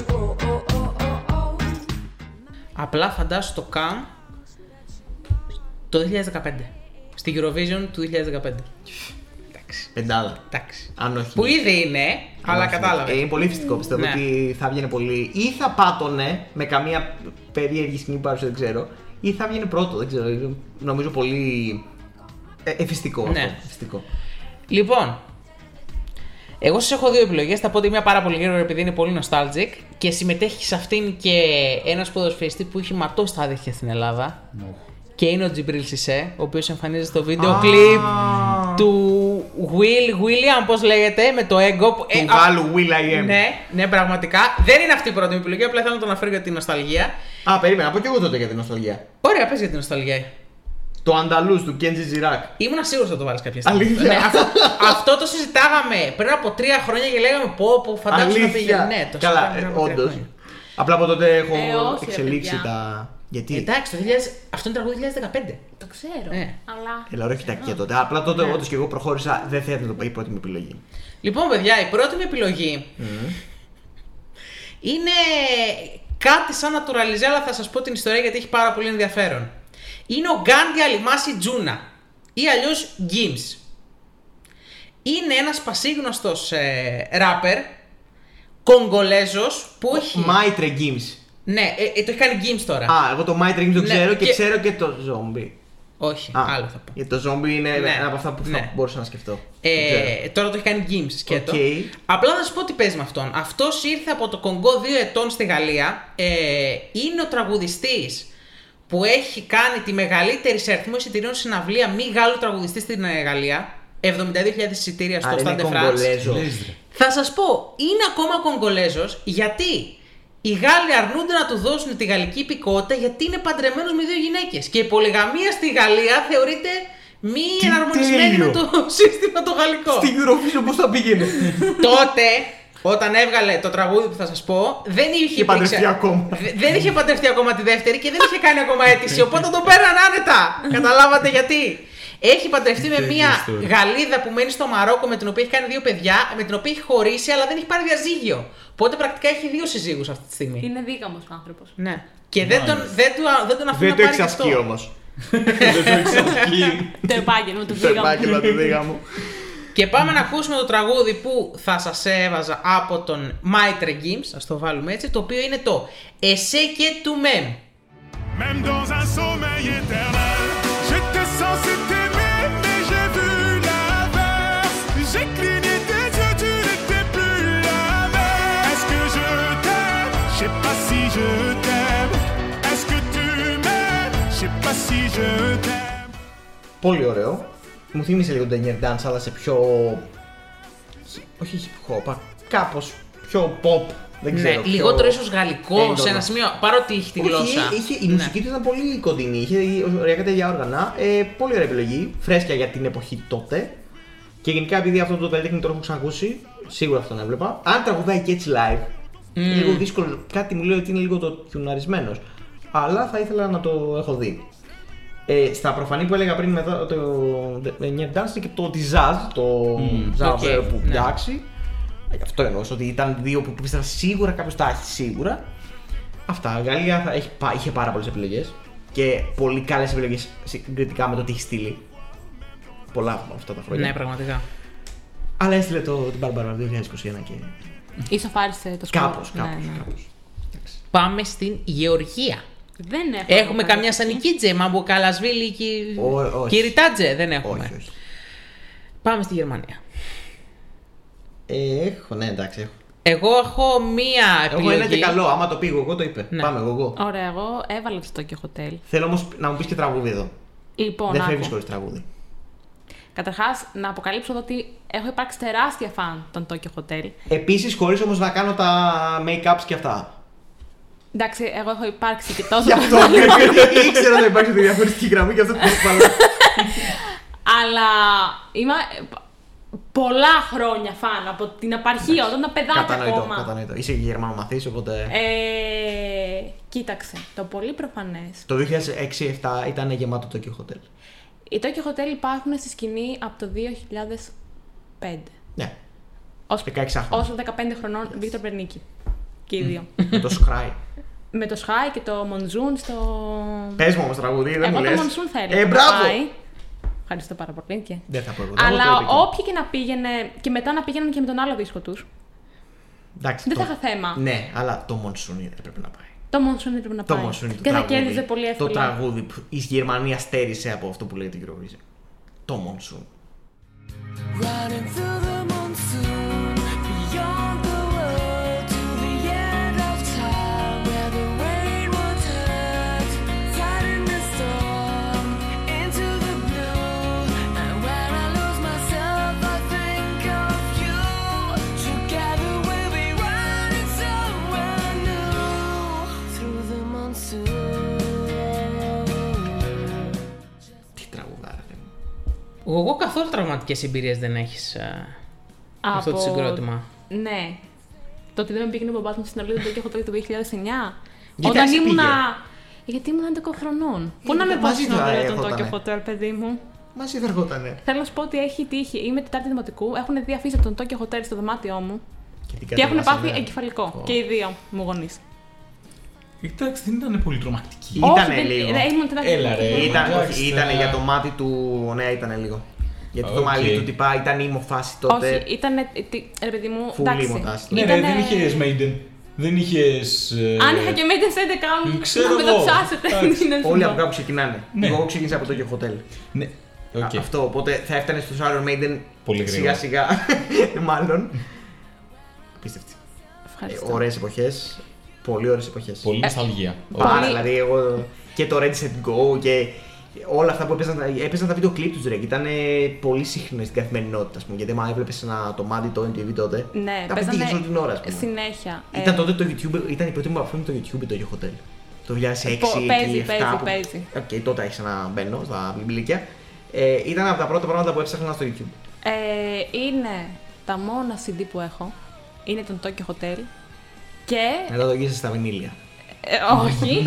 oh,
Απλά φαντάσου το Καμ το 2015. Στη Eurovision του 2015. Εντάξει.
Πεντάδα.
εντάξει.
Αν όχι.
Που ήδη είναι, αλλά
Όχι.
κατάλαβες.
Ε, είναι πολύ φυστικό. Πιστεύω
Ναι.
ότι θα βγαίνει πολύ. ή θα πάτωνε με καμία περίεργη σκηνή που άρεσε, δεν ξέρω. ή θα βγαίνει πρώτο, δεν ξέρω. Είναι, Νομίζω πολύ. Ε, εφιστικό.
Ναι.
αυτό, εφιστικό.
Λοιπόν, εγώ σας έχω δύο επιλογές. Θα πω ότι μια πάρα πολύ γρήγορα επειδή είναι πολύ nostalgic και συμμετέχει σε αυτήν και ένας ποδοσφαιριστής που έχει ματώσει τα αδέρφια στην Ελλάδα. Και είναι ο Τζιμπρίλ Σισε, ο οποίος εμφανίζεται στο βίντεο κλιπ του Will William, πώς λέγεται, με το Ego. που- ε,
Του
α-
Γάλλου Will I Am.
Ναι, ναι, πραγματικά. Δεν είναι αυτή η πρώτη μου επιλογή, απλά θέλω να το αναφέρω για την νοσταλγία.
Α, περίμενα, να πω και εγώ τότε για την νοσταλγία.
Ωραία, πες για την νοσταλγία.
Το Ανταλούς του Κέντζι Ζιράκ.
Ήμουνα σίγουρος ότι θα το βάλεις κάποια στιγμή.
Αλήθεια?
Ναι, αυτό, αυτό το συζητάγαμε πριν από τρία χρόνια και λέγαμε πω, πω φαντάζομαι να πήγαινε. Ναι, το
Καλά,
συζητάγαμε
ε,
πριν από τρία
όντως.
χρόνια.
Απλά από τότε έχω
Ε, όχι, ρε,
εξελίξει
παιδιά.
τα. Γιατί.
Εντάξει, το 2000... αυτό είναι τραγούδι 2015.
Το ξέρω.
Ε.
Αλλά.
Έλα, ρε, όχι
Ε,
τα κακία τότε. Απλά τότε
Ναι.
όντως και εγώ προχώρησα. Δεν θέλω να το πω η πρώτη μου επιλογή.
Λοιπόν, παιδιά, η πρώτη μου επιλογή είναι κάτι σαν να τουραλιζέ, αλλά θα σας πω την ιστορία γιατί έχει πάρα πολύ ενδιαφέρον. Είναι ο Γκάντι Αλιμάση Τζούνα ή αλλιώς Γκίμς. Είναι ένας πασίγνωστος ε, ράπερ Κογκολέζος που έχει.
Μάιτρε Games.
Ναι, ε, ε, το έχει κάνει Γκίμς τώρα.
Α, εγώ το Might Dream το
Ναι,
ξέρω και
και-
ξέρω και το Zombie.
Όχι,
Α,
άλλο θα πω.
Γιατί το Zombie είναι
Ναι.
ένα από αυτά που
Ναι.
θα μπορούσα να σκεφτώ.
Ε,
Δεν ξέρω.
τώρα το έχει κάνει Games σκέτο.
Οκ.
Απλά θα σου πω τι παίζει με αυτόν. Αυτός ήρθε από το Κονγκό δύο ετών στη Γαλλία. Ε, είναι ο τραγουδιστής που έχει κάνει τη μεγαλύτερη σε αριθμό εισιτηρίων συναυλία μη Γάλλου τραγουδιστή στην ε, Γαλλία. 72.000 εισιτήρια στο
Άρα
Stade
είναι
de France.
Κογκολέζος.
Θα σας πω, είναι ακόμα Κογκολέζος γιατί οι Γάλλοι αρνούνται να του δώσουν τη γαλλική υπηκότητα γιατί είναι παντρεμένος με δύο γυναίκες. Και η πολυγαμία στη Γαλλία θεωρείται μη
Τι
εναρμονισμένη με
τέλειο.
το σύστημα το γαλλικό.
Στην Eurovision πώς θα πήγαινε.
Τότε, όταν έβγαλε το τραγούδι που θα σας πω, δεν είχε υπήρξε-
παντρευτεί ακόμα.
Δε- Δεν είχε παντρευτεί ακόμα τη δεύτερη και δεν είχε κάνει ακόμα αίτηση. Οπότε τον πέραν άνετα. Καταλάβατε γιατί. Έχει παντρευτεί με
Τέτοια
μια
ιστορία.
Γαλλίδα που μένει στο Μαρόκο με την οποία έχει κάνει δύο παιδιά, με την οποία έχει χωρίσει αλλά δεν έχει πάρει διαζύγιο. Οπότε πρακτικά έχει δύο συζύγους αυτή τη στιγμή.
Είναι δίγαμος ο άνθρωπος.
Ναι. Και δεν τον, δεν του, δεν τον
Δεν
αφήνει να
το
πάρει
έχει
και
ασκεί
αυτό.
όμως.
Το επάγγελμα του
Το
δίγαμου.
επάγγελμα του δίγαμου.
Και πάμε να ακούσουμε το τραγούδι που θα σας έβαζα από τον Maitre Gims, ας το βάλουμε έτσι, το οποίο είναι το «Εσέ και του μεμ».
Même dans un sommeil éternel, j'étais censé t'aimer, mais j'ai vu l'inverse. J'ai cligné tes yeux, tu n'étais plus la même. Est-ce que je t'aime Je sais pas si je t'aime. Est-ce que tu m'aimes Je sais pas si je t'aime.
Πολύ ωραίο. Μου θύμισε λίγο τον Daniel Dance, αλλά σε πιο. Όχι hip hop, κάπως πιο pop. Δεν
Ναι,
ξέρω. πιο-
λιγότερο ίσως γαλλικό
έντονο.
σε ένα σημείο, παρότι έχει τη
Όχι,
γλώσσα.
είχε, η
Ναι.
μουσική του ήταν πολύ κοντινή. Είχε ωραία κατελιά όργανα. Ε, πολύ ωραία επιλογή. Φρέσκια για την εποχή τότε. Και γενικά επειδή αυτό το καλλιτέχνη τον έχω ξανακούσει, σίγουρα αυτόν έβλεπα. Αν τραγουδάει και έτσι live,
Mm.
λίγο δύσκολο. Κάτι μου λέει ότι είναι λίγο το τιουναρισμένο. Αλλά θα ήθελα να το έχω δει. Ε, στα προφανή που έλεγα πριν μετά το Near Dance και το τη Jazz, το Jazz
οκ,
που
ναι.
εντάξει. Γι' Αυτό εννοούσα ότι ήταν δύο που πίστευα σίγουρα κάποιος τα έχει σίγουρα. Αυτά. Η Γαλλία θα έχει, πα- είχε πάρα πολλές επιλογές και πολύ καλές επιλογές συγκριτικά με το τι έχει στείλει. Πολλά από αυτά τα χρόνια.
Ναι, πραγματικά.
Αλλά έστειλε το, την Μπάρμπαρα 2021 και.
Ισοφάρισε το σκορ.
Κάπως,
Ναι,
κάπως.
ναι.
Πάμε στην Γεωργία.
Δεν έχω
Έχουμε
να πω
καμιά
κάτι.
Σανικίτζε, Μαμποκαλασβίλη, Κι...
Ω, όχι.
Κυριτάτζε, δεν έχουμε.
Όχι, όχι.
Πάμε στη Γερμανία.
Ε, έχω, ναι, εντάξει. Έχω,
Εγώ έχω μία επιλογή.
έχω ένα και καλό. Άμα το πήγω εγώ, το είπε.
Ε, Ναι.
Πάμε εγώ. εγώ.
Ωραία, εγώ έβαλα το Tokyo Hotel.
Θέλω όμως να μου πεις και τραγούδι εδώ.
Λοιπόν,
Δεν
άκου.
φεύγει χωρίς τραγούδι.
Καταρχάς, να αποκαλύψω εδώ ότι έχω υπάρξει τεράστια φαν των Tokyo Hotel.
Επίσης, χωρίς όμως να κάνω τα make-ups και αυτά.
Εντάξει, εγώ έχω υπάρξει και τόσο.
Γι' αυτό ναι. γιατί ήξερα να υπάρξει τη διαφορετική γραμμή και αυτό το προσπαθώ.
Αλλά είμαι ε, π- πολλά χρόνια φαν από την απαρχία, όταν τα παιδάκια
Κατανοητό,
ακόμα.
κατανοητό. Είσαι και Γερμανομαθής, οπότε.
Ε, κοίταξε, το πολύ προφανές.
Το 2006-2007 ήταν γεμάτο το Tokyo Hotel.
Οι Tokyo Hotel υπάρχουν στη σκηνή από το 2005.
Ναι.
Ως,
16 χρόνια.
ως 15 χρονών, Βίκτορ Περνίκη. Και οι δύο.
Με το Scry.
Με το Σχάι και το Μονζούν στο.
Πες μου όμως τραγούδι, δεν
εγώ
μου
το
λες.
Μονζούν θα έλεγα.
Ε,
να
μπράβο!
πάει. Ευχαριστώ πάρα πολύ. Και...
Δεν θα πω εγώ.
Αλλά
εγώ το επίκαιρο.
όποιοι και να πήγαινε. και μετά να πήγαιναν και με τον άλλο δίσκο τους.
Εντάξει,
δεν
το-
θα είχα θέμα.
Ναι, αλλά το Μονσούνι δεν πρέπει να πάει.
Το Μονζούν δεν πρέπει να
Το
πάει.
Μονσούνι το
και θα
τραγούδι.
κέρδιζε πολύ εύκολα.
Το τραγούδι που η Γερμανία στέρισε από αυτό που λέει την Eurovision. Το Μονσούνι.
Riding through the monsoon, beyond the world to the end of time, where the rain won't hurt. Fighting the storm into the blue, and when I lose myself, I think of you. Together we'll be running somewhere new through the monsoon.
Τι τραγουδάρα. ρε.
Εγώ καθόλου τραυματικές εμπειρίες δεν ε. έχει.
Από...
αυτό το συγκρότημα.
Ναι. Το ότι δεν με πήγαινε ο μπαμπάς μου στην Ολλανδία και έχω το 2009.
Γιατί
όταν
σε πήγε? Ε,
ήμουνα. Γιατί ήμουν 11 χρονών. Πού να με
μαζί
πάει στην
του
Ολλανδία τον
έρχοτανε.
Tokyo Hotel, παιδί μου.
Μαζί δεν έρχοτανε.
Θέλω να σου πω ότι έχει τύχει. Είμαι Τετάρτη Δημοτικού, έχουν δει αφήσει από τον Tokyo Hotel στο δωμάτιό μου
την
και έχουν
κατέβασαν,
πάθει
ναι.
εγκεφαλικό.
Ω.
Και οι δύο μου γονείς.
Κοιτάξτε, δεν ήταν πολύ τρομακτική.
Ήτανε λίγο.
ε, ήμουν Τετάρτη
Έλα,
Δημοτικού.
ρε.
Ήταν,
Εντάξει,
όχι, ήτανε
ε.
για το μάτι του. Ναι, ήταν λίγο. Γιατί το
Οκ.
μαλλί του τυπά ήταν η φάση τότε.
Όχι, ήταν. Ρε παιδί μου,
Φουλή
εντάξει.
μοντάστρο.
Ναι, ρε,
Ήτανε-
δεν είχες Maiden. Δεν ε, είχε.
Αν είχα και μέντες 11
Ξέρω
να με το
εγώ.
ψάσετε.
Εντάξει.
είναι
Όλοι
ζητώ.
από κάπου ξεκινάνε.
Ναι.
Εγώ ξεκίνησα από το Tokyo Hotel.
Ναι. Οκ.
Α, Αυτό, οπότε θα έφτανε στους Iron Maiden
Πολύ
σιγά
γρήγορα.
σιγά, μάλλον. Απίστευτη. Ε,
Ευχαριστώ.
ωραίες εποχές, πολύ ωραίες εποχές.
Πολύ νοσταλγία.
Πάρα,
Πολύ.
δηλαδή εγώ και το Ready Set Go και όλα αυτά που έπαιζαν, τα- έπαιζαν τα βίντεο κλιπ τους ρε, ήταν πολύ συχνές στην καθημερινότητα, ας πούμε, γιατί άμα έβλεπες ένα το μάτι το MTV τότε,
Ναι,
τα
παίζανε
πετύχες όλη την ώρα, ας πούμε.
Συνέχεια.
Ήταν
Ε,
τότε το YouTube, ήταν η πρώτη μου επαφή με το YouTube το Yo Hotel. Το 2006
Πο-
ή
παίζει,
2007.
παίζει,
που...
παίζει.
Οκ, τότε άρχισα να μπαίνω στα βιβλίκια. Ε, ήταν από τα πρώτα πράγματα που έψαχνα στο YouTube.
ε, είναι τα μόνα CD που έχω. Είναι τον Tokyo Hotel. Και.
Μετά το γύρισα στα βινίλια.
ε, όχι.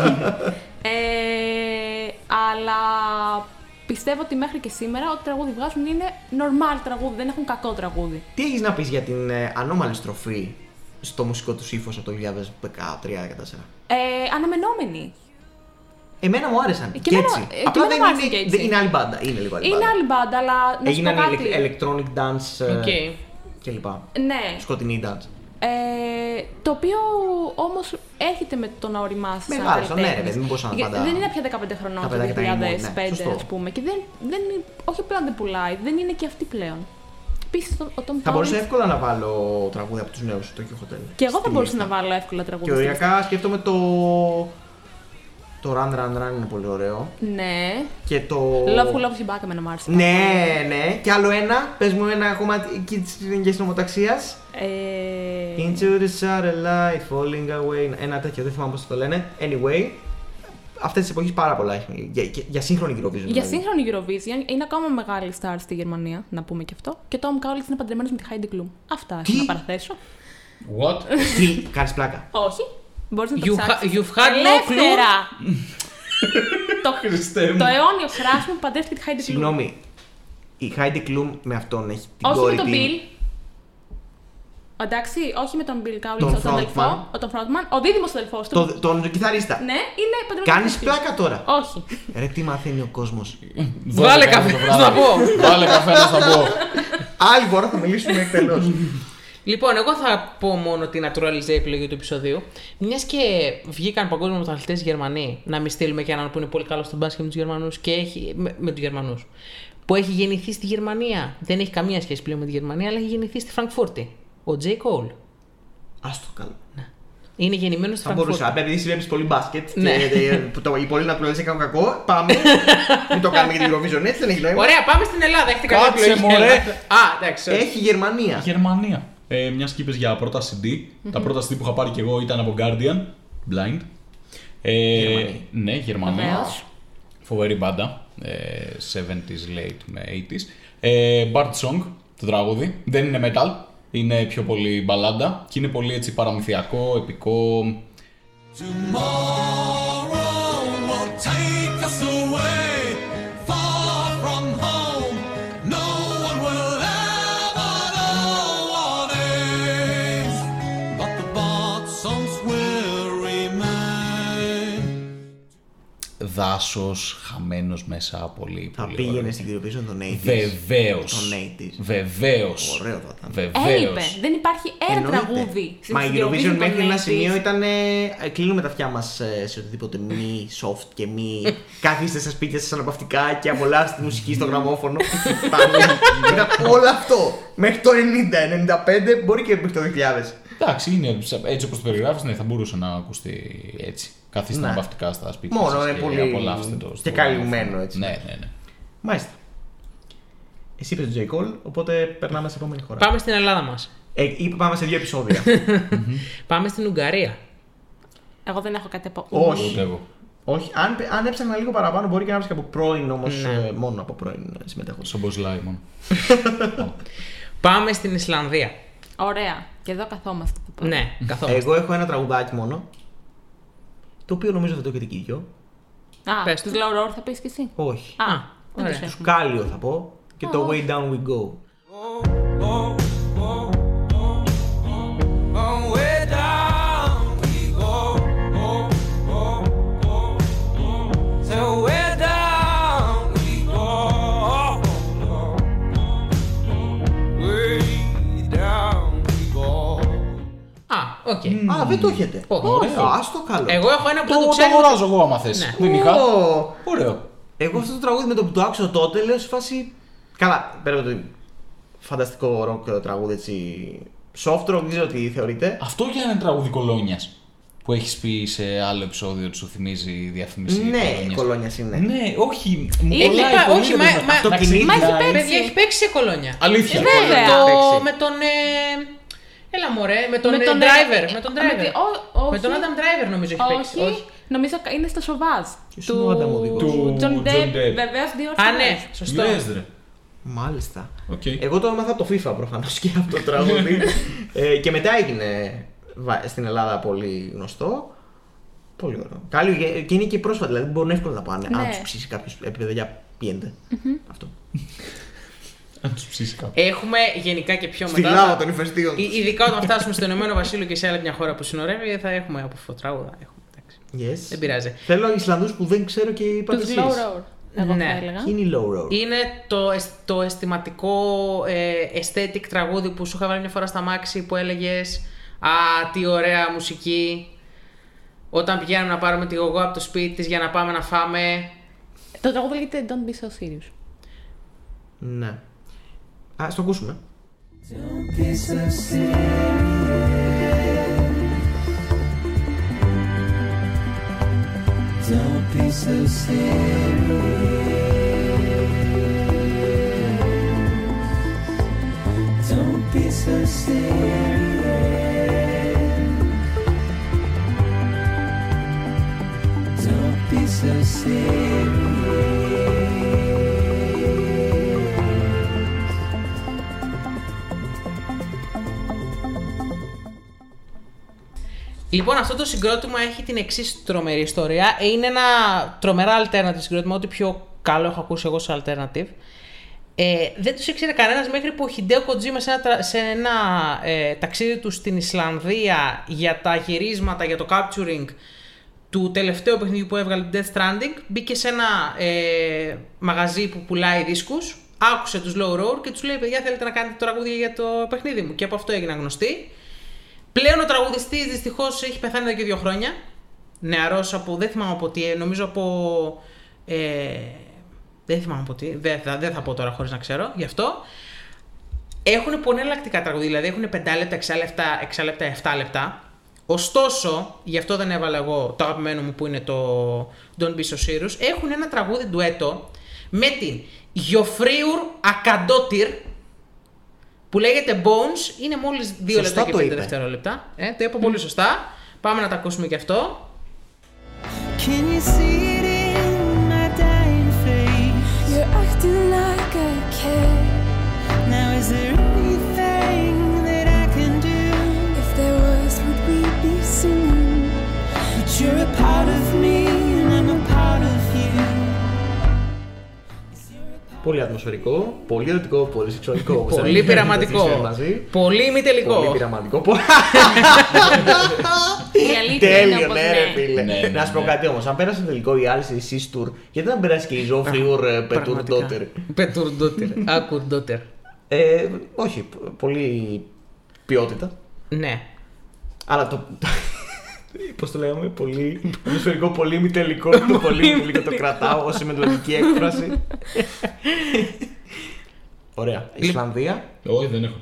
ε, αλλά Πιστεύω ότι μέχρι και σήμερα ό,τι τραγούδι βγάζουν είναι normal τραγούδι, δεν έχουν κακό τραγούδι.
Τι έχεις να πεις για την ε, ανώμαλη στροφή στο μουσικό του ύφος από το 2013-2014.
Ε, αναμενόμενοι.
Εμένα μου άρεσαν.
Και
Και,
εμένα-
έτσι.
ε, και
Απλά
εμένα
δεν
μου άρεσαν
είναι,
και έτσι.
δεν είναι άλλη μπάντα. Είναι λίγο άλλη
Είναι
μπάντα.
άλλη μπάντα, αλλά να σου πω
Έγιναν
κάτι.
elec- electronic dance ε,
Οκ.
κλπ.
Ναι.
Σκοτεινή dance.
Ε, το οποίο όμως έρχεται με το να οριμάσεις.
Μεγάλωσαν, ναι, ρε παιδί, μην μπορούσαν να
Γιατί
πάντα-
Δεν είναι πια 15 χρονών
τα
το
παιδάκια τα emo,
2005,
ναι, σωστό.
ας πούμε. Και δεν, δεν, είναι- όχι απλά δεν πουλάει, δεν είναι και αυτή πλέον. Επίσης, ο Tom
Θα μπορούσα
Collins-
εύκολα να βάλω τραγούδια από τους νέους στο Tokyo Hotel.
Και εγώ θα
Στη
μπορούσα
λίστα.
να βάλω εύκολα τραγούδια.
Και
στη
οριακά σκέφτομαι το. Το Run Run Run είναι πολύ ωραίο.
λίστα. Ναι.
Και το.
Love who loves you back, εμένα μου άρεσε.
Ναι, ναι. Και άλλο ένα. Πες μου ένα κομμάτι εκεί της ελληνικής νομοταξίας.
Ε,
Into the satellite, falling away. Ένα τέτοιο, δεν θυμάμαι πώς το λένε. Anyway. Αυτές τις εποχές πάρα πολλά έχουν. Για, για, για σύγχρονη Eurovision.
Για
δηλαδή.
σύγχρονη Eurovision είναι ακόμα μεγάλη star στη Γερμανία, να πούμε και αυτό. Και ο Tom Cowlitz είναι παντρεμένος με τη Heidi Klum. Αυτά
Τι?
έχω να παραθέσω.
What?
Τι, κάνεις πλάκα.
Όχι. Μπορείς να το
You
ψάξεις.
ha- you've had no
Ελεύθερα. το,
Χριστέ μου.
το αιώνιο κράσμα που παντρεύτηκε τη Heidi Klum.
Συγγνώμη. Η Heidi Klum με αυτόν έχει την
Όχι με
κόρη
τον
την-
Bill. Εντάξει, όχι με τον Bill Cowlitz,
Τον
τον, τον αδελφό.
frontman.
Ο, τον frontman, ο δίδυμος αδελφός του.
τον- Τον κιθαρίστα.
Ναι, είναι παντρεμένο.
Κάνεις πλάκα τώρα.
Όχι.
Ρε, τι μαθαίνει ο κόσμος.
Βάλε καφέ, να πω.
Βάλε καφέ να στα πω.
Άλλη φορά θα μιλήσουμε εκτελώς.
Λοιπόν, εγώ θα πω μόνο την naturalized επιλογή του επεισοδίου. Μιας και βγήκαν παγκόσμιοι πρωταθλητές Γερμανοί, να μην στείλουμε και έναν που είναι πολύ καλός στον μπάσκετ με τους Γερμανούς και έχει. με, με τους Γερμανούς. Που έχει γεννηθεί στη Γερμανία. Δεν έχει καμία σχέση πλέον με τη Γερμανία, αλλά έχει γεννηθεί στη Φραγκφούρτη. Ο Τζέι Κόλ.
Ας το καλό.
Είναι γεννημένος στη
Θα
Φραγκφούρτη.
μπορούσα. Επειδή εσύ βλέπεις πολύ μπάσκετ
Ναι.
και ε, που το- οι πολλοί να του λένε κάνουν κακό, πάμε. Μην το κάνουμε για την Eurovision έτσι, δεν έχει νόημα.
Ωραία, πάμε στην Ελλάδα. Έχετε καλή
Κάτσε,
επιλογή.
μωρέ.
Α, εντάξει.
Έχει Γερμανία.
Γερμανία. Ε, μιας και είπες για πρώτα CD. Τα πρώτα CD που είχα πάρει κι εγώ ήταν από Guardian. Blind. Ε,
Γερμανοί.
Ναι, Γερμανία.
Βεβαίως.
Φοβερή μπάντα. Ε, 70s late με 80s. Ε, Bart Song, το τραγούδι. Δεν είναι metal. Είναι πιο πολύ μπαλάντα. Και είναι πολύ έτσι παραμυθιακό, επικό.
Tomorrow will take us away, far from home. No one will ever know what is, but the bard songs will remain.
Δάσος χαμένος μέσα από πολύ.
Θα
πολύ
πήγαινε
ωραίο.
στην Eurovision τον 80s.
Βεβαίω.
Τον 80s.
Βεβαίως.
Ωραίο θα ήταν.
Βεβαίως.
Έλειπε. Δεν υπάρχει ένα
Εννοείται.
τραγούδι. στην
Μα η Eurovision
των
μέχρι ένα
80s.
σημείο ήταν. ε, ε, κλείνουμε τα αυτιά μας σε οτιδήποτε μη soft και μη. Καθίστε στα σπίτια σας αναπαυτικά και απολαύστε τη μουσική στο γραμμόφωνο. Τα λέω. Ήταν όλο αυτό. Μέχρι το 90, 95, μπορεί και μέχρι το 2000.
Εντάξει, είναι, σε- έτσι όπως το περιγράφεις, ναι, θα μπορούσε να ακουστεί έτσι. Καθίστε
Ναι.
να βαφτικά στα σπίτια
Μόνο,
σας
είναι
και
πολύ-
απολαύστε το. στο
και καλυμμένο, έτσι.
Ναι, ναι, ναι.
Μάλιστα. Εσύ είπες τον J. Cole, οπότε περνάμε σε επόμενη χώρα.
Πάμε στην Ελλάδα μας.
Ε, είπα πάμε σε δύο επεισόδια.
Πάμε στην Ουγγαρία.
Εγώ δεν έχω κάτι από.
Όχι.
Ούτε εγώ.
Όχι, αν, αν έψαχνα λίγο παραπάνω, μπορεί και να έψαχνα από πρώην όμως. μόνο από πρώην ε, συμμετέχοντα.
Στον Boss Λάιμον.
Πάμε στην Ισλανδία.
Ωραία. Και εδώ καθόμαστε. θα πω.
Ναι, καθόλου.
Εγώ έχω ένα τραγουδάκι μόνο. Το οποίο νομίζω θα το έχετε και οι δυο.
Α,
Πες
τους
το.
Λαουρόρ θα πεις κι εσύ.
Όχι.
Α,
δεν
ωραία.
τους έχουμε.
Κάλιο θα πω. Και το Way Down We Go.
Way down we go, go, go, go, go. So way down we go, go, go. Way down we go.
Α, οκ.
Α, δεν το έχετε.
Όχι.
Α Ε, το καλό.
Εγώ έχω ένα που
Το,
δεν το
το
ξέρω.
αγοράζω εγώ άμα θες.
Ναι.
Δεν είχα.
Ω,
Ωραίο.
Εγώ αυτό το τραγούδι με το που το άκουσα τότε λέω σε φάση. Καλά, πέρα από το φανταστικό ροκ τραγούδι έτσι. Soft rock, δεν ξέρω τι θεωρείτε.
Αυτό για ένα τραγούδι κολόνιας που έχεις πει σε άλλο επεισόδιο ότι σου θυμίζει η διαφημίση.
Ναι,
Κολόνιας.
κολόνιας είναι.
Ναι, όχι. μου
Έχει
κολλάει
πα-
πολύ,
όχι,
δεν
μα-
μπορώ να-
μα-
Αυτό
μα-
κινείται.
μα έχει παίξει.
Παιδιά, έχει παίξει σε κολόνια.
Αλήθεια.
Ε, βέβαια.
Με το,
παίξει.
με τον. ε, έλα μωρέ, με τον,
Με
ε,
τον, ε,
driver.
ε,
με τον
με
driver.
τη- ό, όχι.
με τον Adam Driver νομίζω έχει παίξει.
Όχι, νομίζω είναι στο Σοβάζ.
Ποιος είναι ο Άνταμ ο οδηγός?
Του
Τζον
John
Ντεπ.
Depp.
Βεβαίω δύο ώρε.
Α, ναι, σωστό.
Λες, ρε.
Μάλιστα.
Οκ.
Εγώ το έμαθα από το FIFA προφανώς και από το τραγούδι. ε, και μετά έγινε βα- στην Ελλάδα πολύ γνωστό. Πολύ ωραίο. Καλή, και είναι και πρόσφατα, δηλαδή μπορούν εύκολα να πάνε.
Ναι.
Αν τους ψήσει κάποιος επίπεδο για Πηγαίνετε. Αυτό.
Αν τους ψήσει κάπου.
Έχουμε γενικά και πιο
Στη
μετά.
λάβα των ηφαιστείων.
Ε, Ειδικά όταν φτάσουμε στο Ηνωμένο Βασίλειο και σε άλλη μια χώρα που συνορεύει, θα έχουμε από φωτράγουδα. Έχουμε, εντάξει.
Yes.
Δεν πειράζει.
Θέλω Ισλανδούς που δεν ξέρω και είπατε
Τους
εσείς.
Slow Roar. Εγώ
Ναι.
θα έλεγα.
Ποιοι είναι οι Low Road.
Είναι το, εσ- το αισθηματικό ε, aesthetic τραγούδι που σου είχα βάλει μια φορά στα μάξι που έλεγες Α, τι ωραία μουσική. Όταν πηγαίναμε να πάρουμε τη γογό από το σπίτι της για να πάμε να φάμε.
Το τραγούδι λέγεται Don't be so serious.
Ναι. Α, το ακούσουμε.
Λοιπόν, αυτό το συγκρότημα έχει την εξής τρομερή ιστορία. Είναι ένα τρομερά alternative συγκρότημα, ό,τι πιο καλό έχω ακούσει εγώ σε alternative. Ε, δεν τους ήξερε κανένας μέχρι που ο Χιντέο Κοτζίμα σε ένα, τρα- σε ένα ε, ταξίδι του στην Ισλανδία για τα γυρίσματα, για το capturing του τελευταίου παιχνιδιού που έβγαλε του Death Stranding μπήκε σε ένα ε, μαγαζί που πουλάει δίσκους άκουσε τους Low Roar και τους λέει παιδιά θέλετε να κάνετε τραγούδια για το παιχνίδι μου και από αυτό έγιναν γνωστοί Πλέον ο τραγουδιστής δυστυχώς έχει πεθάνει εδώ και δύο χρόνια. Νεαρός από. Δεν θυμάμαι από τι. ε, Νομίζω από. Ε, δεν θυμάμαι από τι. Δεν θα, δεν θα πω τώρα χωρίς να ξέρω γι' αυτό. Έχουν πολύ εναλλακτικά τραγούδια. Δηλαδή έχουν 5 λεπτά, 6 λεπτά, 6 λεπτά, 7 λεπτά. Ωστόσο, γι' αυτό δεν έβαλα εγώ το αγαπημένο μου που είναι το Don't Be So Serious. Έχουν ένα τραγούδι ντουέτο με την Γιοφρίουρ Ακαντότυρ που λέγεται Bones. Είναι μόλις 2
Σωστά
λεπτά και
το
5
είπε.
δευτερόλεπτα. Ε, το είπα πολύ σωστά. Πάμε να τα ακούσουμε κι αυτό.
Can you see it in my dying face?
You're acting like I care.
Now is there anything that I can do?
If there was, would we be singing?
But you're a part of me and I'm a part of you.
Πολύ ατμοσφαιρικό, πολύ ερωτικό, πολύ σεξουαλικό. όπως
Πολύ
έλεγε,
πειραματικό.
όπως έλεγε μαζί.
Πολύ μη τελικό.
Πολύ πειραματικό. Πολύ-
Ε,
Η αλήθεια είναι
Τέλειο,
όπως
ναι, ρε
ναι.
Ναι, ναι,
φίλε. Να σου πω
ναι.
κάτι όμως. Αν πέρασε τελικό η Άλση, η Sistur, γιατί δεν πέρασε και η ε, Ζωφριούρ Πετούρ Ντότερ.
Πετουρντότερ. Ακουρντότερ.
Ε, όχι, π- πολύ ποιότητα.
Ναι.
Αλλά το. Πώς το λέγαμε, πολύ. Ατμοσφαιρικό, πολύ μη τελικό. Το πολύ μη τελικό το κρατάω ως συμμετοχική έκφραση. Ωραία. Ισλανδία.
Όχι, δεν έχω.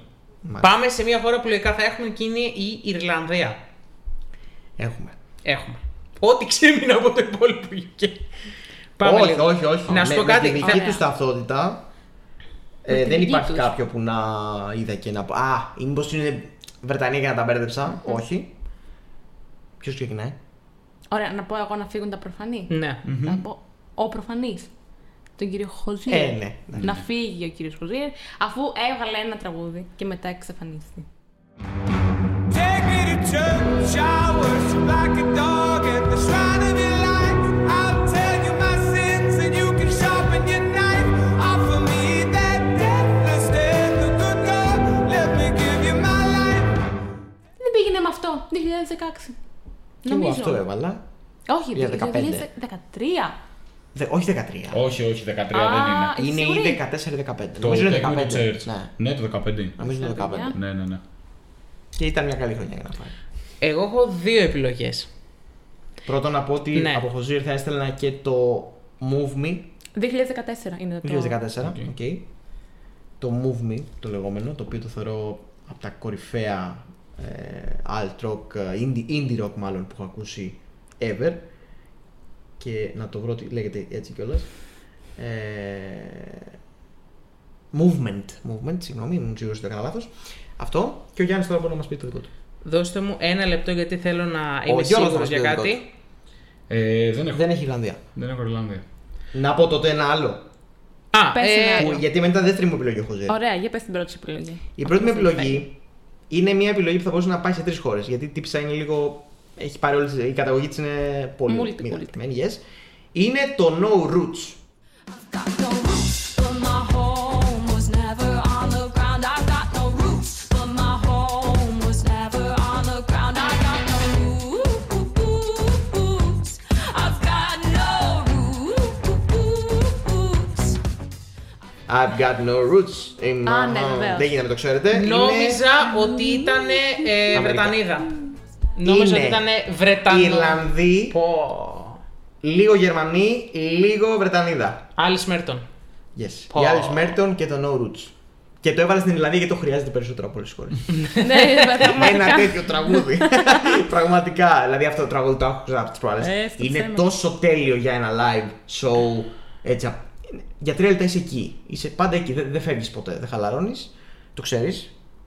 Πάμε σε μια χώρα που λογικά θα έχουμε και είναι η Ιρλανδία.
Έχουμε.
Έχουμε. Ό,τι ξέμεινε από το υπόλοιπο UK. Πάμε
όχι,
λίγο.
όχι, όχι.
Να σου
Με-
πω κάτι.
Με τη
θα-
δική τους ταυτότητα. ε,
τη
δεν
δική
υπάρχει
τους.
κάποιο που να είδα και να πω. Α, ή μήπως είναι Βρετανία και να τα μπέρδεψα. Όχι. Ποιος ξεκινάει.
Ωραία, να πω εγώ να φύγουν τα προφανή.
Ναι.
Να πω ο προφανής. Τον κύριο Χωζίερ.
Ε, ναι. ναι.
Να φύγει ο κύριος Χωζίερ, αφού έβγαλε ένα τραγούδι και μετά εξαφανίστηκε.
Take me to church, I worship like a dog at the shrine of your light. I'll tell you my sins and you can sharpen your knife. Offer me that deathless death, the good God. Let me give you my life.
Δεν πήγαινε με αυτό, 2016.
Κι εγώ αυτό έβαλα.
Όχι,
Για
το
15.
2013.
Δε- όχι 13.
Όχι, όχι, 13 δεν
Α,
είναι.
Είναι
είσαι
ή
σίγουρη?
14-15.
Το
Νομίζω είναι
Take Me to
15.
Church.
Ναι.
Ναι, το 15.
Νομίζω είναι 15.
παιδιά.
Ναι, ναι, ναι.
Και ήταν μια καλή χρονιά για να πάει.
Εγώ έχω δύο επιλογές.
Πρώτον να πω ότι
Ναι.
από Χοζίρ θα έστελνα και το Move Me
2014 είναι το.
2014.
Οκ.
οκ. Το Move Me, το λεγόμενο, το οποίο το θεωρώ από τα κορυφαία ε, alt rock, ε, indie, indie rock μάλλον που έχω ακούσει ever. Και να το βρω ότι λέγεται έτσι κιόλας. Ε, movement, movement, συγγνώμη, ήμουν σίγουρος ότι το έκανα λάθος. Αυτό. Και ο Γιάννης τώρα μπορεί να μας πει το δικό του.
Δώστε μου ένα λεπτό γιατί θέλω να είμαι
Γιώργος θα
σίγουρο
μας πει
για
ο δικός
κάτι.
Ε, δεν έχω.
Δεν έχει Ιρλανδία.
Δεν έχω Ιρλανδία.
Να πω τότε ένα άλλο.
Α,
Πες
ε,
ένα.
Που- γιατί μετά ήταν δεύτερη μου επιλογή ο Χωζέ.
Ωραία, για πες την πρώτη σου επιλογή.
Η πρώτη μου
Αυτό δεν
επιλογή είναι μια επιλογή που θα μπορούσε να πάει σε τρεις χώρες. Γιατί η τύψα είναι λίγο. Έχει πάρει όλες, Η καταγωγή της είναι πολύ.
Multi,
μοιρασμένη, yes. Είναι το No Roots.
Got no
I've got no roots in my
Α, ναι,
home.
βεβαίως.
Δεν γίνεται να το ξέρετε.
Νόμιζα ότι ήταν ε,
Αμερικά.
Βρετανίδα. Νόμιζα ότι ήταν
Είναι
Βρετανίδα.
Ιρλανδή,
Πω.
λίγο Γερμανή, λίγο Βρετανίδα.
Άλλη Μέρτον.
Yes.
Πω.
Η Alice Merton και το No Roots. Και το έβαλε στην Ιρλανδία γιατί το χρειάζεται περισσότερο από όλες τις χώρες.
Ναι,
Ένα
πραγματικά.
τέτοιο τραγούδι. Πραγματικά. Δηλαδή αυτό το τραγούδι το άκουσα από τις
Ε,
προάλλε.
στο
Είναι
ψέμα.
τόσο τέλειο για ένα live show. Έτσι, απ- για τρία λεπτά είσαι εκεί. Είσαι πάντα εκεί. Δεν, δεν φεύγεις ποτέ. Δεν χαλαρώνεις. Το ξέρεις.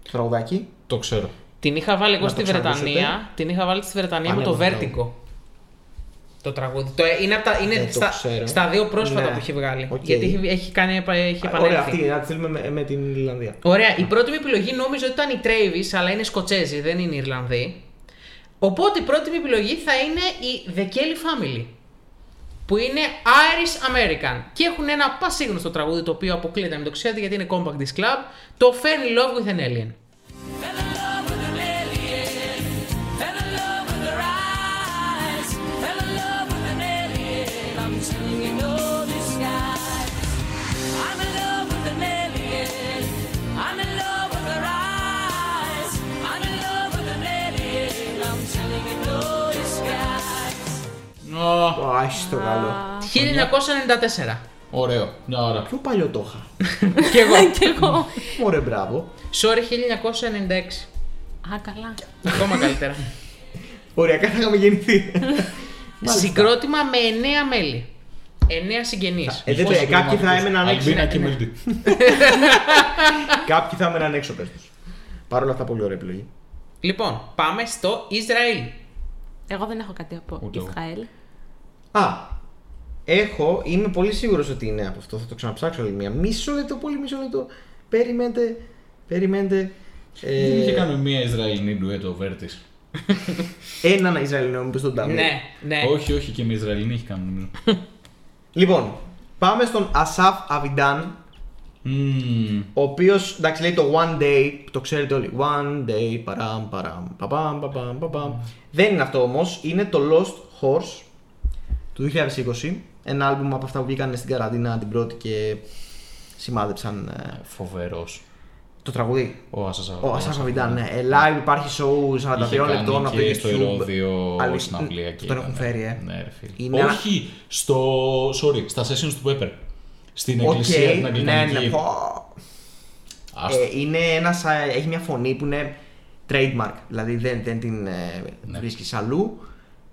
Το τραγουδάκι.
Το ξέρω.
Την είχα βάλει εγώ
Να
στη
το ξανακούσετε.
Βρετανία. Την είχα βάλει στη Βρετανία με
Πάνε
το
από το
Vertigo. Το τραγούδι. Το, ε, είναι απ' τα, είναι
Δεν το
στα,
ξέρω.
στα δύο πρόσφατα
Ναι.
που έχει βγάλει.
Οκ.
Γιατί έχει, έχει κάνει, επα- έχει επανέλθει.
Ωραία, αυτή να τη στείλουμε με, με την Ιρλανδία.
Ωραία, η πρώτη μου επιλογή νόμιζα ότι ήταν η Travis, αλλά είναι Σκοτσέζοι, δεν είναι Ιρλανδοί. Οπότε η πρώτη μου επιλογή θα είναι η The Kelly Family, που είναι Irish American. Και έχουν ένα πασίγνωστο τραγούδι το οποίο αποκλείεται να μην το ξέρετε γιατί είναι Compact Disc Club, το Fell in Love with an Alien.
Fell in love with an alien. Fell in love with her eyes. Fell in love with an alien. I'm telling you, no disguise. I'm in love with an alien. I'm in love with her eyes. I'm in love with an alien. I'm telling you, no disguise.
Α,
Ω, άχι το καλό.
1994.
ωραίο. Μια ώρα.
Πιο παλιό το είχα.
Κι εγώ.
Και Ναι, εγώ.
Ωραία, μπράβο.
Sorry, 1996.
Α, καλά.
Ακόμα καλύτερα.
Ωριακά θα είχαμε γεννηθεί. Μάλιστα.
Συγκρότημα με 9 μέλη. 9 συγγενείς.
Ε, δεν το-
Πόσο
κάποιοι θα
προβληματικός.
έμεναν έξω.
Αλμπίνα και Μελντή.
Κάποιοι θα έμεναν έξω, πες τους. Παρ' όλα αυτά, πολύ ωραία επιλογή.
Λοιπόν, πάμε στο Ισραήλ.
Εγώ δεν έχω κάτι από
Ούτε εγώ.
Ισραήλ.
Α, έχω, είμαι πολύ σίγουρος ότι είναι από αυτό. Θα το ξαναψάξω άλλη μία. Μισό λεπτό, πολύ μισό λεπτό. Περιμένετε, περιμένετε.
Δεν είχε
Ε,
κάνει μία Ισραηλινή ντουέτο ο Βέρτης.
έναν Ισραηλινό μου στον Τάμι.
Ναι, ναι.
Ε.
Όχι, όχι, και με Ισραηλινή έχει κάνει νομίζω.
Λοιπόν, πάμε στον Ασαφ Αβιντάν,
Μμμ.
ο οποίος εντάξει λέει το One Day, το ξέρετε όλοι. One Day, παραμ, παραμ, παπαμ, παπαμ, παπαμ. Δεν είναι αυτό όμως, είναι το Lost Horse του 2020. Ένα άλμπουμ από αυτά που βγήκαν στην καραντίνα την πρώτη και σημάδεψαν ε,
Φοβερός.
το τραγουδί.
Ο Ασάσα.
Ο Ασάφ Αβιντάν, ναι. Ε, Live υπάρχει show 42
Είχε κάνει
λεπτών από το
και
YouTube.
στο Ηρώδιο
Αλη-
συναυλία και
Τον
ήταν-
έχουν φέρει, ε.
Ναι, ρε φίλε.
Είναι ένα-
Όχι, στο. Sorry, στα sessions του Pepper. Στην
Οκ,
εκκλησία την
ναι,
Αγγλικανική.
ναι. πω.
Άστο.
Ε, είναι ένας, ε, έχει μια φωνή που είναι trademark, δηλαδή δεν, δεν την ε,
Ναι.
βρίσκεις αλλού.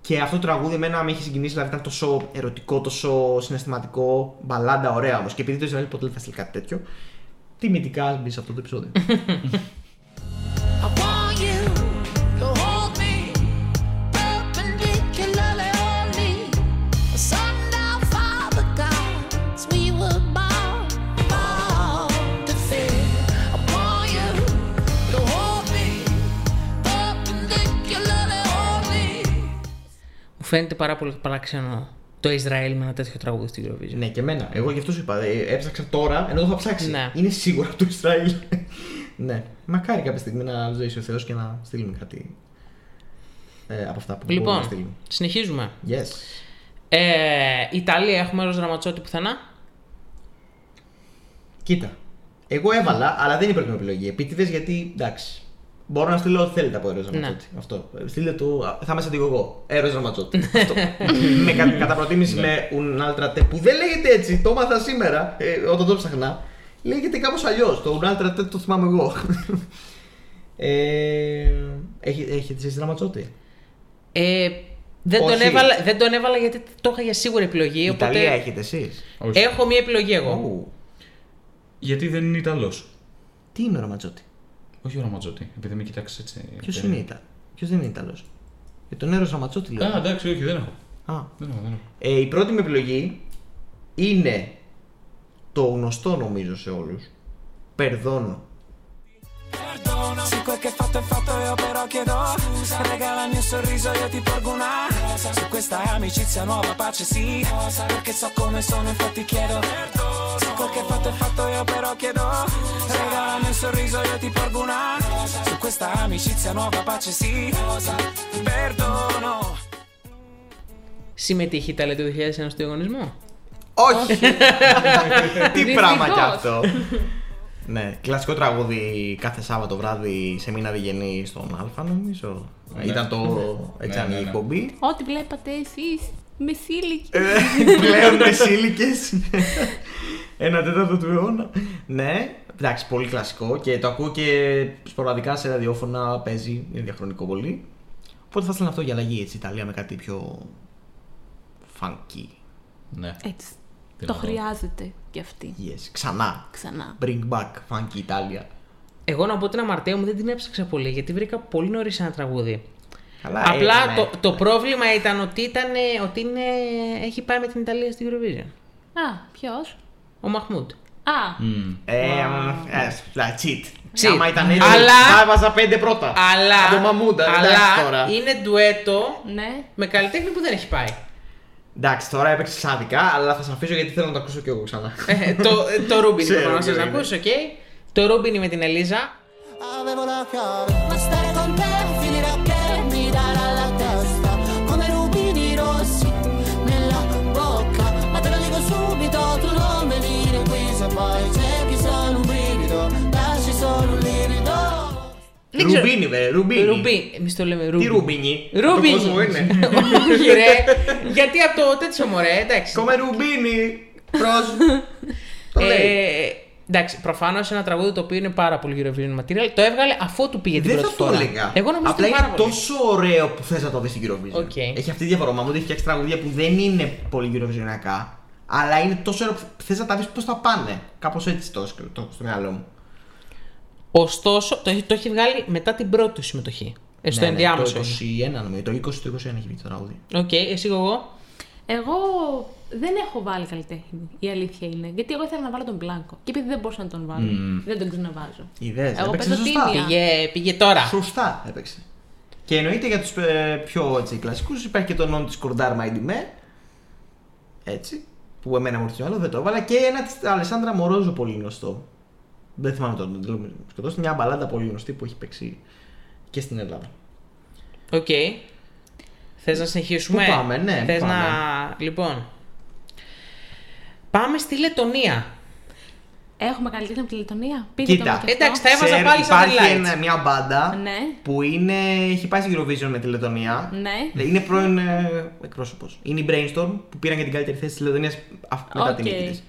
Και αυτό το τραγούδι εμένα με έχει συγκινήσει, δηλαδή ήταν τόσο ερωτικό, τόσο συναισθηματικό, μπαλάντα, ωραία όμως. Και επειδή το Ισραήλ ποτέ δεν θα στείλει κάτι τέτοιο, τιμητικά μπει σε αυτό το επεισόδιο.
I want you to hold me perpendicularly only. Sundown, Father gods, we were born, born to fear. I want you to hold me perpendicularly only.
Μου φαίνεται πάρα πολύ παράξενο το Ισραήλ με ένα τέτοιο τραγούδι στην Eurovision.
ναι, και εμένα. Εγώ γι' αυτός σου είπα. ε, Έψαξα τώρα, ενώ το είχα ψάξει.
Ναι.
Είναι σίγουρα από το Ισραήλ. ναι. Μακάρι κάποια στιγμή να ζωήσει ο Θεός και να στείλουμε κάτι ε, από αυτά που μπορούμε να στείλουμε.
Λοιπόν, συνεχίζουμε.
Yes.
Ε, Ιταλία, έχουμε Ροζ Ραματσότη πουθενά.
Κοίτα. Εγώ έβαλα, αλλά δεν είναι η πρώτη μου επιλογή. Επίτηδες γιατί εντάξει. Μπορώ να στείλω ό,τι θέλετε από Έρο Ραματσότη. Αυτό. Ε, Στείλτε το. α, Θα είμαι σαν την εγώ. Έρο Ραματσότη. Αυτό. με κα, κατά προτίμηση με un altra te που δεν λέγεται έτσι. Το έμαθα σήμερα ε, όταν το ψαχνά. Λέγεται κάπως αλλιώς. Το un altra te το θυμάμαι εγώ. ε, έχει, έχετε εσείς Ραματσότη.
Ε, δεν, τον
Όχι.
έβαλα, δεν τον έβαλα γιατί το είχα για σίγουρη επιλογή. Οπότε
Ιταλία έχετε εσείς.
Όχι.
ε,
Έχω μία επιλογή εγώ.
Γιατί δεν είναι Ιταλός.
Τι είναι ο Ραματσότη.
Όχι ο Ραματζότη, επειδή με κοιτάξεις έτσι.
Ποιος
Ε,
είναι Ιταλό. Ποιος δεν είναι Ιταλός. Για τον Έρος Ραματσότη
Α,
λέω.
εντάξει, όχι, δεν έχω.
Α,
Δεν έχω, δεν έχω.
Ε, η πρώτη μου επιλογή είναι το γνωστό νομίζω σε όλους. Περδώνω.
Sì, quel che fatto è fatto, io però chiedo Se regala il mio sorriso, io ti porgo una Su questa amicizia nuova pace, sì Perché so come sono, infatti chiedo Sì, quel che fatto è fatto, io però chiedo Regala il mio sorriso, io ti porgo una Su questa amicizia nuova pace, sì Perdono
Συμμετείχε η Ιταλία το 2001 στο διαγωνισμό.
Όχι. Τι
Δυστυχώς.
πράγμα κι αυτό. Ναι, κλασικό τραγούδι κάθε Σάββατο βράδυ σε μήνα διγενή στον Αλφα, νομίζω.
Ναι.
Ήταν το
Ναι.
έτσι
Ναι, ναι,
ανοίγει η
ναι.
εκπομπή.
Ό,τι βλέπατε εσείς, μεσήλικοι.
Ε, Πλέον μεσήλικε. Ένα τέταρτο του αιώνα. Ναι, εντάξει, πολύ κλασικό και το ακούω και σποραδικά σε ραδιόφωνα παίζει, είναι διαχρονικό πολύ. Οπότε θα ήθελα αυτό για αλλαγή έτσι, Ιταλία με κάτι πιο. funky.
Ναι.
Έτσι. Ε, Το
Δυνατό.
χρειάζεται κι αυτή.
Yes, ξανά.
Ξανά.
Bring back funky Ιταλία.
Εγώ να πω την αμαρτία μου δεν την έψαξα πολύ γιατί βρήκα πολύ νωρίς ένα τραγούδι.
Καλά,
Απλά
ε, ναι.
το, το πρόβλημα ήταν ότι, ήταν, ε, ότι είναι, έχει πάει με την Ιταλία στην Eurovision.
Α, ποιος.
Ο Μαχμούντ.
Α,
Ε, μ, ε, like cheat.
Cheat.
Άμα ήταν έτσι,
Αλλά-
θα έβαζα πέντε πρώτα.
Αλλά,
Από μαμούντα, εντάξει τώρα.
αλλά είναι ντουέτο
ναι.
με καλλιτέχνη που δεν έχει πάει.
Εντάξει, τώρα έπαιξε άδικα, αλλά θα σε αφήσω γιατί θέλω να το ακούσω κι εγώ ξανά.
Ε, το, ε, το Ρούμπιν
Ξέρω ναι.
πρέπει να
ποιο
σας
είναι.
ακούσω, οκ. Το Ρούμπιν με την Ελίζα.
Avevo la chiave, ma stare con te finirà che mi darà la testa come rubini rossi nella bocca. Ma te lo dico subito, tu non venire qui se mai cerchi solo un brivido, lasci solo un livido.
Δεν ξέρω-
Ρουμπίνι, βε, ρουμπίνι.
Ρουμπί, εμείς το λέμε Ρούμπιν.
Τι ρουμπίνι.
Ρούμπιν.
Το κόσμο είναι.
Όχι, ρε. Γιατί από το τέτοιο μωρέ, εντάξει.
Come ρουμπίνι. Προς. Το λέει.
Ε, εντάξει, προφανώς ένα τραγούδι το οποίο είναι πάρα πολύ Eurovision material. Το έβγαλε αφού του πήγε την
Δεν
πρώτη
θα το
φορά.
έλεγα.
Εγώ νομίζω ότι
Απλά
είναι πάρα
είναι
πολύ.
τόσο ωραίο που θες να το δεις στην Eurovision.
Οκ.
Έχει αυτή τη διαφορά. Μα μου ότι έχει φτιάξει τραγουδία που δεν είναι πολύ Eurovisionιακά, αλλά είναι τόσο ωραίο που θες να τα δεις πώς θα πάνε. Κάπως έτσι το, σκ- το έχω στο μυαλό μου.
Ωστόσο, το, έχει- το έχει βγάλει μετά την πρώτη του συμμετοχή. Ε, στο
Ναι, ναι,
ενδιάμεσο.
Το 21, νομίζω. Το 20, το 21 έχει βγει το τραγούδι.
Οκ, εσύ εγώ.
Εγώ δεν έχω βάλει καλλιτέχνη. Η αλήθεια είναι. Γιατί εγώ ήθελα να βάλω τον Μπλάνκο. Και επειδή δεν μπορούσα να τον βάλω, δεν τον ξαναβάζω.
Ιδέες,
Εγώ
έπαιξε
παίζω
σωστά.
τίμια.
Πήγε, πήγε τώρα.
Σωστά έπαιξε. Και εννοείται για τους πιο έτσι, κλασικούς υπάρχει και το νόμο της Κορντάρ Μαϊντιμέ. Έτσι. Που εμένα μου έρθει στο μυαλό, δεν το έβαλα. Και ένα της Αλεσάνδρα Μορόζο πολύ γνωστό. Δεν θυμάμαι τον τίτλο μου. Σκοτώστε μια μπαλάντα πολύ γνωστή που έχει παίξει και στην Ελλάδα.
Οκ. Θες να συνεχίσουμε.
Πού πάμε, ναι,
Θες
πού πάμε.
να. Λοιπόν. Πάμε στη Λετωνία.
Έχουμε καλλιτέχνη από τη Λετωνία. Πήγε
Κοίτα.
το
Εντάξει, τα έβαζα
Ξέρω,
πάλι σαν
υπάρχει
highlights.
ένα- μια μπάντα
Ναι.
που είναι, έχει πάει στην Eurovision με τη Λετωνία.
Ναι.
Είναι πρώην ε, εκπρόσωπος. Είναι η Brainstorm που πήραν και την καλύτερη θέση της Λετωνίας μετά
Οκ.
τη νίκη της.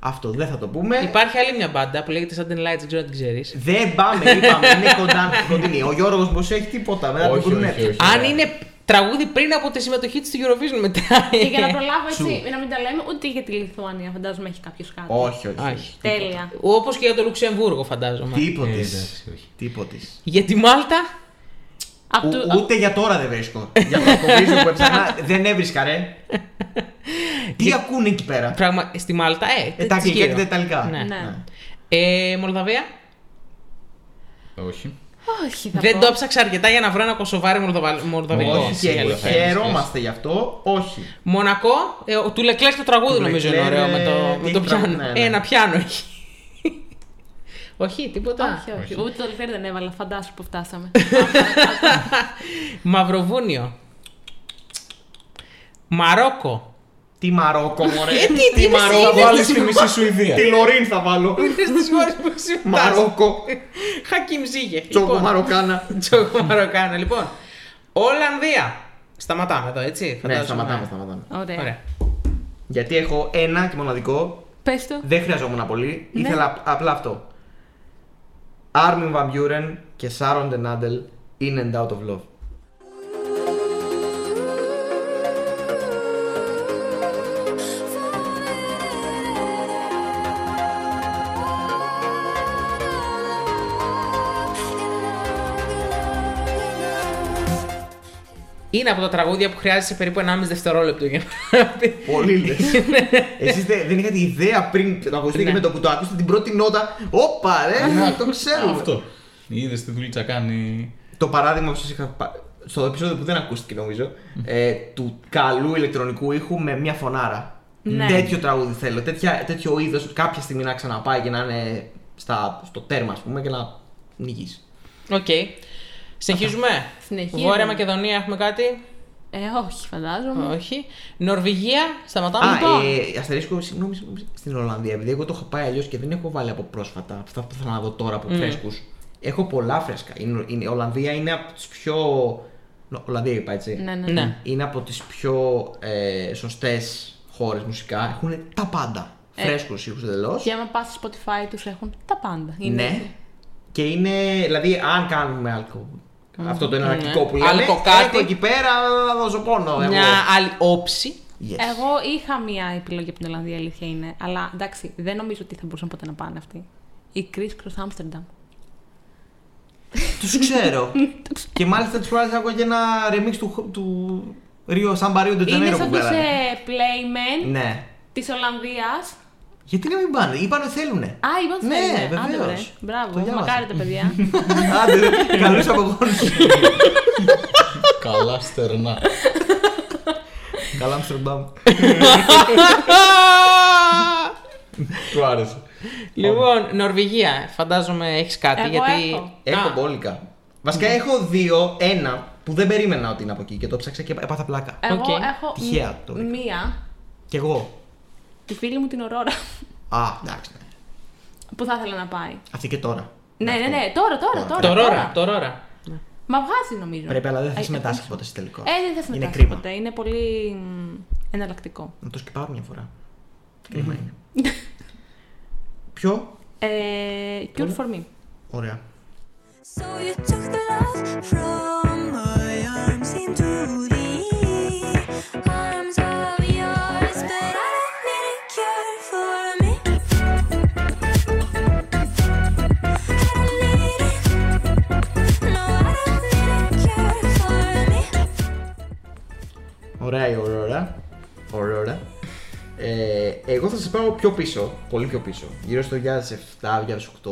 Αυτό δεν θα το πούμε.
Υπάρχει άλλη μια μπάντα που λέγεται Sudden Lights, δεν ξέρω αν την ξέρεις.
Δεν πάμε, είπαμε, είναι κοντά, κοντινή. Ο Γιώργος Μποσέ έχει τίποτα, μετά
Όχι,
το κουνέ.
όχι, όχι.
Αν είναι τραγούδι πριν από τη συμμετοχή της στη Eurovision μετά.
Και για να προλάβω έτσι, να μην τα λέμε, ούτε για τη Λιθουανία φαντάζομαι έχει κάποιος κάτι.
Όχι, όχι.
Όχι.
Τέλεια.
Όπως και για το Λουξεμβούργο, φαντάζομαι.
Ε,
Τίποτης.
εντάξει, όχι.
Τίποτης.
Για τη Μάλτα.
Απ' του-
Ο- Ούτε για τώρα δεν βρίσκω. Για το κομβίζο που έψαχνα δεν έβρισκα, ρε. Τι ακούνε εκεί πέρα.
Πράγμα, στη Μάλτα, ε.
Ε, τα αγγλικά
τσιγύρο.
και τα ιταλικά.
Ναι.
Ναι.
Ε, Μολδαβία.
Όχι.
Όχι, θα
Δεν
πω.
το ψάξα αρκετά για να βρω ένα κοσοβάρι μολδοβα- μολδαβικό.
Όχι,
Όχι,
η
και
σίγουρα
αλήθεια.
θα είναι.
χαιρόμαστε γι' αυτό. Όχι.
Μονακό. Ε, ο- του Λεκλέρ το τραγούδι
Του
νομίζω είναι
Leclerc,
ωραίο με
ε,
το, με το
τι τραγούδι,
πιάνο.
ναι, ναι.
Ένα πιάνο έχει. Όχι, τίποτα.
Όχι, όχι.
Όχι.
Ούτε το Λιφέρ δεν έβαλα, φαντάσου που φτάσαμε.
Μαυροβούνιο. Μαρόκο.
Τι Μαρόκο, μωρέ.
Ε, τι- τι Ε,
Θα
είναι
βάλει
στη
τη μισή Σουηδία.
Τη Λωρίν θα βάλω.
Ήρθες στις χώρες που συμμετάσχουν.
Μαρόκο.
Χακίμ Ζήγε.
Τσόκο
ε, Λοιπόν,
Μαροκάνα.
Ναι,
Τσόκο Μαροκάνα. Λοιπόν, Ολλανδία. Σταματάμε εδώ, έτσι.
Ναι,
φαντάζομαι.
σταματάμε, σταματάμε.
Ωραία.
Ωραία.
Γιατί έχω ένα και μοναδικό
Πες το.
Δεν χρειαζόμουν πολύ. Ήθελα απ- απλά αυτό. Άρμιν Βαμπιούρεν και Σάρον Τενάντελ in and out of love.
Είναι από τα τραγούδια που χρειάζεσαι περίπου 1,5 δευτερόλεπτο για να πει.
Πολύ λες. Εσεί δεν είχατε ιδέα πριν το ακούσετε και
Ναι.
με το που το άκουσατε την πρώτη νότα. Όπα ρε, το ξέρω.
Αυτό. Είδες τη δουλίτσα κάνει.
Το παράδειγμα που σας είχα πα- στο επεισόδιο που δεν ακούστηκε νομίζω ε, του καλού ηλεκτρονικού ήχου με μια φωνάρα.
Ναι.
Τέτοιο τραγούδι θέλω. Τέτοια, τέτοιο είδος κάποια στιγμή να ξαναπάει και να είναι στα, στο τέρμα, ας πούμε, και να νικήσει.
Οκ. Συνεχίζουμε.
Συνεχίζουμε.
Βόρεια Μακεδονία έχουμε κάτι.
Ε, όχι, φαντάζομαι.
Όχι. Νορβηγία, σταματάμε.
Α,
λοιπόν.
ε, αστερίσκο, συγγνώμη, συγγνώμη, στην Ολλανδία, επειδή εγώ το έχω πάει αλλιώς και δεν έχω βάλει από πρόσφατα αυτά που θα να δω τώρα
Mm.
από φρέσκους. Έχω πολλά φρέσκα. Είναι, είναι- η Ολλανδία είναι από τις πιο. Νο- Ολλανδία είπα έτσι.
Ναι, ναι.
Ναι.
Είναι από τις πιο ε, σωστές χώρες μουσικά. Έχουν τα πάντα.
Ε.
Φρέσκους ήχους εντελώς.
Και άμα πας στο Spotify τους έχουν τα πάντα. Είναι
Ναι. Και είναι, δηλαδή, αν κάνουμε αλκοόλ.
Mm,
Αυτό το
ναι.
εναλλακτικό που λέμε.
Άλκο κάτι.
Έχω εκεί πέρα, θα δώσω πόνο. εγώ.
Μια άλλη όψη.
Yes.
Εγώ είχα μία επιλογή από την Ολλανδία, η αλήθεια είναι. Αλλά εντάξει, δεν νομίζω ότι θα μπορούσαν ποτέ να πάνε αυτοί. Η Chris Cross Amsterdam.
Τους ξέρω. και μάλιστα τους φοράζει ακόμα και ένα remix του, του Ρίο Σαμπαρίου του
Είναι
Τζανέρο που
σαν τους
βγάλανε.
ε, Playmen
Ναι.
της Ολλανδίας.
Γιατί να μην πάνε, είπαν ότι θέλουνε.
Α, είπα ότι
Ναι,
θέλουνε. Άντε,
βεβαίως.
βρε. Μπράβο,
Το διάβασα.
μακάρι τα παιδιά.
Άντε, ρε, καλούς απογόνους.
Καλά στερνά.
Καλά Αμστερντάμ.
Του άρεσε.
λοιπόν, Νορβηγία, φαντάζομαι έχεις κάτι.
Εγώ
γιατί...
έχω.
Έχω
Α,
μπόλικα. Βασικά έχω δύο, ένα που δεν περίμενα ότι είναι από εκεί και το ψάξα και έπαθα πλάκα.
Εγώ
Οκ.
έχω
Τυχαία το βρήκα.
μία,
Κι εγώ.
τη φίλη μου την Ορόρα,
Α, εντάξει. ναι.
που θα ήθελα να πάει.
Αυτή και τώρα.
Ναι, ναι, ναι, τώρα, τώρα, τώρα.
Το
τώρα.
ρόρα, το ρόρα.
Μα βγάζει νομίζω.
Πρέπει, αλλά δεν θα
Ε,
συμμετάσχει ποτέ στο τελικό.
Ε, δεν θα συμμετάσχει
Είναι κρίμα.
ποτέ. Είναι πολύ μ, εναλλακτικό.
Να το σκεπάρω μια φορά. Κρίμα είναι. Ποιο?
Ε, cure for me.
Ωραία.
So you took the love from my arms into the arms of yours, but I don't need a cure for me. I don't need it. No, I don't need a cure for me.
Ωραία η Aurora. Aurora. Ε, εγώ θα σα πάω πιο πίσω, πολύ πιο πίσω, γύρω στο 2007-2008,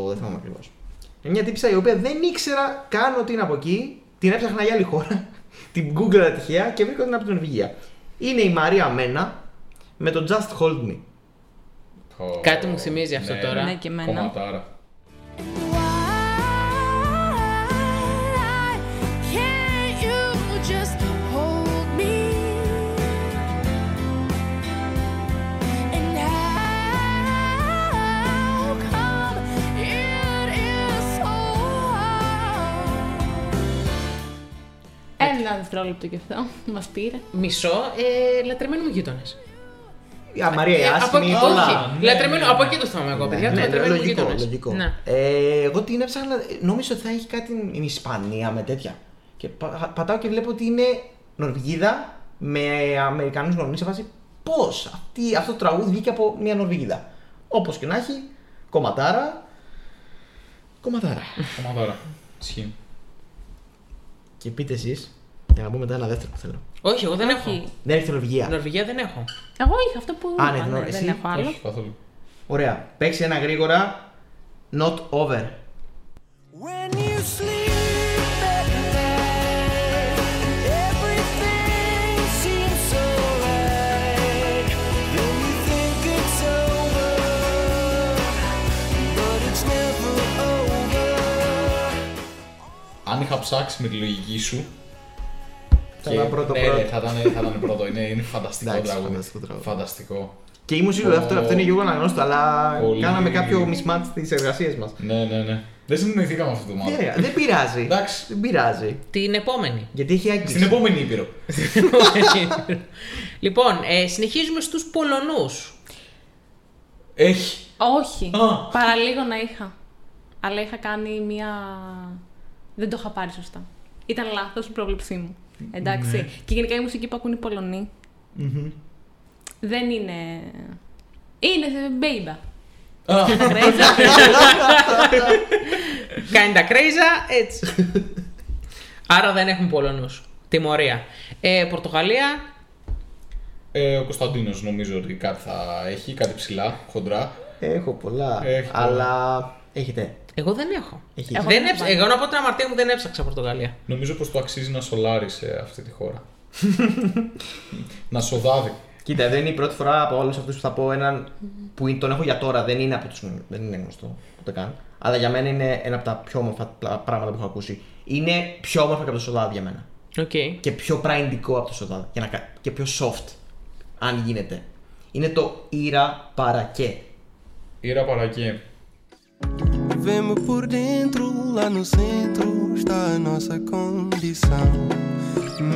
δεν θυμάμαι ακριβώς. Μια τύψα η οποία δεν ήξερα καν ότι είναι από εκεί, την έψαχνα για άλλη χώρα, την Google τυχαία και βρήκα ότι είναι από την Νορβηγία. Είναι η Μαρία Μένα με το Just Hold Me.
Κάτι μου θυμίζει αυτό τώρα.
Ναι, και εμένα.
Κομματάρα.
Why can't you just hold me? And how come it is so hard?
Ένα δευτερόλεπτο κι αυτό. Μας πήρε.
Μισό, ε, λατρεμένοι μου γείτονες.
Η Μαρία η Ε, άσχημη,
Ε, από,
πολλά.
όχι, λατρεμένο- από εκεί το θυμάμαι εγώ, παιδιά.
Ναι, ναι,
λατρεμένοι μου
λογικό,
γείτονες.
λογικό.
Ναι.
Ε, εγώ την έψαχνα, νόμιζα ότι θα έχει κάτι με Ισπανία, με τέτοια. Και πα- πατάω και βλέπω ότι είναι Νορβηγίδα με Αμερικανούς γονείς σε φάση πώς αυτή, αυτό το τραγούδι βγήκε από μια Νορβηγίδα. Όπως και να έχει, κομματάρα, κομματάρα.
Κομματάρα. Ισχύει.
και πείτε εσείς, για να πω μετά ένα δεύτερο που θέλω.
Όχι, εγώ δεν έχω.
Όχι.
Δεν έχετε Νορβηγία.
Νορβηγία δεν έχω.
Εγώ είχα αυτό που.
Α, ναι,
είπα,
ναι, εσύ.
δεν έχω άλλο.
Όχι, καθόλου.
Ωραία, παίξει ένα γρήγορα, not over.
When you sleep at night, everything seems so right. Then you think it's over, but it's never over.
Αν είχα ψάξει με τη λογική σου.
Θα ήταν πρώτο,
ναι,
πρώτο.
ρε, θα ήταν, θα ήταν πρώτο. Είναι, είναι φανταστικό
Εντάξει,
τραγούδι.
φανταστικό τραγούδι.
Φανταστικό.
Και ήμουν σίγουρο αυτό, αυτό είναι λίγο αναγνώστο, αλλά
Πολύ.
κάναμε κάποιο mismatch στις εργασίες μας.
Ναι, ναι, ναι. Δεν συνεννοηθήκαμε αυτό το μάλλον.
Ναι, δεν πειράζει.
Εντάξει.
Δεν πειράζει.
Την επόμενη.
Γιατί έχει άγγιξη.
Στην επόμενη ήπειρο.
λοιπόν, ε, συνεχίζουμε στους Πολωνούς.
Έχει.
Όχι.
Α.
Παραλίγο να είχα. Αλλά είχα κάνει μία. Δεν το είχα πάρει σωστά. Ήταν λάθος η πρόβλεψή μου. Εντάξει. Και γενικά η μουσική που ακούν οι Πολωνοί. Δεν είναι. Είναι σε μπέιμπα.
Α,
Κάνει τα κρέιζα, έτσι. Άρα δεν έχουμε Πολωνούς. Τιμωρία. Ε, Πορτογαλία,
ε, ο Κωνσταντίνος νομίζω ότι κάτι θα έχει, κάτι ψηλά, χοντρά.
Έχω πολλά.
Έχει πολλά.
αλλά έχετε.
εγώ δεν έχω.
Έχει.
Εγώ,
Εγώ
δεν
δεν
έψα-
έχω.
εγώ να πω την αμαρτία μου δεν έψαξα Πορτογαλία.
Νομίζω πως το αξίζει να σολάρει σε αυτή τη χώρα. να σοδάβει.
Κοίτα, δεν είναι η πρώτη φορά από όλους αυτούς που θα πω έναν που είναι- τον έχω για τώρα. Δεν είναι, από τους, δεν είναι γνωστό ούτε καν. Αλλά για μένα είναι ένα από τα πιο όμορφα πλα- πράγματα που έχω ακούσει. Είναι πιο όμορφα και από το σολάδι για μένα.
Οκ.
και πιο πραϊντικό από το σοδά. Για να... κα- και πιο soft, αν γίνεται. Είναι το Ήρα Παρακέ.
Ήρα παρακέ.
Vemo por dentro, lá no centro está a nossa condição.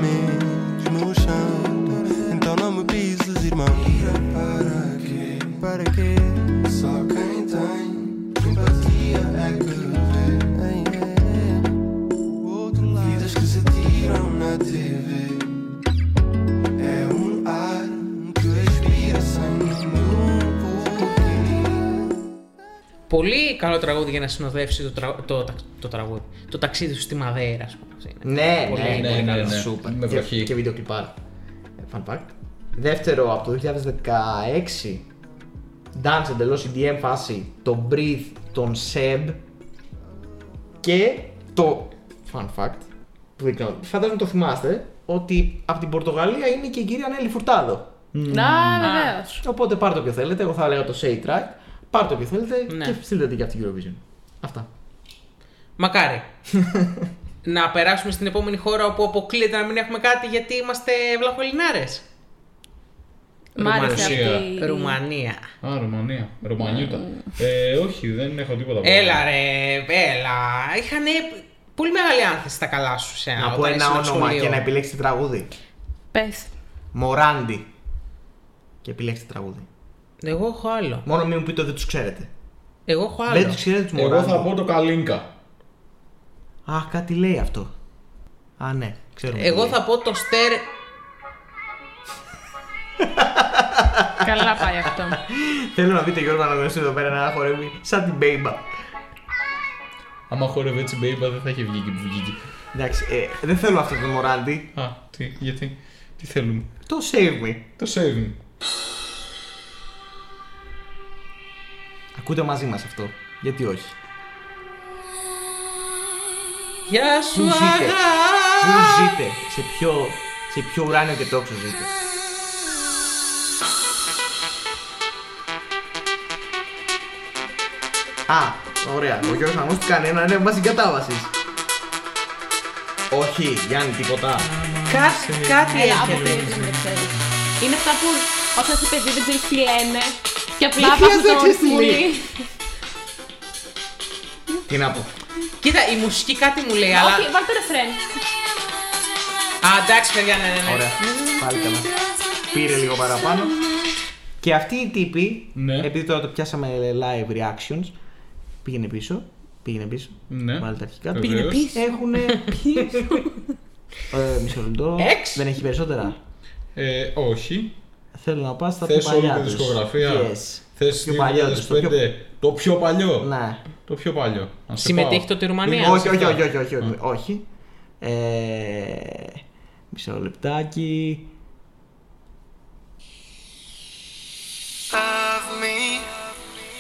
Mesmo chão, então não me pises, irmão. Para quê? Para quê? Só quem tem empatia é que vê. É, é. O outro lado. Vidas que se tiram na TV. É um ar que respira sem nenhum pouquinho.
Πολύ καλό τραγούδι για να συνοδεύσει το, τρα... το, τα- το τραγούδι. Το ταξίδι σου στη Μαδέρα, ας πούμε. Είναι.
Ναι,
Πολύ,
ναι,
ναι,
ναι,
ναι,
ναι,
ναι.
Σούπερ.
Με βροχή.
Και, και βίντεο κλιπάρα. Ε, Fun fact. Δεύτερο από το 2016. Dance εντελώς EDM φάση. Το Breathe των Seb. Και το fun fact. Που δεν ξέρω, φαντάζομαι το θυμάστε. Ότι από την Πορτογαλία είναι και η κυρία Νέλη Φουρτάδο.
Να, βεβαίως.
Οπότε πάρτε όποιο θέλετε. Εγώ θα λέω το Say Track. Πάρτε όποιο θέλετε
Ναι.
και στείλτε την και από την Eurovision. Αυτά.
Μακάρι. να περάσουμε στην επόμενη χώρα όπου αποκλείεται να μην έχουμε κάτι γιατί είμαστε βλαχολινάρες.
Μ' άρεσε
Ρουμανία.
αυτή. η-
Ρουμανία.
Α, Ρωμανία. Ρωμανιούτα.
Ναι,
Ε, όχι, δεν έχω τίποτα. από
Έλα
αυτά.
ρε, έλα. Είχανε πολύ μεγάλη άνθηση στα καλά σου σε
να πω ένα όνομα και να επιλέξετε τραγούδι.
Πες.
Μωράντι. Και επιλέξτε τραγούδι.
Εγώ έχω άλλο.
Μόνο μην μου πείτε ότι δεν τους ξέρετε.
Εγώ έχω άλλο.
Δεν τους ξέρετε τους
Εγώ
Μωράντι.
θα πω το Καλίνκα.
Α, κάτι λέει αυτό. Α, ναι, ξέρουμε. τι
Εγώ
λέει.
θα πω το στέρ.
Καλά πάει αυτό.
Θέλω να δείτε Γιώργο Αναγνωστή εδώ πέρα να χορεύει σαν την Μπέιμπα.
Άμα χόρευε έτσι, baby, δεν θα είχε βγει εκεί που βγήκε.
Εντάξει, ε, δεν θέλω αυτό το Μωράντι.
Α, τι, γιατί, τι θέλουμε.
Το save me.
Το saving.
Ακούτε μαζί μας αυτό. Γιατί όχι.
Γεια σου,
Πού ζείτε? Πού
αγάπη.
ζείτε, σε ποιο, σε ποιο ουράνιο και τόξο ζείτε. Α, ωραία. Ο Γιώργος Αναγνώστης κάνει ένα νέο βάση κατάβασης. Όχι, Γιάννη, τίποτα.
Κά- κάτι
Έλα, από
έρχεται.
πριν δεν ξέρει. Είναι αυτά που όταν είσαι παιδί δεν ξέρεις τι λένε. Και απλά
Δεν
βάζουν
χρειάζεται να
τον
ξέρεις τι λέει.
σκουλί.
Τι να πω.
Κοίτα, η μουσική κάτι μου λέει, αλλά.
Όχι, βάλτε ρεφρέν.
Α, εντάξει, παιδιά, ναι, ναι. ναι.
Ωραία. Πάλι καλά. Πήρε λίγο παραπάνω. Και αυτοί οι τύποι,
Ναι.
επειδή τώρα το πιάσαμε live reactions, πήγαινε πίσω, πήγαινε πίσω,
Ναι.
βάλε τα αρχικά,
Βεβαίως.
πήγαινε πίσω, έχουν ε, μισό λεπτό,
Εξ.
δεν έχει περισσότερα.
Ε, όχι.
Θέλω να πας στα πιο
Θες όλη
παλιά
τη
τους.
δισκογραφία.
Yes.
Θες
Πιο παλιό τους, το
2005. Το πιο παλιό.
Ναι.
Το πιο παλιό. Να σε
Συμμετέχει
πάω.
τότε η Ρουμανία.
Λοιπόν,
Όχι, όχι,
αυτά.
όχι, όχι, όχι, όχι, όχι. Ε, μισό λεπτάκι.
Love me,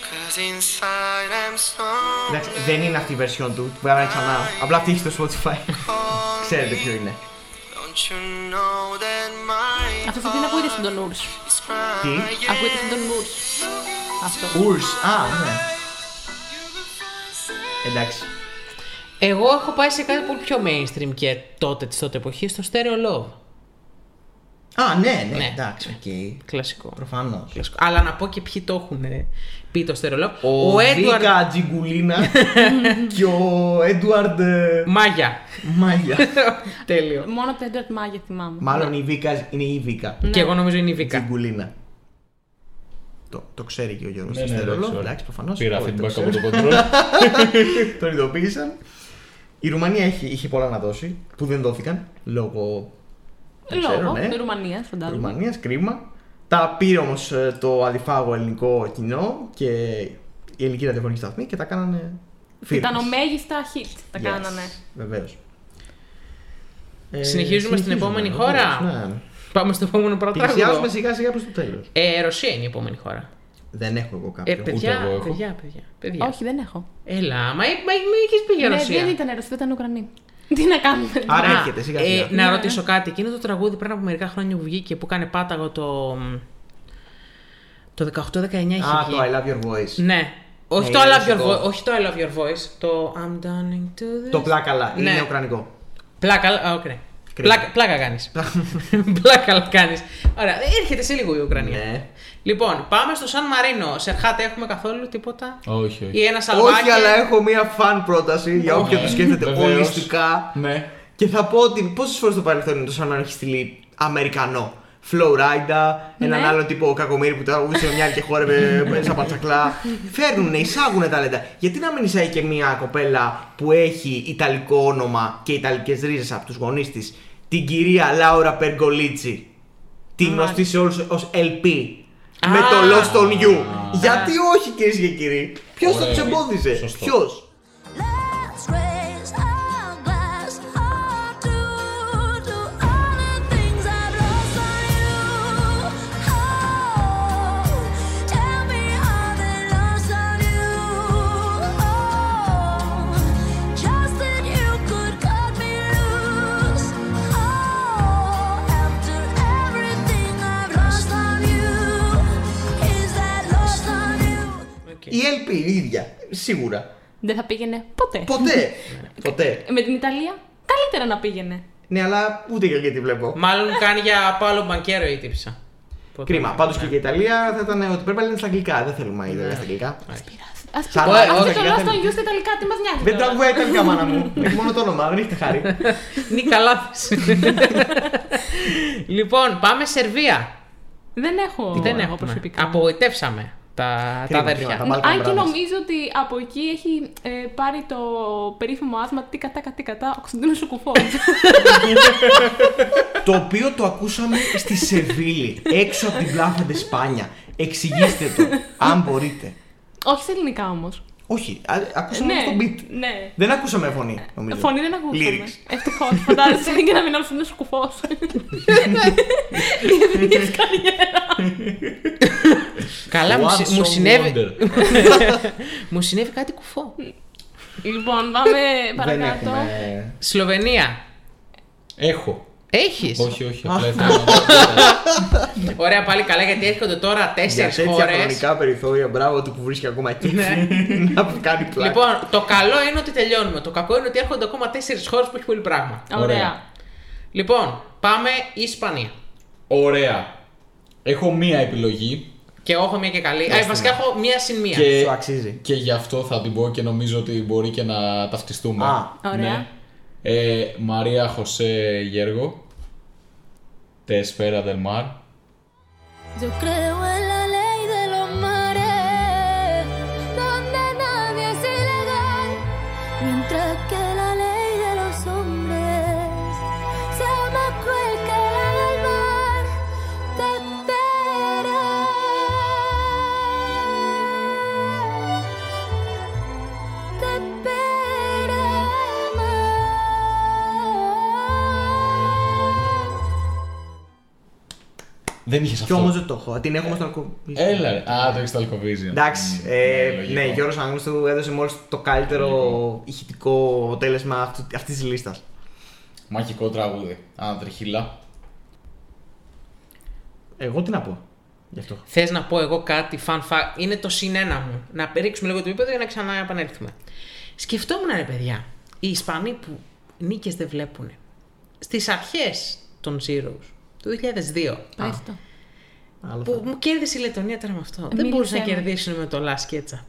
cause inside I'm so
Εντάξει, δεν είναι αυτή η version του, που βγάλανε ξανά. Απλά αυτή έχει στο Spotify. Ξέρετε ποιο είναι.
Don't you know that my
Αυτό την ακούγεται στον τον Ούρς.
is crying?
Τι,
Ακούγεται στον τον Ούρς. Αυτό.
Urs, α, ναι. Εντάξει.
Εγώ έχω πάει σε κάτι πολύ πιο mainstream και τότε της τότε εποχής, στο Stereo Love.
Α, ναι, ναι,
Ναι.
εντάξει, οκ.
Κλασικό.
Προφανώς.
Κλασικό. Αλλά να πω και ποιοι το έχουν ε, πει το Stereo Love.
Ο, ο
Edward-
Βίκα Τζιγκουλίνα και ο Έντουαρντ ε,
Μάγια.
Μάγια.
Τέλειο.
Μόνο το Edward Μάγια θυμάμαι.
Μάλλον η Βίκα είναι η Βίκα
Και εγώ νομίζω είναι η Βίκα.
Τζιγκουλίνα. Το, το ξέρει και ο Γιώργος
Ναι, ναι,
Στερόλο,
δεν ξέρω.
εντάξει, προφανώς.
Πήρα
όλοι το
feedback από το
ξέρουν.
control.
Τον ειδοποίησαν. Η Ρουμανία έχει, είχε πολλά να δώσει που δεν δόθηκαν λόγω. δεν ξέρω,
Λόγω
ναι.
τη Ρουμανία, φαντάζομαι.
Ρουμανία, κρίμα. Τα πήρε όμως το αδιφάγο ελληνικό κοινό και η ελληνική ραδιοφωνική σταθμή και τα κάνανε φίλοι.
Ήταν ο μέγιστα hit τα κάνανε.
Βεβαίως.
Συνεχίζουμε στην επόμενη χώρα.
Ε, Ναι.
Πάμε στο επόμενο
Πλησιάζουμε
πρωτάθλημα.
σιγά σιγά προς το τέλος.
Ε, Ρωσία είναι η επόμενη χώρα.
Δεν έχω εγώ
Ε,
κάποιο.
παιδιά,
εγώ έχω.
παιδιά, παιδιά, παιδιά.
Όχι, δεν έχω.
Έλα, μα ε, μα έχεις πει για
Ναι,
Ρωσία.
δεν ήταν Ρωσία, ήταν Ουκρανή. Τι να κάνουμε.
Άρα
Α,
έρχεται σιγά σιγά.
Ε, να
Ναι.
ρωτήσω κάτι. Εκείνο το τραγούδι πριν από μερικά χρόνια που βγήκε που κάνει πάταγο το. Το 18-19 έχει
Α,
βγει.
το I love your voice.
Ναι. Όχι,
Ναι,
το I
είναι
love your
ρωσικό.
voice, όχι το I love your voice. Το I'm downing to this.
Το πλάκα καλά.
Ναι.
Είναι ουκρανικό.
Πλάκα, α, οκ, ναι. Πλάκα, πλάκα κάνεις. πλάκα κάνεις. Ωραία, έρχεται σε λίγο η Ουκρανία.
Ναι.
Λοιπόν, πάμε στο Σαν Μαρίνο. Σε χάτε έχουμε καθόλου τίποτα.
Όχι, όχι.
Ή ένα Ναι. σαλβάκι.
Όχι, αλλά έχω μία φαν πρόταση για όποιον το σκέφτεται
Βεβαίως.
ολιστικά.
Ναι.
Και θα πω ότι πόσες φορές το παρελθόν είναι το σαν να έχει στείλει Αμερικανό. Flow Rider, έναν
Ναι.
άλλο τύπο κακομίρι που τραγουδούσε με μια άλλη και χόρευε μέσα πατσακλά. Φέρνουν, εισάγουν ταλέντα. Γιατί να μην εισάγει και μια κοπέλα που έχει ιταλικό όνομα και ιταλικές ρίζες από τους γονείς της, την κυρία Λάουρα Περγολίτσι. Τη γνωστή σε όλους ως LP. με το Lost on You. Γιατί όχι, κυρίες και κύριοι. Ποιος θα
Ωραία,
τους
ναι.
εμπόδιζε,
Σωστό.
Ποιος.
Let's raise our glass or two to all the things I've lost on you. Oh, tell me all the lost on you. Oh, just that you could cut me loose. Oh, after everything I've lost on you, is that lost on you?
Η LP η ίδια. Σίγουρα.
Δεν θα πήγαινε ποτέ.
Ποτέ. Ποτέ.
Με την Ιταλία, καλύτερα να πήγαινε.
Ναι, αλλά ούτε και γιατί βλέπω.
Μάλλον κάνει για πάλο μπανκέρο η τύψα.
Κρίμα. Πάντως και για Ιταλία θα ήταν ότι πρέπει να είναι στα αγγλικά. Δεν θέλουμε Ιταλία στα αγγλικά.
Ναι. Α
Σαν-
πούμε,
Ωραία,
αυτό
όχι,
το
δεν
Lost
θέλει.
on You στα Ιταλικά, τι μα νοιάζει.
Δεν
τώρα.
τραγουδάει Ιταλικά, μάνα μου. Έχει μόνο το όνομα, δεν έχετε χάρη.
Νίκα λάθο. λοιπόν, πάμε Σερβία.
Δεν έχω.
Δεν
έχω
έχουμε.
προσωπικά.
Απογοητεύσαμε τα, τα
Ναι, Κρίμα, κρίμα, τα
αδέρφια.
Balkan
Αν και
Brothers.
νομίζω ότι από εκεί έχει ε, πάρει το περίφημο άσμα τι κατά κατά τι κατά ο Κωνσταντίνος Σουκουφόρης.
Το οποίο το ακούσαμε στη Σεβίλη, έξω από την πλάθα τη Σπάνια. Εξηγήστε το, αν μπορείτε.
Όχι σε ελληνικά όμως.
Όχι, α- ακούσαμε
Ναι,
όμως το beat.
ναι.
Δεν ακούσαμε φωνή, νομίζω.
Φωνή δεν ακούσαμε.
Lyrics.
Ευτυχώς. Φαντάζεσαι είναι και να μην όλο είναι σκουφό. Η εθνική καριέρα.
Καλά, μου, συ-
One
μου
song
συνέβη.
wonder.
μου συνέβη κάτι κουφό.
Λοιπόν, πάμε
Δεν
παρακάτω.
έχουμε.
Σλοβενία.
Έχω.
Έχεις.
Όχι, όχι. Απλά ήθελα να-
Ωραία, πάλι καλά γιατί έρχονται τώρα
Για
τέσσερι
τέτοια
χώρες.
χρονικά περιθώρια, μπράβο του που βρίσκει ακόμα εκεί.
Ναι.
Να κάνει πλάκα.
Λοιπόν, το καλό είναι ότι τελειώνουμε. Το κακό είναι ότι έρχονται ακόμα τέσσερις χώρες που έχει πολύ πράγμα.
Ωραία.
Ωραία.
Λοιπόν, πάμε Ισπανία.
Ωραία. Έχω μία επιλογή
Και εγώ έχω μια και καλή. Α, βασικά έχω μια συν μία.
και,
Σου αξίζει.
και γι' αυτό θα την πω και νομίζω ότι μπορεί και να ταυτιστούμε. Ναι.
Α,
Ωραία.
Ε, Μαρία Χωσέ Γέργο. Τεσπέρα Δελμάρ.
Yo creo en la ley de los mares, donde nadie es ilegal, mientras que la ley de los hombres sea más cruel que la del mar. Te esperé, te esperé más.
Δεν είχες
κι
αυτό.
όμως δεν το έχω. Την έχω όμω να ακούω.
Έλα. ρε. Α, το έχεις το Alcovision.
Εντάξει,
Mm,
ε,
λογικό.
ναι, Γιώργος Αγνούστου έδωσε μόλις το καλύτερο ηχητικό αποτέλεσμα αυτού- αυτής της λίστας.
Μαγικό τραγούδι. Ανατριχίλα.
Εγώ τι να πω γι' αυτό.
Θες να πω εγώ κάτι, fun fact, είναι το συνένα μου. Να ρίξουμε λίγο το επίπεδο για να ξαναεπανέλθουμε. Σκεφτόμουν, ρε παιδιά, οι Ισπανοί που νίκες δεν βλέπουν. Στις αρχές των Zeros του 2002,
Πες το.
Άλλο
που
θα-
μου κέρδισε η Λετωνία τώρα με αυτό. δεν
Μίλησέ
μπορούσαν να
μου.
κερδίσουν με το Last Ketchup.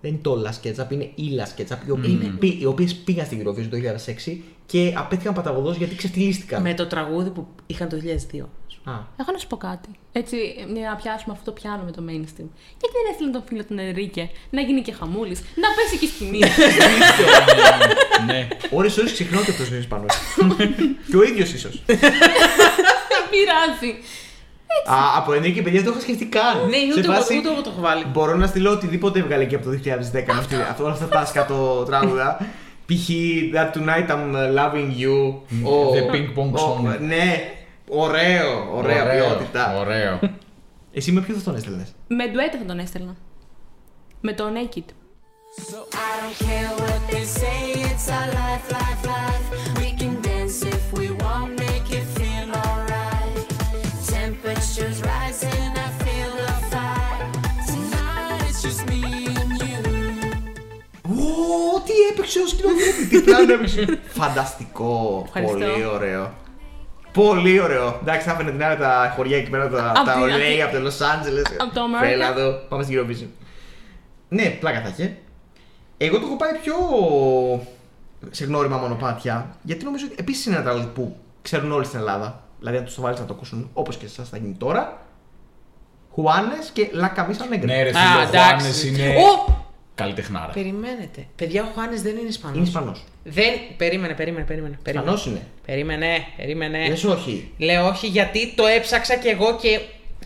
Δεν είναι το Last Ketchup, είναι η Last Ketchup, οι, οποίοι, πή- οι οποίες πήγαν στην Eurovision το 2006 και απέτυχαν παταγωδός γιατί ξεφτυλίστηκαν.
Με το τραγούδι που είχαν το 2002.
Α,
Έχω να σου πω κάτι. Έτσι, για να πιάσουμε αυτό το πιάνο με το mainstream. Γιατί δεν έστειλε τον φίλο τον Ενρίκε να γίνει και χαμούλης, να πέσει και η σκηνή.
ναι.
ώρες ώρες ξεχνάω και αυτός είναι Ισπανός. και ο ίδιος ίσως.
Δεν πειράζει.
Α, από ενίκη παιδιά δεν το είχα σκεφτεί καν.
Ναι,
Σε
ούτε εγώ-
φάση-
ούτε εγώ το έχω βάλει.
Μπορώ να στείλω οτιδήποτε έβγαλε και από το 2010 με αυτή, αυτό, όλα αυτά τα σκατό τράγουδα. Π.χ. That tonight I'm uh, loving you. Ο-
Ναι, The ping pong
ο-
song.
Ναι, ωραίο, ωραία ποιότητα.
Ωραίο.
Εσύ με ποιο θα τον έστελνες.
Με ντουέτα θα τον έστελνα. Με το Naked.
So I don't care what they say, it's our life, life, life. We can dance if we want, make it feel alright. Temperatures rising, I feel the fire. Tonight it's just me and you.
Ω, τι έπαιξε ο σκηνοθέτης. Τι πλάνο έπαιξε. Ναι, Φανταστικό.
Ευχαριστώ.
Πολύ ωραίο. Πολύ ωραίο. Εντάξει, θα έφερε την άλλη τα χωριά εκεί πέρα, τα,
Απ'
τα
την- απ'
Ολέη,
την-
από το Λος Άντζελες.
απ' το America.
Φέλα εδώ. Πάμε στην Eurovision. Ναι, πλάκα θα είχε. Εγώ το έχω πάει πιο σε γνώριμα μονοπάτια, γιατί νομίζω ότι επίσης είναι ένα τραγούδι που ξέρουν όλοι στην Ελλάδα. Δηλαδή, αν τους το βάλεις να το ακούσουν όπως και εσάς θα γίνει τώρα. Χουάνες και Λακαμίσα Νέγκρα.
Ναι, ρε
Α,
φίλε, ο Χουάνες
εντάξει.
είναι
Ω!
καλλιτεχνάρας.
Περιμένετε. Παιδιά, ο Χουάνες δεν είναι Ισπανός.
Είναι Ισπανός.
Δεν. Περίμενε, περίμενε, περίμενε. περίμενε.
Ισπανός είναι.
Περίμενε, περίμενε.
Ναι.
Λες όχι.
Λέω όχι γιατί το έψαξα κι εγώ και.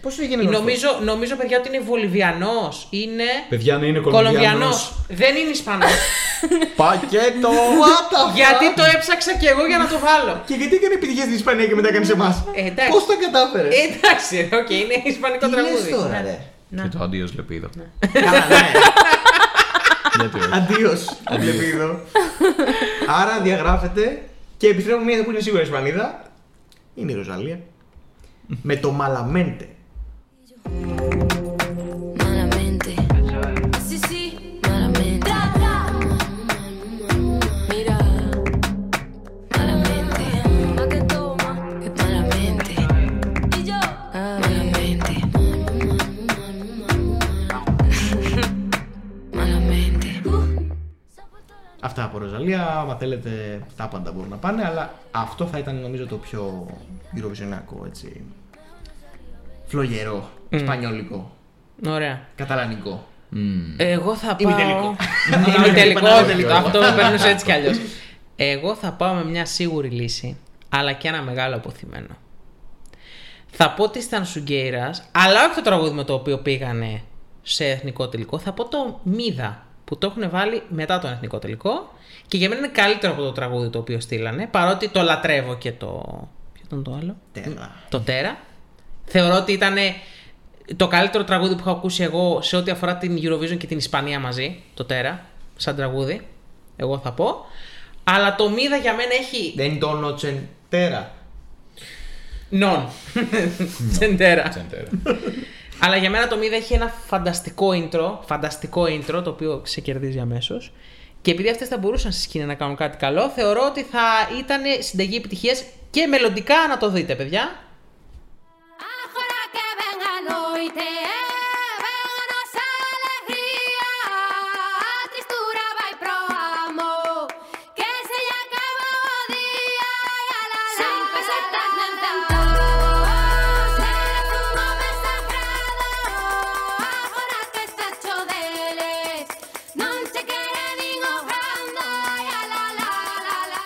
Πώ σου έγινε γνωστός?
Νομίζω, νομίζω, παιδιά, ότι είναι Βολιβιανός. Είναι.
Παιδιά, ναι, είναι Κολομβιανός.
Κολομβιανός. Δεν είναι Ισπανός.
Πακέτο!
γιατί το έψαξα κι εγώ για να το βάλω.
Και γιατί έκανε επιτυχίες στην Ισπανία και μετά έκανε σε εμάς.
Ε, εντάξει.
Πώς τα κατάφερε.
Ε, Εντάξει, ρε, οκ, είναι Ισπανικό
Τι λες
τραγούδι.
τώρα,
Ναι.
ρε.
Και το αντίο λεπίδα.
Καλά, ναι.
Γιατί όχι.
Αντίο. Αντίο. Άρα διαγράφεται και επιστρέφουμε μια που είναι σίγουρα Ισπανίδα. Είναι η Ροζαλία. Με το Μαλαμέντε.
Malamente. Sí, sí, malamente. Mira, malamente. que toma. Malamente. Y yo, malamente. Malamente.
Αυτά από Ροζαλία. Άμα θέλετε, τα πάντα μπορούν να πάνε. Αλλά αυτό θα ήταν νομίζω το πιο Eurovisionιακό έτσι. Φλογερό.
Mm.
Ισπανιόλικο.
Ωραία.
Καταλανικό.
Εγώ θα πάω.
Ημιτελικό.
Ημιτελικό, τελικό.
Παναγιώτη.
Αυτό το παίρνω έτσι κι αλλιώς. Εγώ θα πάω με μια σίγουρη λύση, αλλά και ένα μεγάλο αποθυμένο. Θα πω τη Στανσουγκέιρα, αλλά όχι το τραγούδι με το οποίο πήγανε σε εθνικό τελικό. Θα πω το Μίδα που το έχουν βάλει μετά τον εθνικό τελικό και για μένα είναι καλύτερο από το τραγούδι το οποίο στείλανε, παρότι το λατρεύω και το. Ποιο ήταν το άλλο?
Τέρα.
το Τέρα. Θεωρώ ότι ήταν ε, το καλύτερο τραγούδι που έχω ακούσει εγώ σε ό,τι αφορά την Eurovision και την Ισπανία μαζί. Το Τέρα, σαν τραγούδι. Εγώ θα πω. Αλλά το Μίδα για μένα έχει.
Δεν το νοτσεν τέρα.
Non. Σαν Τέρα.
Τσεντέρα.
Αλλά για μένα το Μίδα έχει ένα φανταστικό intro. Φανταστικό intro, το οποίο σε κερδίζει αμέσως. Και επειδή αυτές θα μπορούσαν στη σκηνή να κάνουν κάτι καλό, θεωρώ ότι θα ήταν συνταγή επιτυχίας και μελλοντικά να το δείτε, παιδιά.
Ahora que vengan hoy te vénganos alegría, tristura va y pro amor, que se ya acabó día y a la Siempre se están intentando ser un momento sagrado, ahora que está hecho de les, no se quiere ningún rando y a la la la la.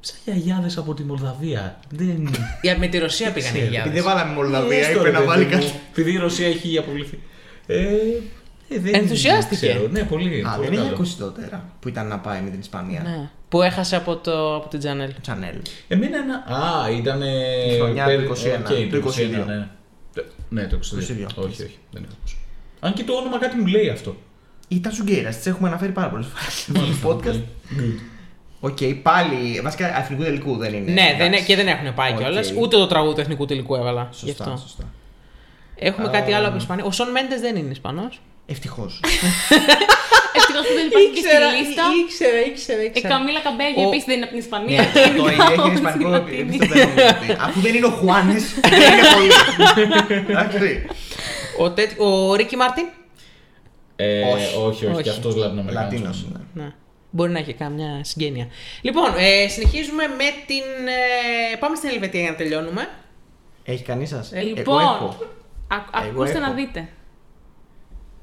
Σαν γιαγιάδες από τη Μολδαβία. Δεν...
Για- Με τη Ρωσία πήγαν οι
Ξέρω,
Γιάννη.
Επειδή δεν βάλαμε Μολδαβία,
Έστω,
είπε
ρε
να
παιδί
βάλει
μου,
κάτι.
Επειδή η Ρωσία έχει αποβληθεί. Ε, ε, δεν
Ενθουσιάστηκε.
ξέρω. Ναι, πολύ.
Α,
πολύ
δεν έχει
καλό.
ακούσει το τέρα που ήταν να πάει με την Ισπανία.
Ναι. Που έχασε από, το, από την Τζανέλ.
Channel.
Εμένα ένα. Α, ήταν.
Η χρονιά του 21,
Okay,
του 22.
ναι. Ε, Ναι, το 22.
22.
Όχι, όχι. Δεν έχω ακούσει. Αν και το όνομα κάτι μου λέει αυτό.
Ήταν σουγκέιρα, τις έχουμε αναφέρει πάρα πολλές
Ναι,
φορέ στο podcast.
Good.
Οκ, πάλι. Βασικά αθλητικού τελικού δεν είναι.
Ναι, δεν,
Εντάξει.
και δεν έχουν πάει
Οκ.
κιόλας. Ούτε το τραγούδι του εθνικού τελικού έβαλα. γι'
Σωστά,
αυτό.
σωστά.
Έχουμε κάτι άλλο από Ισπανία. Ο Σον Μέντες δεν είναι Ισπανός.
Ευτυχώς.
Ευτυχώς που δεν υπάρχει και στη λίστα. Ε,
ήξερα, ήξερα.
Η Καμίλα Καμπέγη
Ο-
επίσης δεν είναι από την Ισπανία.
Ναι, το ίδιο έχει ισπανικό επειδή στο Περού. Αφού δεν είναι ο Χουάνες, δεν είναι πολύ. Εντάξει.
Ο, τέτ... ο Ρίκι Μάρτιν.
Ε,
Όχι.
όχι, όχι,
Όχι.
και αυτό Λατινοαμερικάνος.
Λατίνο είναι.
Ναι. Μπορεί να έχει καμιά συγγένεια. Λοιπόν, ε, συνεχίζουμε με την. ε, πάμε στην Ελβετία για να τελειώνουμε.
Έχει Ε, κανείς σας.
Λοιπόν, α-
Εγώ
ακούστε
έχω.
να δείτε.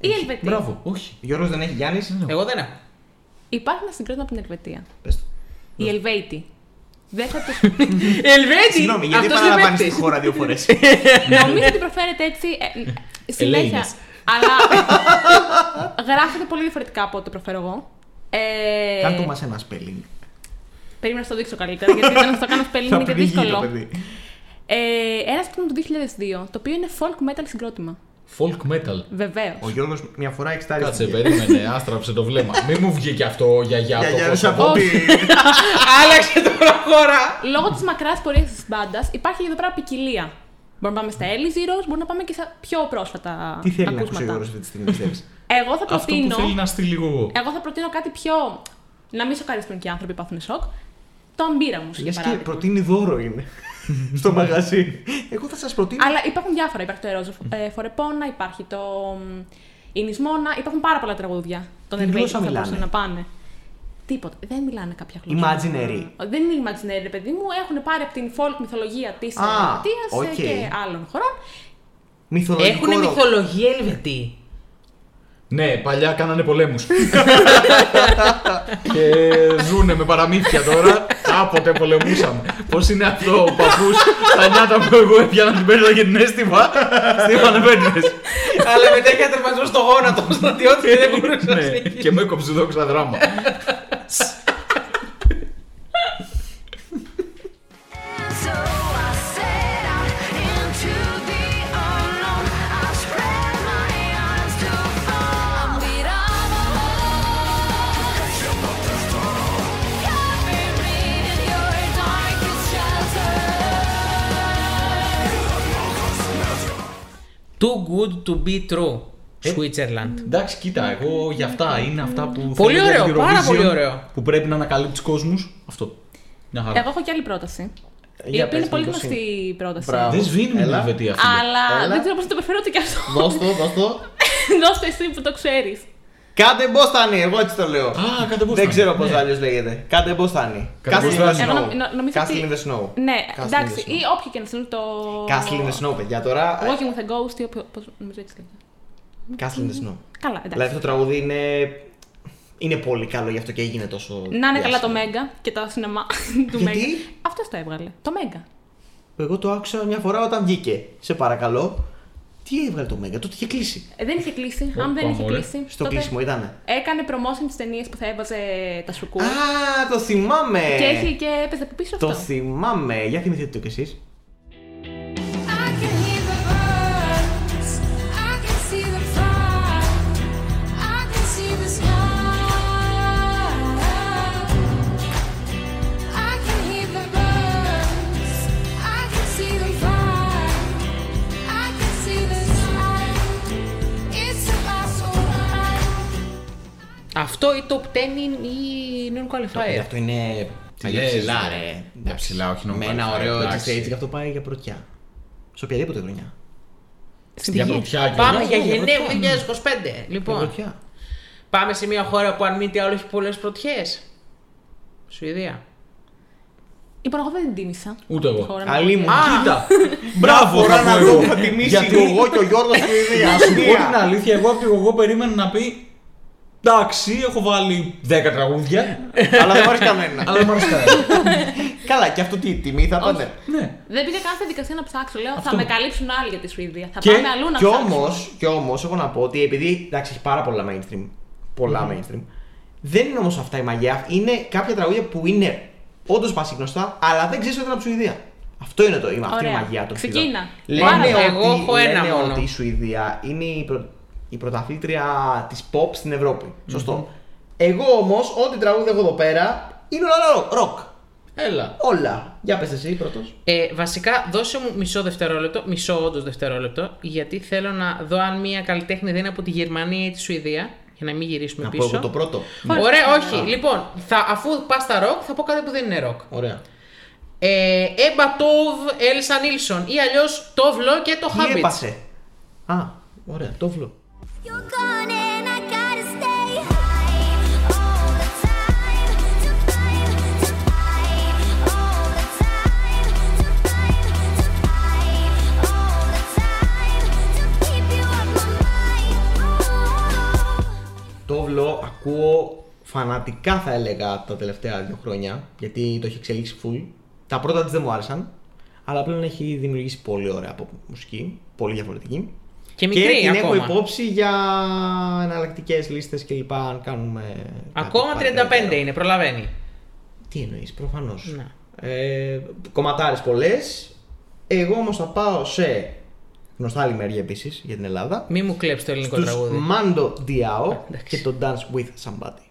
Η Ελβετία.
Μπράβο, όχι.
Γιώργος δεν έχει Γιάννης.
Εγώ δεν έχω.
Υπάρχει ένα συγκρότημα από την Ελβετία.
Πες το.
Οι Ελβέτη. Δεν θα τους...
Ελβετία!
Συγγνώμη, γιατί Ναι. παραλαμβάνει τη χώρα δύο φορές.
Ε. Νομίζω ότι προφέρεται έτσι ε, ε, συνέχεια.
Ελένης.
αλλά γράφεται πολύ διαφορετικά από ό,τι προφέρω εγώ. Ε,
Κάντο μα ένα spelling.
Περίμενα να το δείξω καλύτερα, γιατί όταν στο κάνω spelling
Θα
είναι και
πνιγεί το
δύσκολο.
παιδί.
Ε, ένας σκηνικό του 2002, το οποίο είναι folk metal συγκρότημα.
Folk metal.
Βεβαίως.
Ο Γιώργος μια φορά εξτάρει.
Κάτσε, περίμενε, άστραψε το βλέμμα. Μην μου βγει και αυτό γιαγιά
Για
από
Γιάννη
Κώστα.
από τη.
Άλλαξε τώρα χώρα.
Λόγω της μακράς πορείας της μπάντας υπάρχει εδώ πέρα ποικιλία. Μπορούμε να πάμε στα Ellie Zeros, μπορούμε να πάμε και στα πιο πρόσφατα
Τι θέλει να ακούσει ο
ακούσματα.
Γιώργο αυτή τη στιγμή, πιστεύει.
εγώ θα
Αυτό που
προτείνω.
Ε,
θέλει να στείλει εγώ.
Εγώ θα προτείνω κάτι πιο Να μην σοκαριστούν και οι άνθρωποι που πάθουν σοκ. Το αμπύρα μου, για
Μια και
παράδειγμα.
προτείνει δώρο είναι. στο μαγαζί. Εγώ θα σας προτείνω.
Αλλά υπάρχουν διάφορα. Υπάρχει το Ερόζο ε, Φορεπόνα, υπάρχει το μ, Η Νισμόνα, υπάρχουν πάρα πολλά τραγούδια. Τον
Τι
Ελβετικό
γλώσσα
θα
μιλάνε?
μπορούσαν να πάνε. Τίποτα. Δεν μιλάνε κάποια γλώσσα.
Imaginary.
Δεν είναι imaginary, ρε παιδί μου. Έχουν πάρει από την folk μυθολογία της
Α,
Ελβετίας
οκ.
και άλλων χωρών.
Μυθολογικό
Έχουν
ροκ.
μυθολογία Ελβετή.
Ναι, παλιά κάνανε πολέμους. και ζούνε με παραμύθια τώρα. Κάποτε πολεμούσαμε. Πώς είναι αυτό ο παππούς στα νιάτα που εγώ έπιανα την παίρνω και την έστειβα. Στίβανε παίρνες.
Αλλά μετά είχε τερματισμό στο γόνατο του στρατιώτη και δεν μπορούσε να
Ναι,
σηκωθεί.
και μου έκοψε εδώ δράμα.
So I set out into the unknown. I spread my arms to fall. Beat on the wall. Cover me in your darkest shelter.
Too good to be true.
Ε.
Switzerland.
Εντάξει, κοίτα, εγώ για αυτά είναι αυτά που.
Πολύ
θέλω για την
ωραίο, πάρα
Eurovision,
πολύ ωραίο.
Που πρέπει να ανακαλύπτει κόσμους. Αυτό. Μια χαρά.
Εγώ έχω και άλλη πρόταση. Η
Ε, Για
οποία είναι
πες,
πολύ
Νίκος, εσύ.
γνωστή η πρόταση.
Μπράβο.
Δεν σβήνουμε την
Έλα.
Ελβετία αυτή.
Αλλά
Έλα.
δεν ξέρω πώς το προφέρω ούτε κι αυτό.
Δώσ' το, δώσ' το.
Δώστε εσύ που το ξέρεις.
Κάντε μποστάνι, εγώ έτσι το λέω.
Α, κάντε μποστάνι.
Δεν ξέρω πώς
Ναι.
αλλιώς λέγεται. Κάντε μποστάνι.
Κάντε
Castle in the
μποστάνι.
Εγώ
snow.
Ε, νο- νο- νομίζω
Castle
ότι-
in the snow.
Ναι,
Castle in the
εντάξει.
snow.
Ή όποιο και να στείλει το.
Castle in the snow, παιδιά τώρα. ε,
Walking with a ghost ή όποιο. Πώς νομίζω έτσι λέγεται.
Castle in the snow.
Καλά, εντάξει.
Δηλαδή αυτό το τραγούδι είναι. Είναι πολύ καλό, γι' αυτό και έγινε τόσο.
Να είναι καλά
διάσημο.
το Μέγκα και τα σινεμά του
Γιατί?
Μέγκα. Αυτός το έβγαλε. Το Μέγκα.
Εγώ το άκουσα μια φορά όταν βγήκε. Σε παρακαλώ. Τι έβγαλε το Μέγκα, τότε είχε κλείσει.
Ε, δεν είχε κλείσει. Αν δεν είχε
πάμε, ωραία.
κλείσει.
Στο
Ε, τότε
κλείσιμο ήταν.
Έκανε promotion τι ταινίες που θα έβαζε τα σουκού.
Α, το θυμάμαι!
Και έχει και έπαιζε από πίσω
Το
αυτό.
θυμάμαι. Για θυμηθείτε το κι εσείς.
I can hear the birds, I can see them fly, I can see the sky. I can hear the birds, I can see them fly, I can see the sky. It's a passing ride.
Αυτό ή top 10 ή- ή non
Γι'
qualifier.
Ε, αυτό είναι.
Τι
αλλιώς
λες,
ψηλά,
ρε.
Εντάξει.
Για ψηλά, όχι να μου
Με
πάρεις
ένα
φάει,
ωραίο
εντάξει.
έτσι και αυτό πάει για πρωτιά. Σε οποιαδήποτε χρονιά.
Για πρωτιά και
Πάμε
όλα.
για
για
Γενέβη
πρωτιά.
2025.
Για
Λοιπόν,
πρωτιά.
πάμε σε μια χώρα που αν μη τι άλλο έχει πολλές πρωτιές. Σουηδία.
Λοιπόν, εγώ δεν την τίμησα.
Ούτε εγώ.
Τη χώρα μου.
Καλή μου, κοίτα.
Μπράβο,
Τώρα να
αγαπώ
δω,
εγώ.
θα τιμήσει
Γιατί-
και εγώ και ο Γιώργος του Ιδία.
Να σου πω την αλήθεια, εγώ από το εγώ περίμενα να πει. Εντάξει, έχω βάλει 10 τραγούδια,
Αλλά δεν μου αρέσει κανένα.
αλλά μου αρέσει κανένα».
Καλά, και αυτό τι τιμή θα ήταν.
Ναι.
Δεν πήγα καν στη δικασία να ψάξω. Λέω,
Αυτό.
θα με καλύψουν άλλοι για τη Σουηδία. Θα
Και-
πάμε αλλού να
Κι
ψάξουμε.
όμως, κι όμως, έχω να πω ότι επειδή εντάξει έχει πάρα πολλά mainstream, πολλά mainstream, δεν είναι όμως αυτά η μαγιά, είναι κάποια τραγούδια που είναι όντως πασίγνωστα, αλλά δεν ξέρεις ότι είναι από τη Σουηδία. Αυτό είναι το, είναι αυτή η
Ωραία.
μαγιά των Σουηδών.
Ξεκίνα.
Λένε,
Πάρα.
ότι,
Εγώ έχω ένα
λένε
μόνο.
ότι η Σουηδία είναι η, πρω- η πρωταθλήτρια της pop στην ευρωπη σωστο Εγώ όμως, ό,τι τραγούδι έχω εδώ πέρα, είναι όλα ρο- ροκ.
Έλα.
Όλα. Για πες εσύ πρώτος.
Ε, βασικά, δώσε μου μισό δευτερόλεπτο, μισό όντως δευτερόλεπτο, γιατί θέλω να δω αν μία καλλιτέχνη δεν είναι από τη Γερμανία ή τη Σουηδία, για να μην γυρίσουμε
Να πω
πίσω.
εγώ το πρώτο.
Ωραία, όχι. Λοιπόν, θα, αφού πας στα ροκ, θα πω κάτι που δεν είναι ροκ.
Ωραία.
Ε, Έμπα Τόβ Έλσα Νίλσον ή αλλιώς Τόβλο και το
Τι
Χάμπιτ.
έπασε. Α, ωραία, το βλω.
You're gone and I gotta stay high all the time to find to find all the time to find to find all the time to keep you on my Oh. mind.
Το βλο ακούω φανατικά θα έλεγα τα τελευταία δύο χρόνια γιατί το έχει εξελίξει full. Τα πρώτα της δεν μου άρεσαν, αλλά πλέον έχει δημιουργήσει πολύ ωραία από μουσική, πολύ διαφορετική.
Και μικρή
την έχω
ακόμα.
υπόψη για εναλλακτικές λίστες κλπ. Αν κάνουμε. κάτι
Ακόμα 35
παραπάνω.
είναι, Ναι. προλαβαίνει.
Τι εννοείς, προφανώς.
Να.
Ε, Κομματάρες πολλές. Εγώ όμως θα πάω σε γνωστά άλλη μεριά επίσης για την Ελλάδα.
Μη μου κλέψεις το ελληνικό
Τους
τραγούδι.
Mando Diao
εντάξει.
και το Dance with Somebody.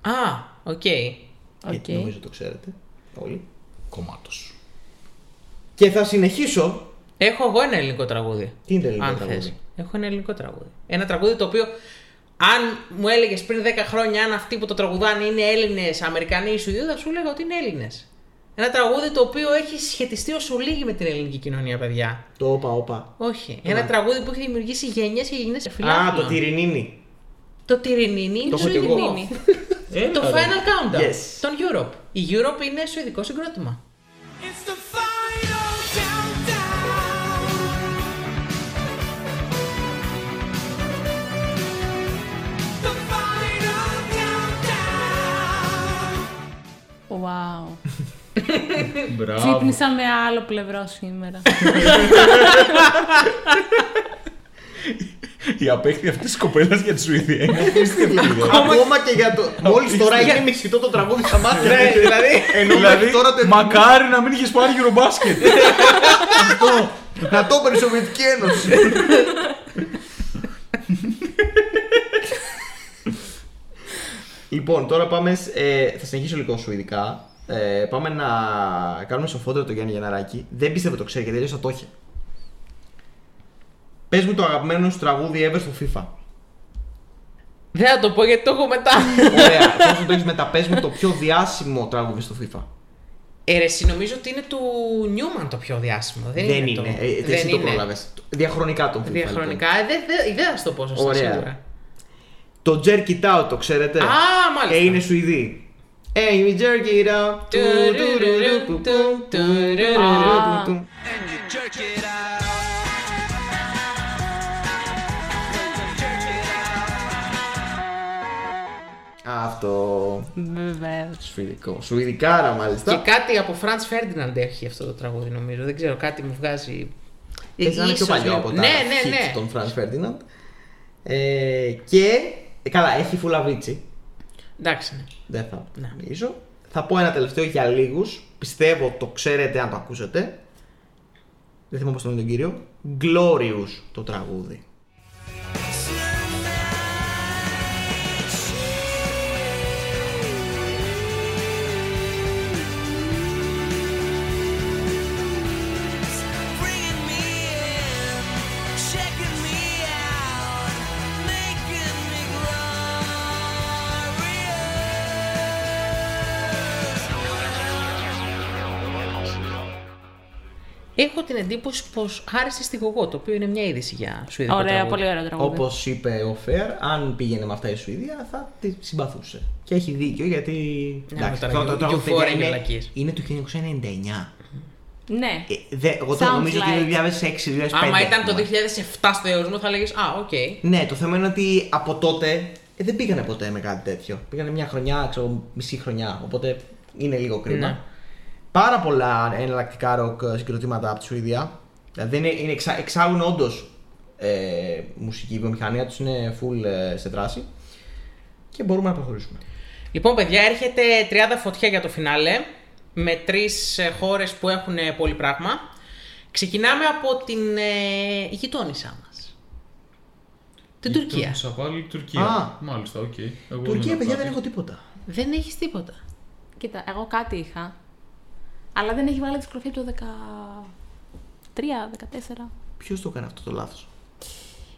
Α, οκ.
Γιατί
Ε,
Οκ.
Ε, νομίζω το ξέρετε όλοι.
Κομμάτος.
Και θα συνεχίσω.
Έχω εγώ ένα ελληνικό τραγούδι.
Τι είναι το ελληνικό
αν
τραγούδι?
θες. Έχω ένα ελληνικό τραγούδι. Ένα τραγούδι το οποίο, αν μου έλεγες πριν 10 χρόνια, αν αυτοί που το τραγουδάνε είναι Έλληνες, Αμερικανοί ή Σουηδοί, θα σου έλεγα ότι είναι Έλληνες. Ένα τραγούδι το οποίο έχει σχετιστεί όσο λίγοι με την ελληνική κοινωνία, παιδιά.
Το όπα όπα.
Όχι. Ένα τραγούδι που έχει δημιουργήσει γενιέ και γενιέ
Α,
φιλάθλων.
το τυρινίνι.
Το Τυρινίνι είναι
Το έχω κι εγώ. Ε,
Σουηδινίνι. Το Final Countdown
Yes.
των Europe. Η Europe είναι σουηδικό συγκρότημα.
It's the final countdown. The final countdown.
Wow.
Μπράβο.
Ξύπνησα με άλλο πλευρό σήμερα.
Η απέκτη αυτής της κοπέλας για τη Σουηδία είναι απίστευτη. δε.
Ακόμα και για το. Μόλις τώρα έγινε μισητό το τραγούδι στα μάτια. Ναι. μου.
δηλαδή.
Ενώ
μέχρι τώρα το-
μακάρι να μην είχες πάρει γυρομπάσκετ. Αυτό.
Να το έπαιρνε η Σοβιετική Ένωση. λοιπόν, τώρα πάμε. σ- ε, θα συνεχίσω λίγο σουηδικά. Ε, πάμε να κάνουμε σοφότερο τον Γιάννη Γενναράκη. Δεν πίστευα το ξέρει γιατί αλλιώ θα το είχε. Πες μου το αγαπημένο σου τραγούδι ever στο FIFA.
Δεν θα το πω γιατί το έχω μετά.
Ωραία. Πώ το έχεις μετά, πες μου το πιο διάσημο τραγούδι στο FIFA.
Ε, ρε, συ, νομίζω ότι είναι του Νιούμαν το πιο διάσημο. Δεν,
Δεν
Το...
είναι. Ε,
δεν
Εσύ το
είναι.
πρόλαβες. Διαχρονικά τον FIFA. λοιπόν.
Διαχρονικά. ε, Δεν δε, δεν θα σου το πω σωστά
Ωραία.
σίγουρα.
Το Jerk It Out το ξέρετε.
Α, μάλιστα.
Ε, είναι Σουηδοί. Hey, we jerk it out. Του, του, του, του, του, του, του, του, του, του.
And you jerk it out.
Αυτό.
Βεβαίως.
Σουηδικό. Σουηδικάρα μάλιστα.
Και κάτι από Franz Ferdinand έχει αυτό το τραγούδι νομίζω. Δεν ξέρω, κάτι μου βγάζει.
Έτσι Ε, να είναι πιο
Ίσως
παλιό
λίγο.
από τα
Ναι, ναι,
hits
ναι.
των Franz Ferdinand. Ε, και. ε, Καλά, έχει φουλαβίτσι.
Εντάξει. ναι.
Δεν θα
Ναι.
μιλήσω. Θα πω ένα τελευταίο για λίγους. Πιστεύω το ξέρετε αν το ακούσετε. Δεν θυμάμαι πώς τον είναι τον κύριο. Glorious το τραγούδι.
Bringing me in, checking me out, making me glorious.
Έχω την εντύπωση πως άρεσε στη Γογό, το οποίο είναι μια είδηση για Σουηδικό
Ωραίο,
τραγούδι.
πολύ ωραίο τραγούδι.
Όπως είπε ο Φερ, αν πήγαινε με αυτά η Σουηδία θα τη συμπαθούσε. Και έχει δίκιο γιατί.
Ναι,
Εντάξει,
τώρα
αυτό το
και-
τραγούδι
και φοράει
είναι-
μαλακίες.
Είναι του 1999.
Ναι.
Ε, δε- εγώ το
Sounds
νομίζω ότι
like.
είναι 2006-2005.
Άμα ήταν το 2007 στο αιώσμο, θα λέγε Α, οκ.
Ναι, το θέμα είναι ότι από τότε ε, δεν πήγανε ποτέ με κάτι τέτοιο. Πήγανε μια χρονιά, ξέρω, μισή χρονιά. Οπότε είναι λίγο κρίμα.
Ναι.
Πάρα πολλά εναλλακτικά ροκ ε, συγκροτήματα από τη Σουηδία. Δηλαδή είναι, είναι εξα, εξάλλου όντως ε, μουσική, η βιομηχανία τους είναι full ε, σε δράση. Και μπορούμε να προχωρήσουμε.
Λοιπόν, παιδιά, έρχεται 30 φωτιά για το φινάλε με τρεις χώρες που έχουν ε, πολύ πράγμα. Ξεκινάμε από την ε, γειτόνισά μας. Την Τουρκία.
Τουρκία. πάλι Τουρκία.
Α.
Μάλιστα, οκ. Εγώ
Τουρκία,
έχω
παιδιά, δεν
κάτι.
έχω τίποτα.
Δεν έχεις τίποτα.
Κοίτα, εγώ κάτι είχα. Αλλά δεν έχει βγάλει δισκογραφία από το 13, 14.
Ποιος το έκανε αυτό το λάθος.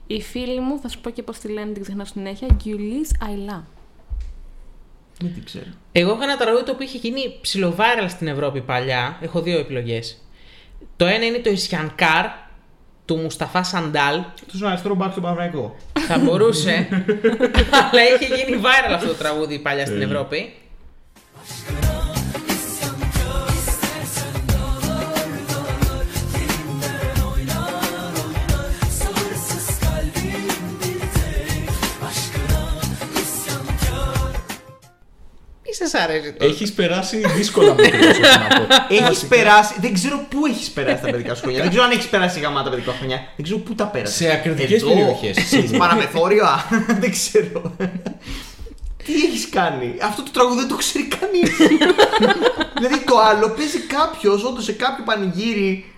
Οι φίλοι μου, θα σου πω και πώς τη λένε, την ξεχνάω συνέχεια. Γκιουλής Αιλά.
Δεν την ξέρω.
Εγώ είχα ένα τραγούδι το οποίο είχε γίνει ψιλοβάρελ στην Ευρώπη παλιά. Έχω δύο επιλογές. Το ένα είναι το Ισιανκάρ του Μουσταφά Σαντάλ.
Του είναι αριστερό μπακ στον Παναγενικό.
Θα μπορούσε. αλλά είχε γίνει viral αυτό το τραγούδι παλιά
Ε.
στην Ευρώπη. Μη σας αρέσει το.
Έχεις περάσει δύσκολα με να πω.
Έχει περάσει, δεν ξέρω πού έχεις περάσει τα παιδικά σου χρόνια. δεν ξέρω αν έχεις περάσει γαμάτα τα παιδικά χρόνια. Δεν ξέρω πού τα πέρασες.
Σε ακριτικές περιοχές.
Σε παραμεθόριο, α, δεν ξέρω. Τι έχεις κάνει. Αυτό το τραγούδι δεν το ξέρει κανείς. δηλαδή το άλλο παίζει κάποιος, όντως σε κάποιο πανηγύρι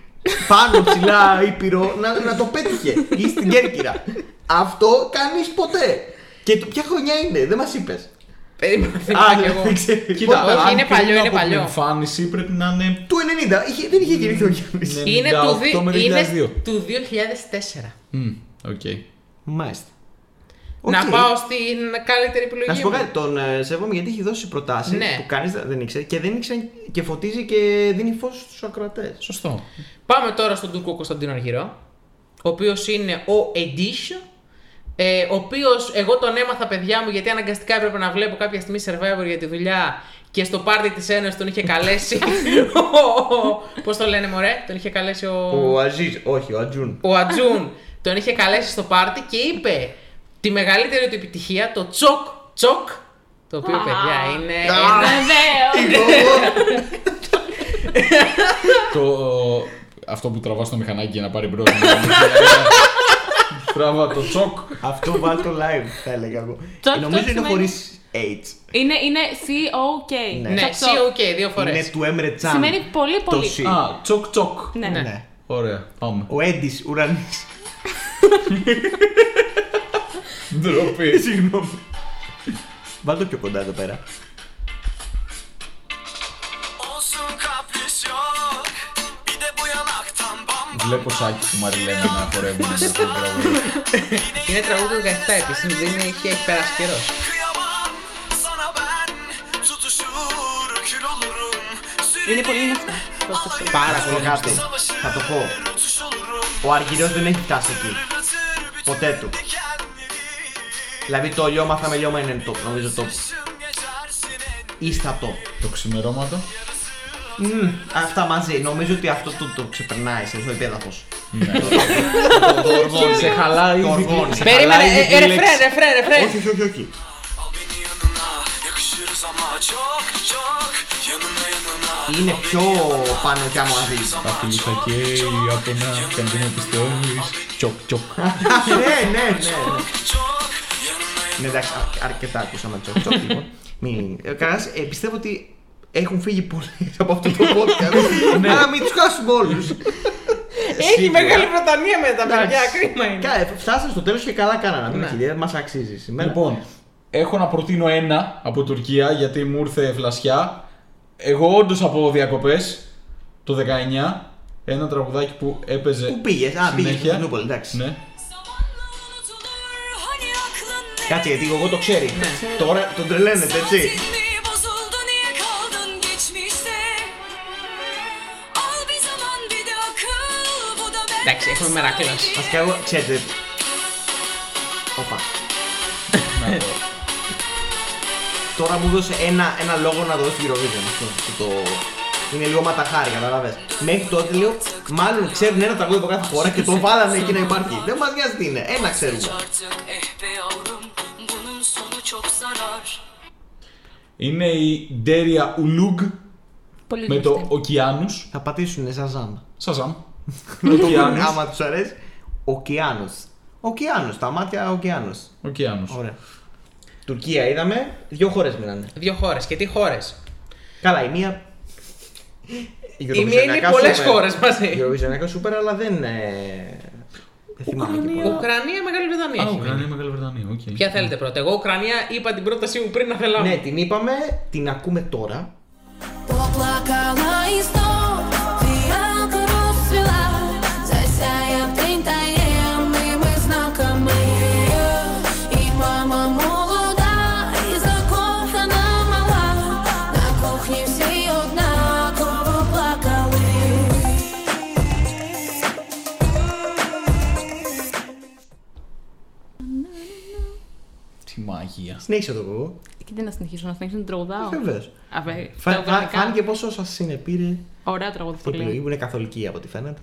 πάνω ψηλά ήπειρο να, να το πέτυχε ή στην Κέρκυρα. Αυτό κανείς ποτέ. Και το, ποια χρονιά είναι, δεν μας είπες.
Περίμενα.
Α,
θυμάμαι κι εγώ.
δεν ξέρω. Κοίτα,
όχι,
αν
είναι
κρίνω
παλιό, είναι
από την
παλιό.
εμφάνιση πρέπει να είναι.
Του 90. Είχε, δεν είχε γεννηθεί ο Γιάννης.
Ναι.
Είναι του, δι-
98 με
είναι
2002.
του 2004.
Μμμ, Οκ.
Μάλιστα.
Να
Οκ.
πάω στην καλύτερη επιλογή.
Να σου πω
μου.
κάτι, τον ε, σέβομαι γιατί έχει δώσει προτάσεις
Ναι.
που κανείς δεν ήξερε και δεν ήξερε και φωτίζει και δίνει φως στους ακροατές.
Σωστό.
Πάμε τώρα στον Τούρκο Κωνσταντίνο Αργυρό, ο οποίος είναι ο Εντίσ, ε, ο οποίος εγώ τον έμαθα παιδιά μου γιατί αναγκαστικά έπρεπε να βλέπω κάποια στιγμή Survivor για τη δουλειά και στο πάρτι της Ένωσης τον είχε καλέσει. ο- Πώς το λένε μωρέ, τον είχε καλέσει
Ο Αζίζ, όχι, ο Ατζούν.
ο Ατζούν τον είχε καλέσει στο πάρτι και είπε τη μεγαλύτερη του επιτυχία, το τσοκ, τσοκ, το οποίο παιδιά είναι ένα...
Βεβαίω.
Το. Αυτό που τραβάς στο μηχανάκι για να πάρει μπρος. Τραβά το τσοκ.
Αυτό βάλει το live, θα έλεγα εγώ. Ε,
Τσοκ,
Νομίζω
τσοκ
είναι
σημαίνει-
χωρίς H.
Είναι, είναι C-O-K.
Ναι.
Ναι,
Τσοκ, τσοκ.
COK, δύο φορές.
Είναι του Έμρε Τσάν.
Σημαίνει πολύ
Το
πολύ.
C.
Α, τσοκ τσοκ.
Ναι.
Ναι.
Ναι.
Ωραία, πάμε.
Ο Έντις Ουρανή.
Ντροπή.
Συγγνώμη. Βάλ το πιο κοντά εδώ πέρα.
Olsun kapris yok Bir de bu yanaktan bam bam
Βλέπω σάκι του Μαριλένα να χορεύουν σε αυτό το τραγούδι.
Είναι τραγούδι του 17 επίσης, δεν είναι- έχει, έχει περάσει καιρός.
Kıyamam sana ben Tutuşur kül olurum
Είναι πολύ
Sürüneyim
γνωστό. Πρόσεξε.
Πάρα πολύ κάτι.
savaşır
Θα το πω.
Tuş olurum
Ο Αργυρός δεν έχει φτάσει εκεί.
Ötür bütün
Ποτέ του.
dikenleri
Δηλαδή το λιώμα θα με λιώμα είναι το, νομίζω το
Tüm geçer senin
ίστα το.
Το ξημερώματο.
Μμμ, αυτά μαζί. Νομίζω ότι αυτό το, το ξεπερνάει σε αυτό το επέδαφο.
Σε χαλάει.
Το οργόνι.
Περίμενε,
Καλά,
ε,
είναι
ε,
η
ρεφρέν,
λέξη.
ρεφρέν, ρεφρέν.
Όχι, όχι, όχι, όχι.
Al beni yanına Yakışırız ama çok çok Yanına yanına
Είναι πιο πάνω κι άμα δεις.
Τα φιλούσα και η Ιαπωνά και αν δεν με πιστεύεις, Τσοκ τσοκ.
ναι, ναι, ναι, ναι.
Çok yanına
Ναι, εντάξει, αρ- αρκετά ακούσαμε τσοκ τσοκ, λοιπόν. Μην... ε, Κανένας, ε, πιστεύω ότι έχουν φύγει πολλοί από αυτό το podcast. Άρα μην τους χάσουμε όλους.
Ναι. Έχει Μεγάλη Βρετανία με τα παιδιά,
Εντάξει.
κρίμα είναι.
Κα- Φτάσαμε στο τέλος και καλά κάναμε.
Ναι.
Ναι. Δεν μας αξίζει σήμερα.
Λοιπόν, έχω να προτείνω ένα από Τουρκία γιατί μου ήρθε φλασιά. Εγώ όντως από διακοπές το 19 ένα τραγουδάκι που έπαιζε.
Πού πήγες? Α, πήγες
συνέχεια.
στην Κωνσταντινούπολη, εντάξει.
Ναι.
Κάτσε γιατί εγώ το ξέρει.
Ναι.
Τώρα τον τρελαίνετε, έτσι.
Bozuldu niye kaldın geçmişte? Al bir zaman bir de akıl bu da ben.
Εντάξει, έχουμε μερακλώσει.
Βασικά εγώ, ξέρετε. Οπα. Τώρα μου δώσε ένα, ένα λόγο να δώσει την Eurovision. Αυτό το, το- Είναι λίγο ματαχάρι, καταλαβες. Μέχρι τότε λέω, μάλλον ξέρουν ένα τραγούδι από κάθε χώρα και το βάλανε εκεί να υπάρχει. Δεν μας νοιάζει τι είναι, ένα ξέρουμε.
Artık eh be yavrum bunun sonu çok zarar.
Είναι η Ντέρια Ουλούγ
Πολύ
με το
γνωστή.
Οκεάνου.
Θα πατήσουνε σαν ζάμπα.
Σαζάμ. Οκεάνου.
Άμα τους αρέσει, Οκεάνος. Οκεάνος, τα μάτια Οκεάνος.
Οκεάνου.
Ωραία. Τουρκία είδαμε, δύο χώρες μείνανε.
Δύο χώρες Και τι χώρες
Καλά, η μία.
Η μία είναι
Eurovisionιακά
πολλές
super.
χώρες μαζί.
Η Eurovisionιακά σούπερ, αλλά δεν. ε, Δεν θυμάμαι και πολλά.
Ουκρανία, Μεγάλη Βρετανία.
Α,
έχει μείνει.
Ουκρανία, Μεγάλη Βρετανία. οκ.
Ποια θέλετε πρώτα. Εγώ Ουκρανία είπα την πρότασή μου πριν να θέλαμε.
Ναι, την είπαμε, την ακούμε τώρα.
Поплакала и снова фиалка расцвела Засяя в день таемным и знаком И мама молода, и закохана мала На кухне все однаково плакали
Τι μαγεία.
Συνέχισε το εγώ.
Κοίτα να συνεχίσω, να συνεχίσω να τραγουδάω.
Βεβαίω.
Αβέ, τα ουκρανικά.
Φάνηκε πόσο σας συνεπήρε
Ωραία τραγούδι
την επιλογή
πολύ.
που είναι καθολική από ό,τι φαίνεται.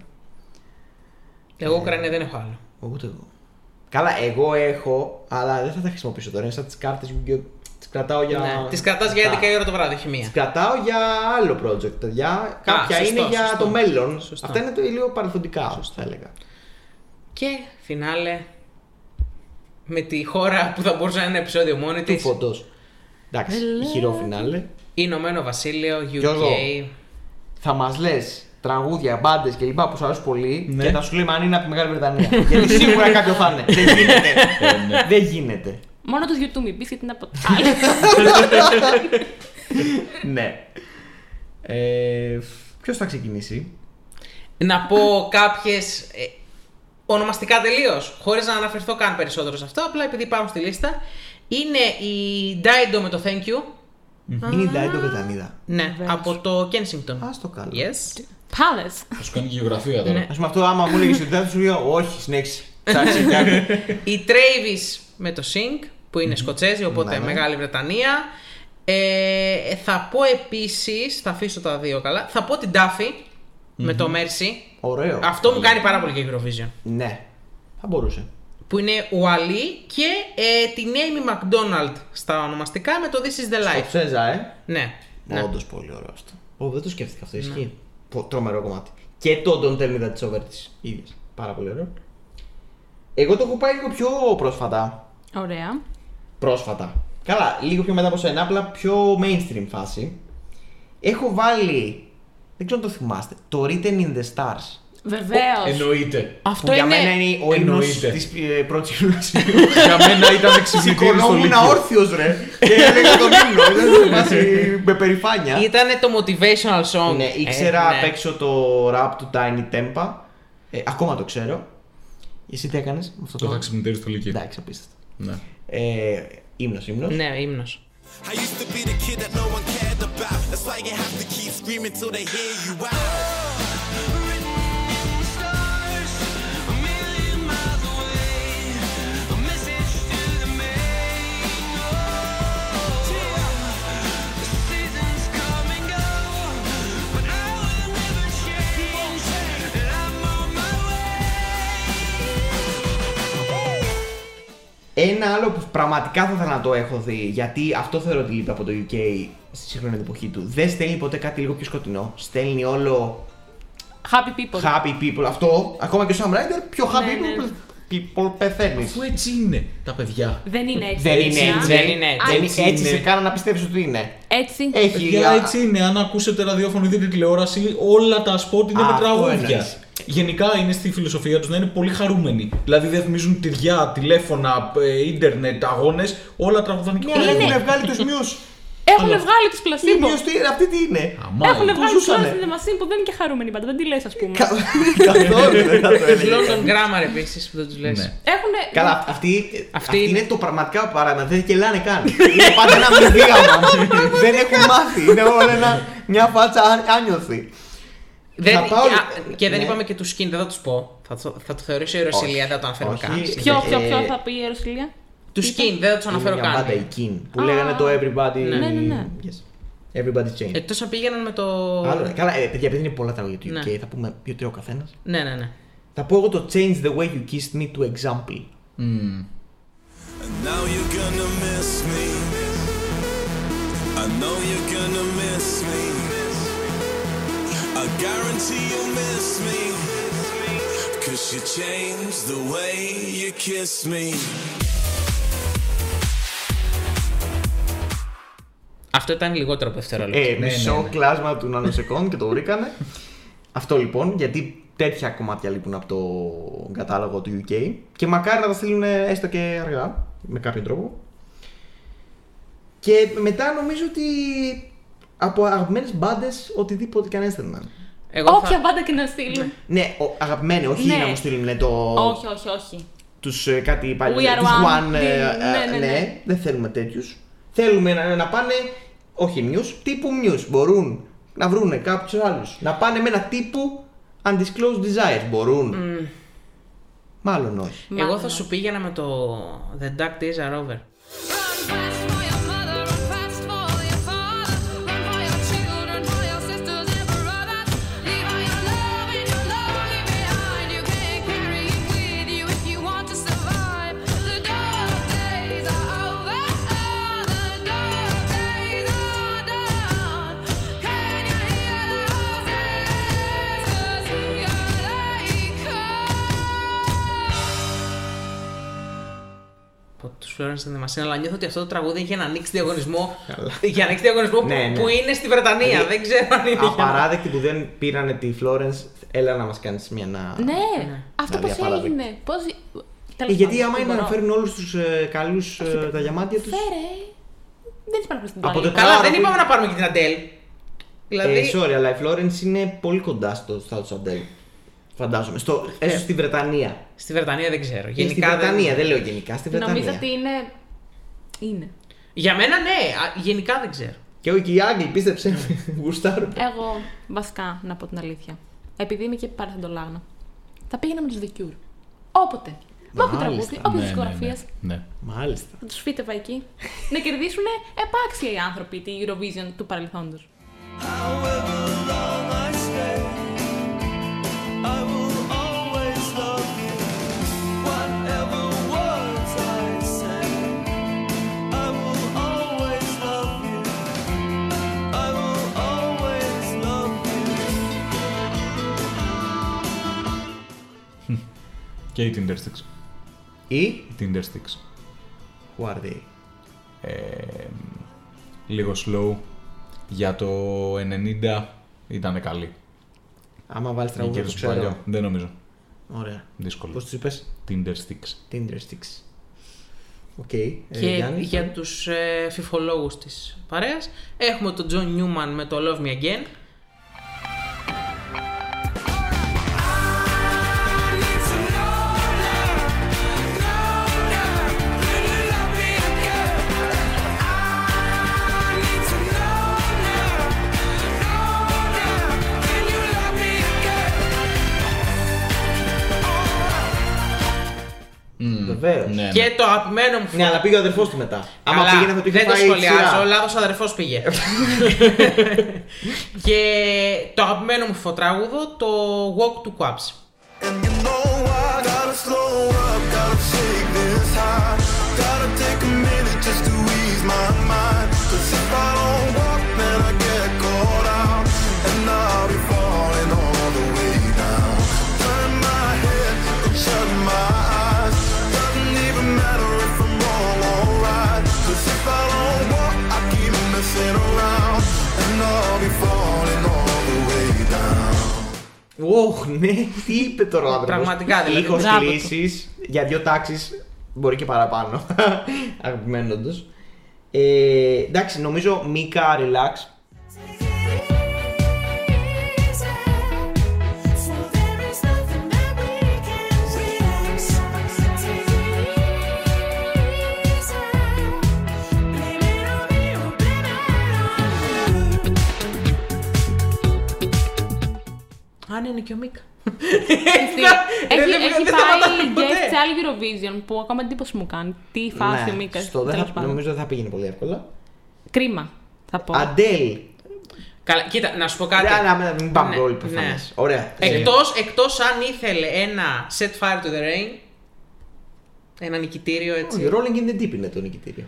Εγώ Ουκρανία δεν έχω άλλο.
Ούτε εγώ. Καλά, εγώ έχω, αλλά δεν θα τα χρησιμοποιήσω τώρα. Είναι σαν τις κάρτες που τις κρατάω για.
Ναι. Τις κρατάς για 11 η ώρα το βράδυ, όχι μία.
Τις κρατάω για άλλο project, παιδιά. Κάποια
σωστό,
είναι για
σωστό.
το μέλλον.
Σωστό.
Αυτά είναι το λίγο παρελθοντικά, θα έλεγα.
Και φινάλε με τη χώρα που θα μπορούσε να είναι ένα επεισόδιο μόνη
Του
της.
φωτός. Εντάξει, χειρό φινάλε.
Ηνωμένο Βασίλειο,
Γιώργο.
UK.
Θα μας λες τραγούδια, μπάντες κλπ. που σου αρέσουν πολύ
Ναι.
και θα σου λέμε αν είναι από τη Μεγάλη Βρετανία. Γιατί σίγουρα κάποιο θα είναι. Δεν γίνεται.
Ε, ναι.
Δεν γίνεται.
Μόνο του YouTube μην πεις γιατί είναι από τα άλλα.
ναι. Ε, Ποιος θα ξεκινήσει,
Να πω κάποιες. ονομαστικά τελείως, χωρίς να αναφερθώ καν περισσότερο σε αυτό, απλά επειδή πάμε στη λίστα. Είναι η Daido με το Thank you.
Είναι η Ντάιντο Βετανίδα.
Ναι,
Βεβαίως.
από το Kensington.
Ας το κάνω.
Yes.
Palace.
Θα σου κάνει γεωγραφία τώρα.
Ναι.
Ας πούμε αυτό, άμα μου έλεγε ότι δεν θα σου λέω, Όχι, συνέχισε. Ψάξε κι άλλο.
Η Travis με το Sink, που είναι Σκοτσέζοι, οπότε
Ναι, ναι.
Μεγάλη Βρετανία. Ε, θα πω επίσης, θα αφήσω τα δύο καλά, θα πω την Duffy με το Mercy.
Ωραίο.
Αυτό μου κάνει πάρα πολύ για Eurovision.
Ναι. Θα μπορούσε.
Που είναι ο Αλή και ε, την Amy McDonald στα ονομαστικά με το This is the
Το
life.
Τσέζα, ε.
Ναι. ναι.
Όντως πολύ ωραίο αυτό. Ω, δεν το σκέφτηκα αυτό, ισχύει. Πο- Τρομερό κομμάτι. Και το Don't Tell Me That It's Over της ίδιας. Πάρα πολύ ωραίο. Εγώ το έχω πάει λίγο πιο πρόσφατα.
Ωραία.
Πρόσφατα. Καλά, λίγο πιο μετά από σένα, απλά πιο mainstream φάση. Έχω βάλει. Δεν ξέρω αν το θυμάστε. Το Written in the Stars.
Βεβαίως.
Εννοείται.
Που
Αυτό
για
είναι.
μένα είναι ο ύμνος
Εννοείται.
της ε, πρώτης γυμνασίου.
Για μένα ήταν ξυπνητήρι στο
Σηκωνόμουν
Λύκειο.
αόρθιος ρε και έλεγα τον ύμνο. Ήταν σε φάση με περηφάνεια.
Ήτανε το motivational song.
Ναι, ήξερα
Ε,
απ' έξω το rap του Tiny Tempa. Ε, ακόμα το ξέρω. Εσύ τι έκανες με αυτό
Το
το.
είχα ξυπνητήρι στο Λύκειο.
Εντάξει, απίστευτο.
Ναι.
Ε, ύμνος, ύμνος.
Ναι, ύμνος.
I used to be the kid that no one cared about. That's why you have to keep screaming till they hear you out.
Ένα άλλο που πραγματικά θα ήθελα να το έχω δει, γιατί αυτό θεωρώ ότι λείπει από το UK στη σύγχρονη εποχή του. Δεν στέλνει ποτέ κάτι λίγο πιο σκοτεινό. Στέλνει όλο
Happy people.
happy people. Αυτό, ακόμα και ο Sam Ryder, πιο happy
Ναι, ναι.
people, people πεθαίνεις.
Αφού έτσι είναι τα παιδιά.
Δεν είναι έτσι.
Δεν είναι έτσι.
Δεν είναι έτσι.
Δεν-
Έτσι
Έτσι
είναι.
σε κάνω να πιστεύει ότι είναι.
Έτσι.
Έχει.
Παιδιά,
α-
έτσι είναι. Αν ακούσετε ραδιόφωνο ή δείτε τηλεόραση, όλα τα σπότ είναι
Α,
με
αυτό
τραγούδια.
εννοείς.
Γενικά είναι στη φιλοσοφία τους να είναι πολύ χαρούμενοι. Δηλαδή διαφημίζουν τυριά, τηλέφωνα, ε, ίντερνετ, αγώνες, όλα τραγουδάνε και όλα
Έχουν
είναι.
βγάλει τους μειούς.
Έχουν
Άλλο.
βγάλει τους πλασίμπο.
Μείους τι είναι, αυτή τι είναι.
Αμά,
Έχουν
ε,
βγάλει τους
ζούσανε.
πλασίμπο. που δεν είναι και χαρούμενοι πάντα. Δεν τη λες, ας πούμε.
Κα- Καθόλου δεν θα το έλεγα.
London Grammar επίσης που δεν τους λες.
Ναι.
Έχουν.
Καλά, αυτή, αυτή
είναι.
είναι το πραγματικά παράδειγμα. Δεν κελάνε καν. Είναι πάντα ένα μηδίαμα. Δεν έχουν μάθει. Είναι όλο ένα, μια φάτσα άν- άνιωθη.
Δεν,
Θα πάω-
και, και δεν
ναι.
είπαμε και τους skin, δεν θα τους πω. Θα, το- θα το θεωρήσω αεροσυλία, δεν θα το αναφέρω
Όχι.
καν.
Ποιο, ποιο,
Ε,
ποιο θα πει η Ιερουσαλήμ.
Του skin, δεν θα τους αναφέρω
Είναι μια μπάντα
καν.
η Kin που
Α,
λέγανε το everybody.
ναι, ναι, ναι.
Yes. Everybody change.
Εκτό αν πήγαιναν με Ε, το.
Άλλο, ε, καλά, ε, παιδιά, επειδή είναι πολλά τραγούδια του
Ναι.
UK, θα πούμε δύο-τρία ο καθένας.
Ναι, ναι, ναι.
Θα πω εγώ το Change the way you kissed me to example.
And now you're gonna miss me. I know you're gonna miss me. I guarantee you'll miss me. Cause you changed the way you kiss me.
Αυτό ήταν λιγότερο από δευτερόλεπτο.
Ε, μισό κλάσμα του νανοσεκών και το βρήκανε. Αυτό λοιπόν, γιατί τέτοια κομμάτια λείπουν από το κατάλογο του UK και μακάρι να τα στείλουν έστω και αργά, με κάποιο τρόπο. Και μετά νομίζω ότι από αγαπημένες μπάντες οτιδήποτε και αν έστελναν.
Εγώ
Όποια
θα...
μπάντα και να στείλουν.
Ναι, ο, αγαπημένοι, όχι
Ναι.
να μου στείλουν το,
Όχι, όχι, όχι.
τους ε, κάτι πάλι.
We are
τους
one.
ε, ε,
Ναι, ναι, ναι, ναι.
δεν θέλουμε τέτοιους. Θέλουμε να, να πάνε, όχι news, τύπου news. Μπορούν να βρούνε κάποιους άλλους. Να πάνε με ένα τύπου undisclosed desires. Μπορούν. Μάλλον όχι.
Εγώ θα
Μάλλον.
σου πήγαινα με το The Duck Days Are Over.
Run fast for your mother, run fast for your father, run for your children, for your sisters and brothers. Leave all your love and your longing behind. You can't carry it with you if you want to survive. The dark days are over. The dark days are done. Can you hear the roses? 'Cause we are
Από του Florence and the Machine, αλλά νιώθω ότι αυτό το τραγούδι είχε να ανοίξει διαγωνισμό. για να ανοίξει διαγωνισμό που,
Ναι, ναι.
που είναι στη Βρετανία.
Δηλαδή,
δεν ξέρω αν είναι. για να-
Απαράδεκτη που δεν πήρανε τη Florence, έλα να μας κάνεις μια να...
Ναι, αυτό
Δηλαδή,
πώ
απαράδεκτο.
έγινε. Πώς. Τέλος
Ε, γιατί
πάντων,
άμα
δεν
είναι να
μπορώ.
φέρουν όλους τους ε, καλούς τα διαμάντια τους.
Φέρε. Δεν της παρακολουθεί την
Από
πάλι.
το-
Καλά,
Άρα
δεν
που-
είπαμε να πάρουμε και την Αντέλ.
Ε,
Δηλαδή.
sorry, αλλά η Florence είναι πολύ κοντά στο Status Αντέλ. Φαντάζομαι. Στο,
Ε.
έστω στη Βρετανία.
Στη Βρετανία δεν ξέρω.
Και
Γενικά.
Ε, στη
δεν-
Βρετανία, δεν... λέω γενικά, στη Βρετανία.
Νομίζω ότι είναι. Είναι.
Για μένα ναι, α, γενικά δεν ξέρω.
Και εγώ και οι Άγγλοι, πίστεψε με, γουστάρουν.
Εγώ βασικά να πω την αλήθεια. Επειδή είμαι και παρθεντολάγνα. Θα πήγαινα με τους δικιούρ. Όποτε. Με όποιο
Μάλιστα.
τραγούδι, όποιες
Ναι, ναι,
δισκογραφίες.
ναι, ναι.
Μάλιστα.
Θα τους φύτευα εκεί. να κερδίσουν επάξια οι άνθρωποι τη Eurovision του παρελθόντος.
Και οι Tinder Sticks.
Ή.
Οι Tinder Sticks.
Who are they?
Ε, λίγο slow. Για το 90 ήταν καλή.
Άμα βάλεις
Ή και
τραγούδι,
το
το ξέρω.
παλιό. Δεν νομίζω.
Ωραία.
Δύσκολο.
Πώς τους είπες,
Tinder Sticks.
Tinder Sticks. Οκ. ε, Και
και για τους ε, φιφολόγου της παρέας έχουμε τον Τζον Νιούμαν με το Love Me Again.
Ναι, Βεβαίως.
Ναι, ναι.
Και το αγαπημένο μου
Ναι, αλλά πήγε ο αδερφός του μετά. Άμα
Καλά,
πήγαινε θα του είχε
δεν το
φάει η
σχολιάζω,
σειρά.
λάθος αδερφός πήγε. και το αγαπημένο μου φωτράγουδο, το Walk to Quaps.
And you know I gotta slow up, gotta shake this high. Gotta take a minute just to ease my mind. Cause if I don't walk, then I get caught out. And I'll be falling all the way down. Turn my head and shut my eyes. Doesn't even matter if I'm wrong or right. Cause if I don't walk, I keep messing around. And I'll be falling all the way down.
Ωχ, ναι, τι είπε τώρα ο άνθρωπος.
Πραγματικά, δηλαδή,
Ήχος
μπράβο του.
κλήσεις για δύο τάξεις, μπορεί και παραπάνω. Αγαπημένο όντω. Ε, εντάξει, νομίζω Μίκα, relax.
Αν είναι και ο Μίκα.
έχει έχει πάει
ποτέ.
guest σε άλλη Eurovision που ακόμα εντύπωση μου κάνει. Τι φάση ο Μίκας.
Ναι, στο δεν θα, νομίζω δεν θα πήγαινε πολύ εύκολα.
Κρίμα, θα πω.
Αντέλ.
Καλά, κοίτα, να σου πω κάτι.
Ναι, αλλά μην πάμε
Ναι,
όλοι προφανώ.
ναι.
Ωραία.
Εκτός, εκτός αν ήθελε ένα set fire to the rain, ένα νικητήριο
Όχι,
έτσι.
Rolling in the Deep είναι το νικητήριο.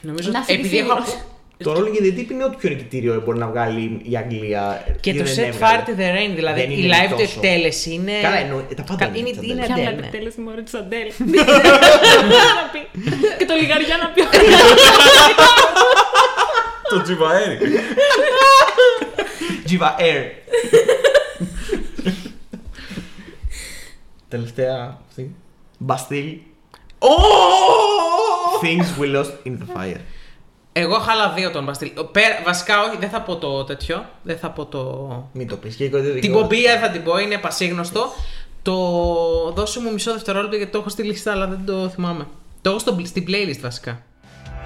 Νομίζω
Να είσαι
επειδή έχω...
σίγουρος.
Ε,
Το Rolling in the Deep είναι ό,τι πιο νικητήριο μπορεί να βγάλει η Αγγλία.
Και το
Δεν
set
έβγαλε.
fire to the rain, δηλαδή
Δεν
η
είναι
live του
τόσο.
εκτέλεση είναι.
Καλά, εννοώ, τα πάντα
Κα-
είναι
είναι.
της
Είναι
Ποια
Αντέλ, ναι.
επιτέλεση μου ωραία Αντέλ. Τι να πει. Και το λιγαριά να πει.
Το τσιβαέρι.
Jiva Air. Τελευταία αυτή. Bastille. Things we lost in the fire.
Εγώ είχα άλλα δύο τον Μπαστίλ. Πέρα- Βασικά, όχι, δεν θα πω το τέτοιο. Δεν θα πω το.
Μην το πεις και εγώ δεν
Την
δικαιούμαι.
κομπία δεν θα την πω, είναι πασίγνωστο. Το δώσε μου μισό δευτερόλεπτο γιατί το έχω στη λίστα, αλλά δεν το θυμάμαι. Το έχω στο- στην playlist βασικά.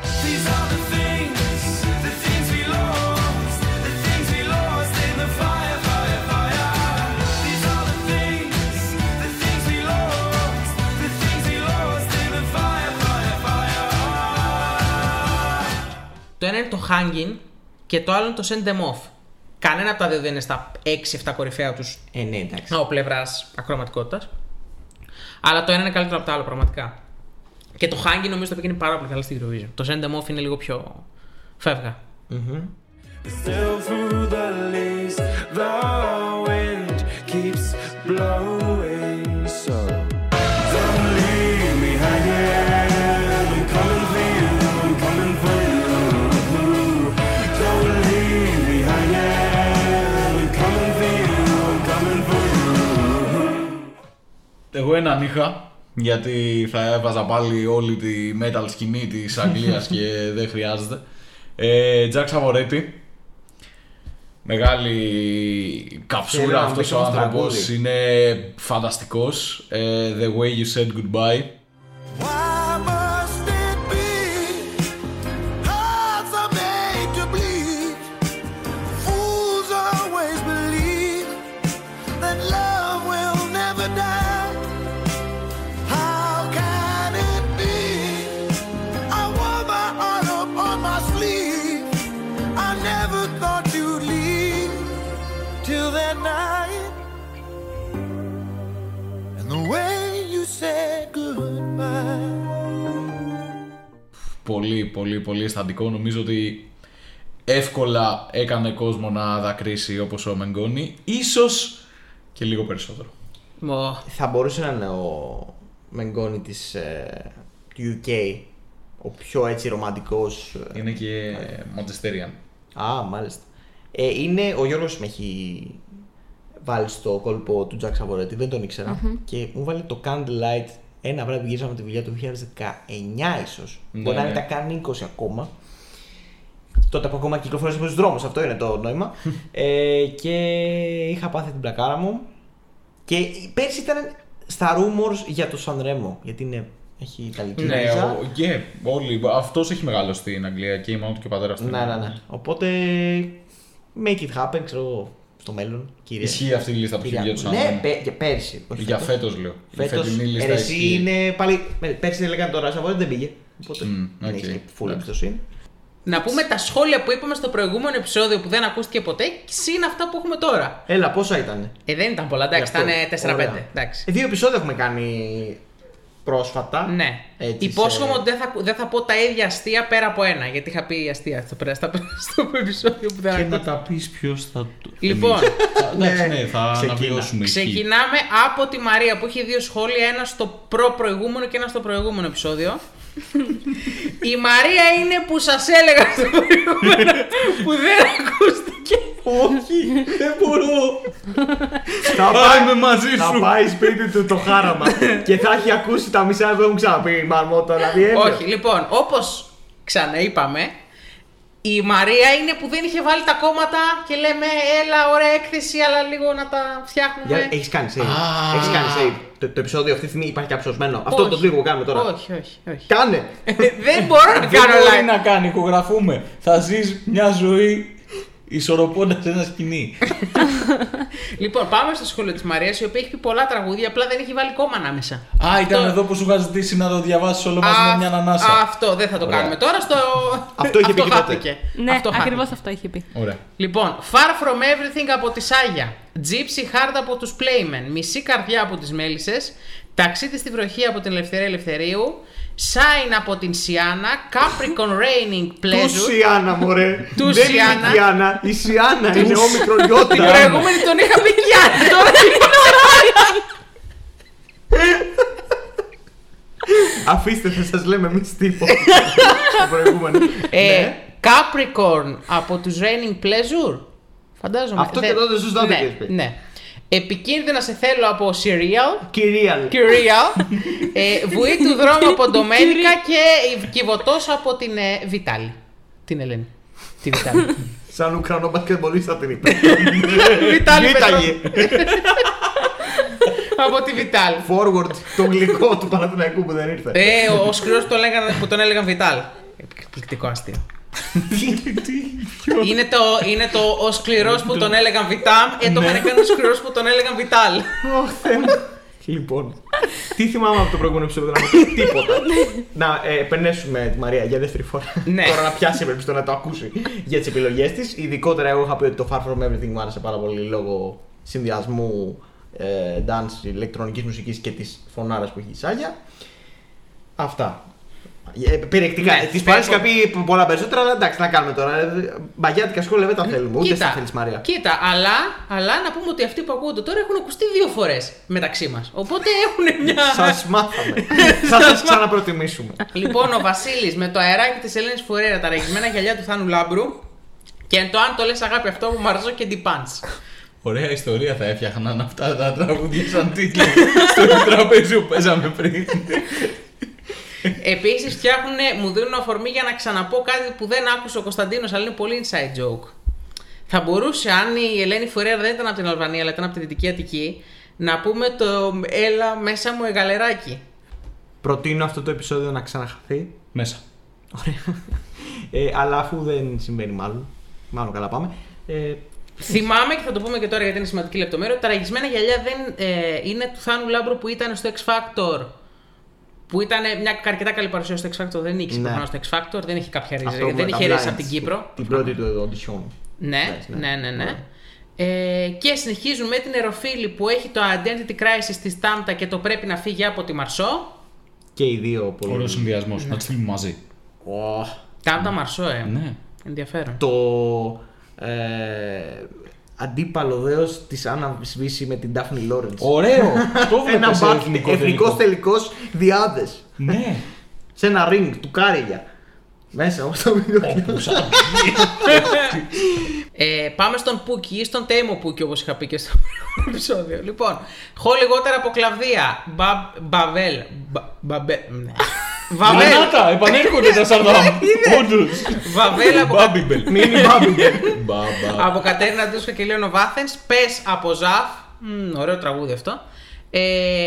These are the things, the things we lost, the things we lost in the fire, fire, fire. These are the things, the things we lost, the things we lost in the fire, fire, fire.
Το ένα είναι το Hanging και το άλλο είναι το Send Them Off. Κανένα από τα δύο δεν είναι στα 6-7 κορυφαία τους
Ε, ναι, εντάξει.
από πλευράς ακροματικότητας. Αλλά το ένα είναι καλύτερο από το άλλο, πραγματικά. Και το Hanging νομίζω θα πήγαινε πάρα πολύ καλά στην Eurovision. Το Send Them Off είναι λίγο πιο. φεύγα.
Still through the leaves, the wind keeps blowing. So don't leave me hanging. I'm coming for you. I'm coming for you. Don't leave me hanging. I'm coming for you. I'm coming for you.
Εγώ έναν είχα γιατί θα έβαζα πάλι όλη τη metal σκηνή της Αγγλίας και δεν χρειάζεται. Ε, Jack Savoretti. Μεγάλη
Θέλω
καψούρα
να
αυτός
μπει
ο
στο
άνθρωπος,
τραγούδι.
είναι φανταστικός. Ε, the way you said goodbye.
Why must it be hearts are made to bleed? Fools always believe that love will never die. How can it be? I wore my heart up on my sleeve. I never thought you'd leave till that night. And the way you said goodbye.
πολύ πολύ πολύ αισθαντικό νομίζω ότι εύκολα έκανε κόσμο να δακρύσει όπως ο Μενγκόνη ίσως και λίγο περισσότερο
Μω.
Θα μπορούσε να είναι ο Μενγκόνη της, ε, του UK ο πιο έτσι ρομαντικός ε,
είναι και Manchesterian
Α, μάλιστα. Ε, είναι, ο Γιώργος με έχει βάλει στο κόλπο του Τζακ Σαβορέτη, δεν τον ήξερα. Και μου βάλε το Candlelight ένα βράδυ που γύρισαμε τη δουλειά του 2019 ίσως.
Ναι,
Μπορεί να
ναι.
είναι τα καν 20 ακόμα. Τότε που ακόμα κυκλοφορούσαμε στους δρόμους, αυτό είναι το νόημα. ε, και είχα πάθει την πλακάρα μου. Και πέρσι ήταν στα rumors για το Sanremo, γιατί είναι, έχει Ιταλική
ναι,
ρίζα.
ο, yeah, όλοι, αυτός έχει μεγαλώσει στην Αγγλία και η μάνα του και ο πατέρας του
Ναι, ναι, ναι. Οπότε. Make it happen, ξέρω εγώ, στο μέλλον. Κύριε.
Ισχύει αυτή η λίστα που
Κύριε
έχει για τους
Άκου. Ναι,
άνθρωπους.
πε- για πέρσι. όχι
για φέτος λέω
Φέτος,
η φετινή λίστα
ε, εσύ
ισχύει.
είναι πάλι. ε, Πέρσι έλεγαν τώρα, σαν δεν πήγε. Οπότε
Μμ,
δεν
οκ.
έχει και full
Ναι.
εμπιστοσύνη.
Να πούμε τα σχόλια που είπαμε στο προηγούμενο επεισόδιο που δεν ακούστηκε ποτέ, συν αυτά που έχουμε τώρα.
Έλα, πόσα ήταν. Ε,
Ε, δεν ήταν πολλά, εντάξει, ήταν 4-5. Εντάξει.
Δύο επεισόδια έχουμε κάνει πρόσφατα.
Ναι.
Ε, Έτσι,
Υπόσχομαι
σε-
ότι δεν θα, δεν θα πω τα ίδια αστεία πέρα από ένα. Γιατί είχα πει αστεία στο, πέρα- στα- στο επεισόδιο που
Και
δεν
να
ακούστηκε.
τα πεις ποιος θα το...
Λοιπόν,
εντάξει ναι θα
Ξεκίνα.
αναβιώσουμε εκεί.
ξεκινάμε από τη Μαρία που έχει δύο σχόλια. Ένα στο προ-προηγούμενο και ένα στο προηγούμενο επεισόδιο. Η Μαρία είναι που σας έλεγα στο προηγούμενο που δεν ακούστηκε.
Όχι, δεν μπορώ. θα,
Άι, είμαι
πάει,
μαζί
θα
σου
πάει σπίτι του το χάραμα και θα έχει ακούσει τα μισά που έχουν ξαναπεί η Μαρμότα. Δηλαδή, έμεινε.
Όχι, λοιπόν, όπως ξαναείπαμε, η Μαρία είναι που δεν είχε βάλει τα κόμματα και λέμε έλα, ωραία έκθεση, αλλά λίγο να τα φτιάχνουμε.
Για... ε, Έχεις κάνει save. Έχεις κάνει save. Το, το επεισόδιο αυτή τη στιγμή υπάρχει κάποιο σωσμένο. Αυτό
Όχι.
το λίγο που κάνουμε τώρα.
Όχι, όχι, όχι.
Κάνε!
δεν μπορώ να
Δεν
κάνω
μπορεί
live.
να κάνει, ηχογραφούμε. Θα ζεις μια ζωή ισορροπώντας ένα σκηνή.
Λοιπόν, πάμε στο σχολείο της Μαρίας, η οποία έχει πει πολλά τραγούδια, απλά δεν έχει βάλει κόμμα ανάμεσα.
Α, ήταν
Αυτό.
εδώ που σου είχα ζητήσει να το διαβάσεις όλο μαζί με μια ανανάσα.
Αυτό δεν θα το κάνουμε τώρα. Στο...
Αυτό είχε πει και τότε.
χάθηκε.
Ναι,
Αυτό
ακριβώ
χάθηκε.
αυτό είχε πει.
ωραία
Λοιπόν, Far From Everything από τη Σάγια, Gypsy Hard από τους Playmen, Μισή Καρδιά από τις Μέλισσες, Ταξίδι στη Βροχή από την Ελευθερία Ελευθερίου, Sign από την Σιάννα, Capricorn Raining
Του
Pleasure.
Σιάννα, μωρέ!
Του
Δεν είναι
Σιάννα.
η Κιάννα, η Σιάννα είναι όμικρο γιώτα.
Την προηγούμενη τον είχα πει Γιάννη, τώρα
Ναι.
την
Αφήστε, θα σας λέμε εμείς τίποτα. Το προηγούμενο.
Ε,
Ναι.
Capricorn από τους Raining Pleasure. Φαντάζομαι.
Αυτό
Δεν-
και τότε σωστά το
ναι,
έχεις πει.
ναι. Επικίνδυνα σε θέλω από Serial.
Κυρία.
Κυρία. ε, βουή του δρόμου από Ντομένικα και η κυβωτός από την ε, Βιτάλη. Την Ελένη. Τη Βιτάλη.
Σαν Ουκρανό μπασκετμπολίστα την είπε.
Βιτάλη
Βίταγε.
από τη Βιτάλη.
Forward το γλυκό του Παναθηναϊκού που δεν ήρθε.
ε, ο, ο Σκρός τον λέγανε- που τον έλεγαν Βιτάλ. Εκπληκτικό αστείο. είναι, το, είναι το ο σκληρός που τον έλεγαν Βιτάμ, ε, το έκανε ο σκληρός που τον έλεγαν Βιτάλ.
Ω, Θεέ μου. Λοιπόν, τι θυμάμαι από το προηγούμενο επεισόδιο να πω τίποτα. να ε, επενέσουμε τη Μαρία για δεύτερη φορά.
Ναι.
Τώρα να πιάσει πρέπει στο να το ακούσει για τις επιλογές της. Ειδικότερα, εγώ είχα πει ότι το Far From Everything μου άρεσε πάρα πολύ λόγω συνδυασμού ε, dance, ηλεκτρονικής μουσικής και της φωνάρας που έχει η Σάγια. Αυτά. Ε, Περιεκτικά.
Ναι,
Ναι, τη
θέλω-
παρέσει κάποιοι πολλά περισσότερα, αλλά εντάξει, να κάνουμε τώρα. Ε, Μπαγιάτικα σχόλια δεν τα θέλουμε. Ούτε στα θέλεις Μαρία.
Ναι, κοίτα, αλλά, αλλά να πούμε ότι αυτοί που ακούγονται τώρα έχουν ακουστεί δύο φορές μεταξύ μας. Οπότε έχουν μια.
Σας μάθαμε. Θα σας ξαναπροτιμήσουμε.
λοιπόν, ο Βασίλης με το αεράκι της Ελένης Φουρέρα, τα ραγισμένα γυαλιά του Θάνου Λάμπρου και το αν το λες αγάπη αυτό που μαρζό και ντυπάντ.
Ωραία ιστορία θα έφτιαχναν αυτά τα τραγούδια σαν τίτλοι στο τραπέζι που παίζαμε πριν.
Επίσης, φτιάχνουν, μου δίνουν αφορμή για να ξαναπώ κάτι που δεν άκουσε ο Κωνσταντίνος, αλλά είναι πολύ inside joke. Θα μπορούσε, αν η Ελένη Φουρέρα δεν ήταν από την Αλβανία, αλλά ήταν από τη Δυτική Αττική, να πούμε το Έλα μέσα μου εγαλεράκι.
Προτείνω αυτό το επεισόδιο να ξαναχαθεί.
Μέσα.
Ωραία. Ε, αλλά αφού δεν συμβαίνει μάλλον, μάλλον καλά πάμε. Ε,
Θυμάμαι και θα το πούμε και τώρα γιατί είναι σημαντική λεπτομέρεια. Τα ραγισμένα γυαλιά δεν, ε, είναι του Θάνου Λάμπρου που ήταν στο X Factor. Που ήταν μια αρκετά καλή παρουσία στο X Factor, δεν νίκησε
Ναι.
προφανώς στο X Factor, δεν είχε κάποια ρίζα,
αυτό με
δεν
τα
είχε ρίζα
blinds,
από την Κύπρο.
Την πρώτη του audition.
Ναι,
Ναι,
ναι,
ναι.
ναι. ναι. Ε, και συνεχίζουν με την Εροφίλη που έχει το Identity Crisis της Τάμτα και το πρέπει να φύγει από τη Μαρσό.
Και οι δύο πολύ.
Ωραίος συνδυασμός. Να του στείλουμε μαζί.
Ωχ.
Τάμτα Μαρσό, ε.
Ναι.
Ενδιαφέρον.
Το ε, αντίπαλο δέος της Άννα Σβήση με την Ντάφνη Λόρεντς.
Ωραίο! Το
Ένα
βλέπω σε
μπάτλ,
εθνικό τελικό.
εθνικός τελικός διάδες.
Ναι.
Σε ένα ring του Κάριγια. Μέσα από το βίντεο.
Ε, πάμε στον Πούκι ή στον Τέιμο Πούκι όπως είχα πει και στο προηγούμενο επεισόδιο. Λοιπόν, χω λιγότερα από κλαβδία. Μπα- Μπαβέλ. Μπα- Μπαμπέ. ναι. Βαβέλ.
Γρανάτα, επανέρχονται τα Σαρδάμ. Όντως.
Βαβέλ από,
Μπάμπιμπελ. Μίνι Μπάμπιμπελ.
Μπαμπα.
από Κατέρινα Ντούσκα και Λέωνο Βάθενς. Πες από Ζαφ. Μμμ, ωραίο τραγούδι αυτό. Ε,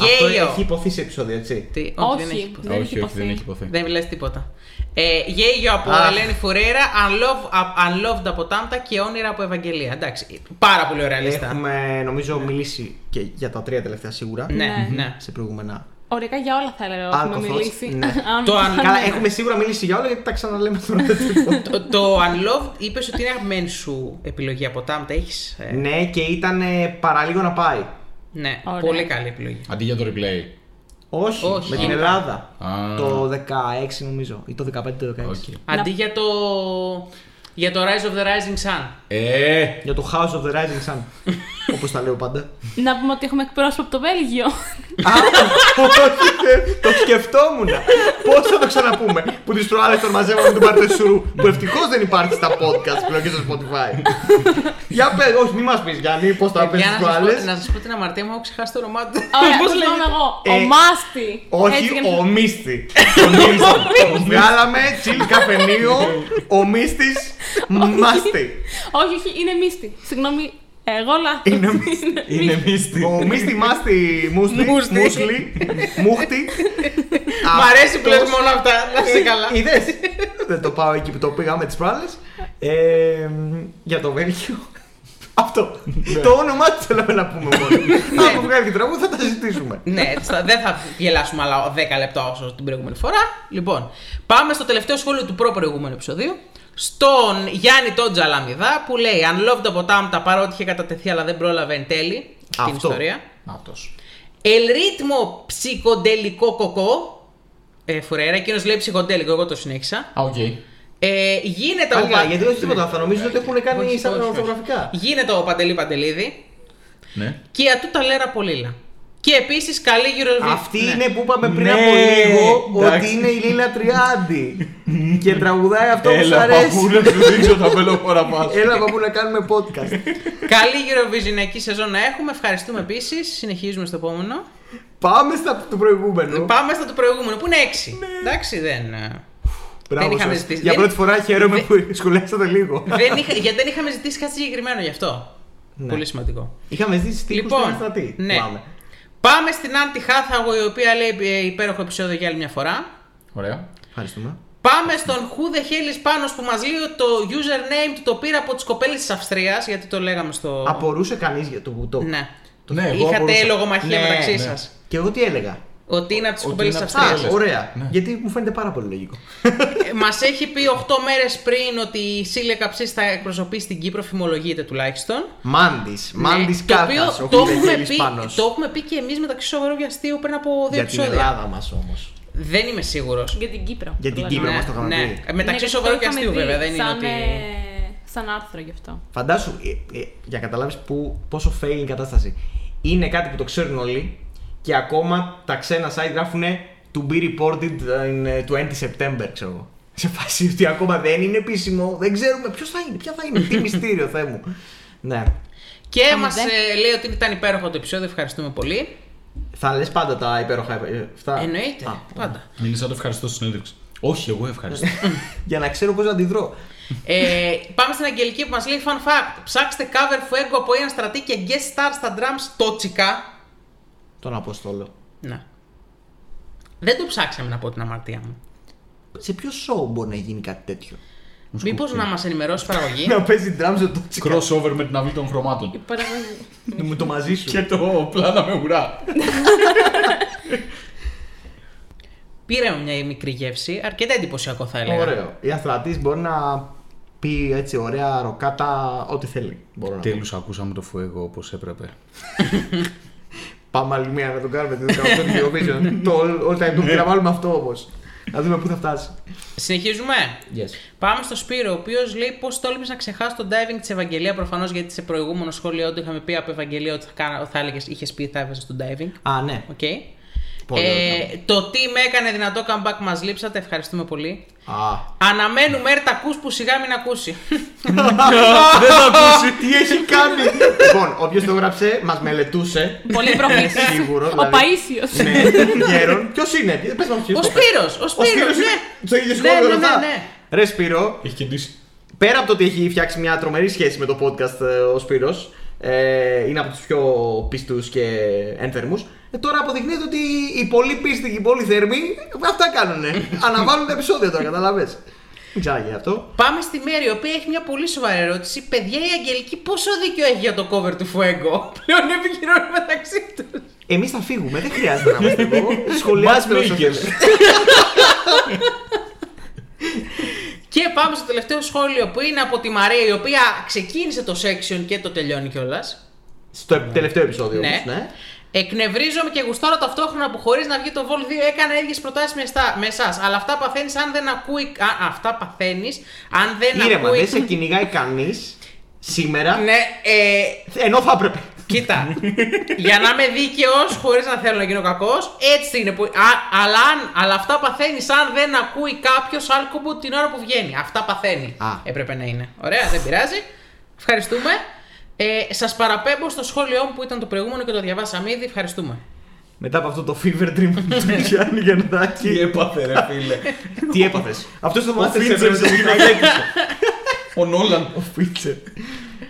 Αυτό
γέλιο.
έχει υποθεί σε επεισόδιο, έτσι.
Τι, όχι,
Όχι,
δεν έχει υποθεί.
δεν
Όχι,
έχει
όχι, δεν έχει
υποθεί.
υποθεί.
Δεν λες τίποτα. Ε, γέγιο από
Αχ.
Ελένη Φουρέρα, unloved, unloved από Τάμτα και όνειρα από Ευαγγελία. Εντάξει, πάρα πολύ ωραία λίστα.
Έχουμε νομίζω μιλήσει και για τα τρία τελευταία σίγουρα.
Ναι,
Ναι.
ναι.
Σε προηγούμενα.
Οριακά για όλα θα έλεγα έχουμε
Alcohols,
μιλήσει.
ναι.
Αν-
Το αν-
Καλά, έχουμε σίγουρα μιλήσει για όλα γιατί τα ξαναλέμε τώρα.
το, το Unloved είπες ότι είναι αγαπημένη σου επιλογή από Τάμτα. Έχεις. Ε,
ναι, και ήταν ε, παραλίγο να πάει.
ναι,
Ωραία.
πολύ καλή επιλογή.
Αντί για το replay.
Όχι,
Όχι.
με την Ελλάδα.
Α.
Το 16 νομίζω. Ή το 15 το 16.
Οκ.
Αντί για το. Για το Rise of the Rising Sun.
Ε!
Για το House of the Rising Sun. Όπως τα λέω πάντα.
Να πούμε ότι έχουμε εκπρόσωπο από το Βέλγιο.
Α, όχι, δεν- το σκεφτόμουν. Πώς θα το ξαναπούμε. Που τις προάλλες τον μαζεύαμε με τον Παρτεσούρου. Που ευτυχώς δεν υπάρχει στα podcast πλέον και στο Spotify. Για πες, όχι, μη μας πεις Γιάννη, πώς τα πες
Παιδιά,
τι
να σας πω-
προάλλες.
να σας πω την αμαρτία μου, έχω ξεχάσει το όνομά του.
Ωραία,
Ε, Πώς
το θυμάμαι
λέγεται?
εγώ.
Ε,
Ο Μάστη.
Όχι,
Έτσι, για να-
ο Μίστη. Βγάλαμε τσιλ καφενείο, ο Μίστης Μάστη.
Όχι, όχι, είναι Μίστη. Συγγνώμη, εγώ λάθος.
Είναι Μίστη.
Είναι μίστη.
Ο Μίστη Μάστη Μούστη.
Μούστη.
Μούσλι. Μούχτη.
Μ' αρέσει που λες μόνο αυτά.
Ε,
Να είσαι καλά.
Είδες. Δεν το πάω εκεί που το πήγαμε τις προάλλες. Ε, Για το Βέλγιο. Αυτό. Το όνομά του θέλαμε να πούμε μόνο. Αν βγάλει και τραγούδι θα τα συζητήσουμε.
ναι, στα- δεν θα γελάσουμε άλλα 10 λεπτά όσο την προηγούμενη φορά. Λοιπόν, πάμε στο τελευταίο σχόλιο του προ-προηγούμενου επεισοδίου. Στον Γιάννη τον Τζαλαμιδά που λέει Unloved από Τάμτα παρότι είχε κατατεθεί αλλά δεν πρόλαβε εν τέλει. Αυτή είναι η
Αυτό.
ιστορία.
Αυτός.
El ritmo ψυχοντελικό κοκό. Ε, φουρέρα, εκείνος λέει ψυχοντελικό, εγώ το συνέχισα.
Α, οκ.
Ε, γίνεται ο,
Καλά,
Πα-
γιατί όχι τίποτα. Θα νομίζουν ότι έχουν κάνει
Όχι,
σαν
όχι, όχι.
ορθογραφικά.
γίνεται ο Παντελή Παντελίδη.
Ναι.
Και η Ατούτα Λέρα Πολύλα. Και επίσης καλή γυροβή.
Αυτή είναι που είπαμε πριν
Ναι,
από λίγο ότι
εντάξει.
είναι η Λίλα Τριάντη. και τραγουδάει αυτό που σου
Έλα,
αρέσει.
παππούλα, σου δείξω τα πελόχωρα μας.
Έλα παππού να κάνουμε podcast.
Καλή Eurovisionιακή σεζόν να έχουμε. Ευχαριστούμε επίσης. Συνεχίζουμε στο επόμενο.
Πάμε στα του προηγούμενου.
Πάμε στα του προηγούμενου που είναι 6.
Ναι.
Εντάξει, δεν. ε,
Μπράβο
Δεν είχαμε
σας.
ζητήσει.
Για
Δεν-
πρώτη φορά χαίρομαι
δεν-
που σκουλέσατε λίγο.
δεν είχα- γιατί δεν είχαμε ζητήσει κάτι συγκεκριμένο γι' αυτό.
Ναι.
Πολύ σημαντικό.
Είχαμε ζήσει στίχους στον
λοιπόν,
Αστρατή.
ναι.
θυμάμαι.
Πάμε στην Άντι Χάθαγο, η οποία λέει ε, υπέροχο επεισόδιο για άλλη μια φορά.
Ωραία.
Ευχαριστούμε.
Πάμε στον Who the hell is Πάνος που μας λέει ότι το username του το πήρε από τις κοπέλες της Αυστρίας, γιατί το λέγαμε στο...
Απορούσε κανείς για το βουτό.
Ναι.
Ναι, εγώ
Είχατε
απορούσα.
λογομαχία
Ναι,
μεταξύ
ναι.
σας.
Και εγώ τι έλεγα.
Ότι είναι από τις
Ότι
κοπέλες της
είναι απ' τις
Αυστρίας.
άλλες.
Α, ωραία.
Ναι.
Γιατί μου φαίνεται πάρα πολύ λογικό.
Μας έχει πει 8 μέρες πριν ότι η Σίλια Καψής θα εκπροσωπήσει την Κύπρο, φημολογείται τουλάχιστον.
Μάντης. Μάντη
Ναι. το οποίο
κάρτα.
το έχουμε, πει, το έχουμε πει και εμείς μεταξύ σοβαρού και αστείου πριν από δύο
Για την
επεισόδια.
Ελλάδα μας όμως.
Δεν είμαι σίγουρος.
Για την Κύπρο.
Για την
το
Κύπρο.
λέγαμε.
μας το είχαμε πει.
Ε, Μεταξύ
Ναι,
σοβαρού
το
και
είχαμε
αστείου,
δει
βέβαια. Δεν είναι
σαν,
ότι.
ε, Σαν άρθρο γι' αυτό.
Φαντάσου, ε, ε, για να καταλάβεις πόσο fail είναι η κατάσταση. Είναι κάτι που το ξέρουν όλοι και ακόμα τα ξένα site γράφουν to be reported in ε, 20 September, ξέρω εγώ. Σε φάση ότι ακόμα δεν είναι επίσημο, δεν ξέρουμε ποιος θα είναι, ποια θα είναι, τι μυστήριο, Θεέ μου. Ναι.
Και μα
Χαμουδέ.
λέει ότι ήταν υπέροχο το επεισόδιο, ευχαριστούμε πολύ.
Θα λες πάντα τα υπέροχα. ε, Αυτά.
Εννοείται,
Α,
πάντα.
Είναι σαν το ευχαριστώ στη συνέντευξη. Όχι, εγώ ευχαριστώ.
Για να ξέρω πώς να αντιδρώ.
ε, πάμε στην Αγγελική που μας λέει: Fun fact. Ψάξτε cover Fuego από έναν στρατή και guest star στα drums τότσικα.
Τον Αποστόλο.
Να. Δεν το ψάξαμε να πω την αμαρτία μου.
Σε ποιο show μπορεί να γίνει κάτι τέτοιο.
Μήπως να μας ενημερώσει η παραγωγή.
να παίζει drums ο Τότσικας.
Crossover με την αυλή των χρωμάτων.
Να μου το μαζί σου.
Και το πλάνα με ουρά.
Πήραμε μια μικρή γεύση, αρκετά εντυπωσιακό θα έλεγα.
Ωραίο. Η αθλητή μπορεί να πει έτσι ωραία ροκάτα ό,τι θέλει. Μπορώ να πω.
Τέλους ακούσαμε το φουέγο όπως έπρεπε.
Πάμε άλλη μία να τον κάνουμε. Δεν το κάνουμε αυτό το Eurovision. Το all- all time tour. Να βάλουμε αυτό όμως. Να δούμε πού θα φτάσει.
Συνεχίζουμε.
Yes.
Πάμε στο Σπύρο, ο οποίος λέει πώς τόλμησες να ξεχάσεις το diving της Ευαγγελία. Προφανώς γιατί σε προηγούμενο σχόλιο του είχαμε πει από Ευαγγελία ότι θα, κάνα- θα έλεγες, είχες πει θα έβαζες το diving.
Α, ναι.
Οκ.
Πολύ ωραία.
Ε, το τι με έκανε δυνατό comeback μας λείψατε, ευχαριστούμε πολύ.
Α.
Αναμένουμε έρτα ακούς που σιγά μην ακούσει.
Δεν θα ακούσει.
Τι έχει κάνει! λοιπόν, όποιος το έγραψε, μας μελετούσε.
Πολύ προκλήσει.
Σίγουρο,
Ο
δηλαδή.
Παίσιο.
ναι, γέρον. Ποιος είναι, πες μας ποιος.
ο Σπύρος, ο
Ο Σπύρος
Σπύρος,
είναι.
ναι.
Στο ίδιο
Ναι,
σχόλιο,
ναι, ναι,
αυτά.
ναι.
Ρε Σπύρο,
Έχει κεντήσει.
πέρα από το ότι έχει φτιάξει μια τρομερή σχέση με το podcast ε, ο Σπύρος, ε, είναι από τους πιο πιστούς και ένθερμους, ε, τώρα αποδεικνύεται ότι οι πολύ πίστοι και οι πολύ θερμοί αυτά κάνουνε. Αναβάλουν τα επεισόδια τώρα, καταλαβες. Μην ξάγει αυτό.
Πάμε στη Μέρη, η οποία έχει μια πολύ σοβαρή ερώτηση. Παιδιά, η Αγγελική πόσο δίκιο έχει για το cover του Fuego. Πλέον επικοινωνούν μεταξύ τους.
Εμείς θα φύγουμε, δεν χρειάζεται να είμαστε εδώ. Σχολιάστε όσο
βρήκες.
θέλετε.
Και πάμε στο τελευταίο σχόλιο που είναι από τη Μαρία, η οποία ξεκίνησε το section και το τελειώνει κιόλας.
Στο τελευταίο επεισόδιο
Ναι.
όμως, ναι.
Εκνευρίζομαι και γουστάρω ταυτόχρονα που χωρίς να βγει το Vol 2 έκανα ίδιες προτάσεις με εσάς. Αλλά αυτά παθαίνεις αν δεν ακούει. Α, αυτά παθαίνεις αν δεν
Ήρεμα,
ακούει.
δεν σε κυνηγάει κανείς σήμερα,
Ναι, ε,
ενώ θα έπρεπε.
Κοίτα, για να είμαι δίκαιος, χωρίς να θέλω να γίνω κακός, έτσι είναι. Που, α, αλλά, αν- αλλά αυτά παθαίνει αν δεν ακούει κάποιος άλκομπο την ώρα που βγαίνει. Αυτά παθαίνει.
Α.
Έπρεπε να είναι. Ωραία, δεν πειράζει. Ευχαριστούμε. Ε, Σας παραπέμπω στο σχόλιο μου που ήταν το προηγούμενο και το διαβάσαμε ήδη. Ευχαριστούμε.
Μετά από αυτό το fever dream του Γιάννη
Τι
Γιαννάκη.
έπαθε ρε φίλε.
Τι έπαθες. Αυτός το μάθησε.
Φίντζερ
έπρεπε να
στην
κυνηγάει.
Ο Νόλαν.
Φίτσε.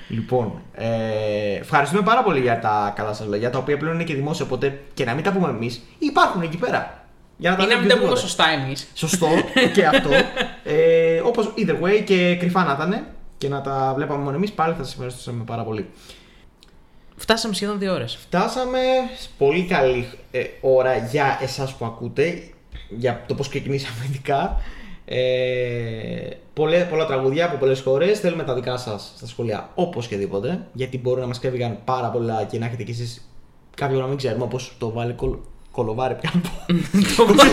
Λοιπόν, ε, ευχαριστούμε πάρα πολύ για τα καλά σας λόγια, τα οποία πλέον είναι και δημόσια. Οπότε και να μην τα πούμε εμείς, υπάρχουν εκεί πέρα. Για δει
Ή να μην τα πούμε
οποιοδήποτε.
σωστά εμείς.
Σωστό και αυτό. Ε, Όπως either way και κρυφά να ήταν και να τα βλέπαμε μόνο εμείς, πάλι θα σας ευχαριστούσαμε πάρα πολύ.
Φτάσαμε σχεδόν δύο ώρες.
Φτάσαμε σε πολύ καλή ε, ώρα για εσάς που ακούτε, για το πώς ξεκινήσαμε ειδικά. Ε, πολλέ, πολλά τραγουδιά από πολλές χώρες, θέλουμε τα δικά σας στα σχολεία οπωσδήποτε, γιατί μπορεί να μας κρύβηκαν πάρα πολλά και να έχετε κι εσείς κάποιο να μην ξέρουμε, όπως το βάλει κολ, κολοβάρι πια να πω.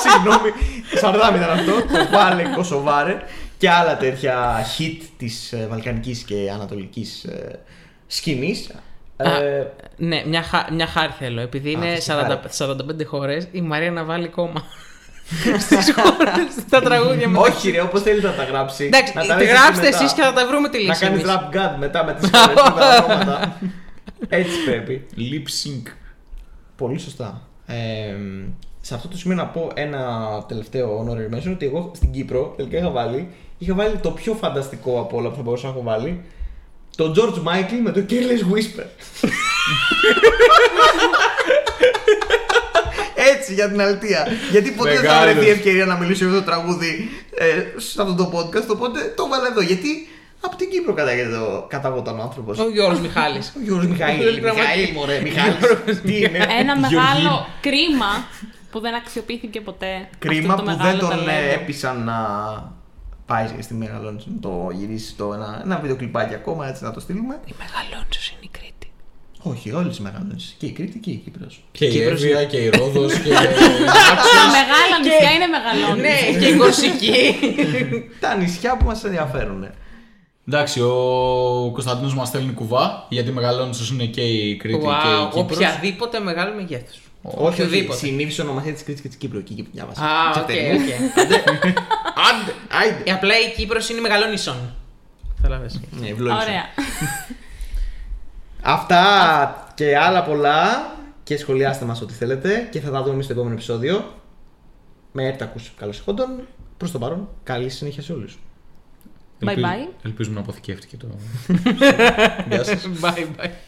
Συγγνώμη, σαρδάμι ήταν αυτό, το βάλε κοσοβάρε και άλλα τέτοια hit της ε, βαλκανικής και ανατολικής ε, σκηνής. Ε,
ναι, μια, χα, μια χάρη θέλω. Επειδή είναι
θες τη
40, 45 χώρες, η Μαρία να βάλει κόμμα. Στις χώρες, στα τραγούδια μα.
Όχι, ρε, όπως θέλεις να τα γράψει.
Εντάξει,
Να
τα
λες εσύ
γράψτε
μετά.
εσείς και θα τα βρούμε τη λύση.
Να κάνεις
εμείς.
rap god μετά με τις χώρες και τα ονόματα. Έτσι πρέπει.
Lip sync.
Πολύ σωστά. Ε, σε αυτό το σημείο να πω ένα τελευταίο honorary mention ότι εγώ στην Κύπρο τελικά είχα βάλει, είχα βάλει το πιο φανταστικό από όλα που θα μπορούσα να έχω βάλει. Το George Michael με το Careless Whisper. Έτσι για την αλήθεια. Γιατί ποτέ δεν θα
Μεγάλος.
βρεθεί ευκαιρία να μιλήσω για αυτό το τραγούδι ε, σε αυτό το podcast. Οπότε το βάλα εδώ. Γιατί από την Κύπρο κατάγεται το- καταγόταν ο άνθρωπος.
Ο Γιώργος Μιχάλης.
Ο Γιώργος Μιχαήλ. Μιχαήλ, μωρέ, Μιχαήλ. Τι είναι.
Ένα
Γεωργή.
μεγάλο κρίμα που δεν αξιοποιήθηκε ποτέ.
Κρίμα
αυτό το
που δεν
μεγάλο
τον ε,
ταλέντο.
έπεισαν να πάει στη Μεγαλόνισο να το γυρίσει το ένα, ένα βίντεο κλιπάκι ακόμα έτσι να το στείλουμε.
Η μεγαλόνισος είναι η Κρήτη.
Όχι, όλες οι Μεγαλόνισες. Και η Κρήτη και η Κύπρος.
Και η Εύβοια και η Ρόδος και...
Τα μεγάλα νησιά είναι μεγαλώνεις.
Ναι, και η Κορσική.
Τα νησιά που μας ενδιαφέρουν.
Εντάξει, ο Κωνσταντίνος μας στέλνει κουβά, γιατί μεγαλώνεις είναι και η Κρήτη και η
Wow,
Κύπρος.
οποιαδήποτε μεγάλο μεγέθους.
Όχι, όχι.
Οποιοδήποτε.
Συνήθισε ονομασία της Κρήτης και της Κύπρου. Εκεί και διάβασα.
Α, οκ,
Τσαπτερνή.
οκ.
Άντε,
Ε,
άιντε.
Απλά η Κύπρος είναι μεγαλόνισον. Καταλάβες.
Ναι, ευλόγησον.
Ωραία.
Αυτά και άλλα πολλά. Και σχολιάστε μας ό,τι θέλετε. Και θα τα δούμε εμείς στο επόμενο επεισόδιο. Με έρτακους καλώς εχόντων. Προς το παρόν, καλή συνέχεια σε όλους.
Bye bye.
Ελπίζουμε να αποθηκεύτηκε το.
Γεια σας.
Bye bye.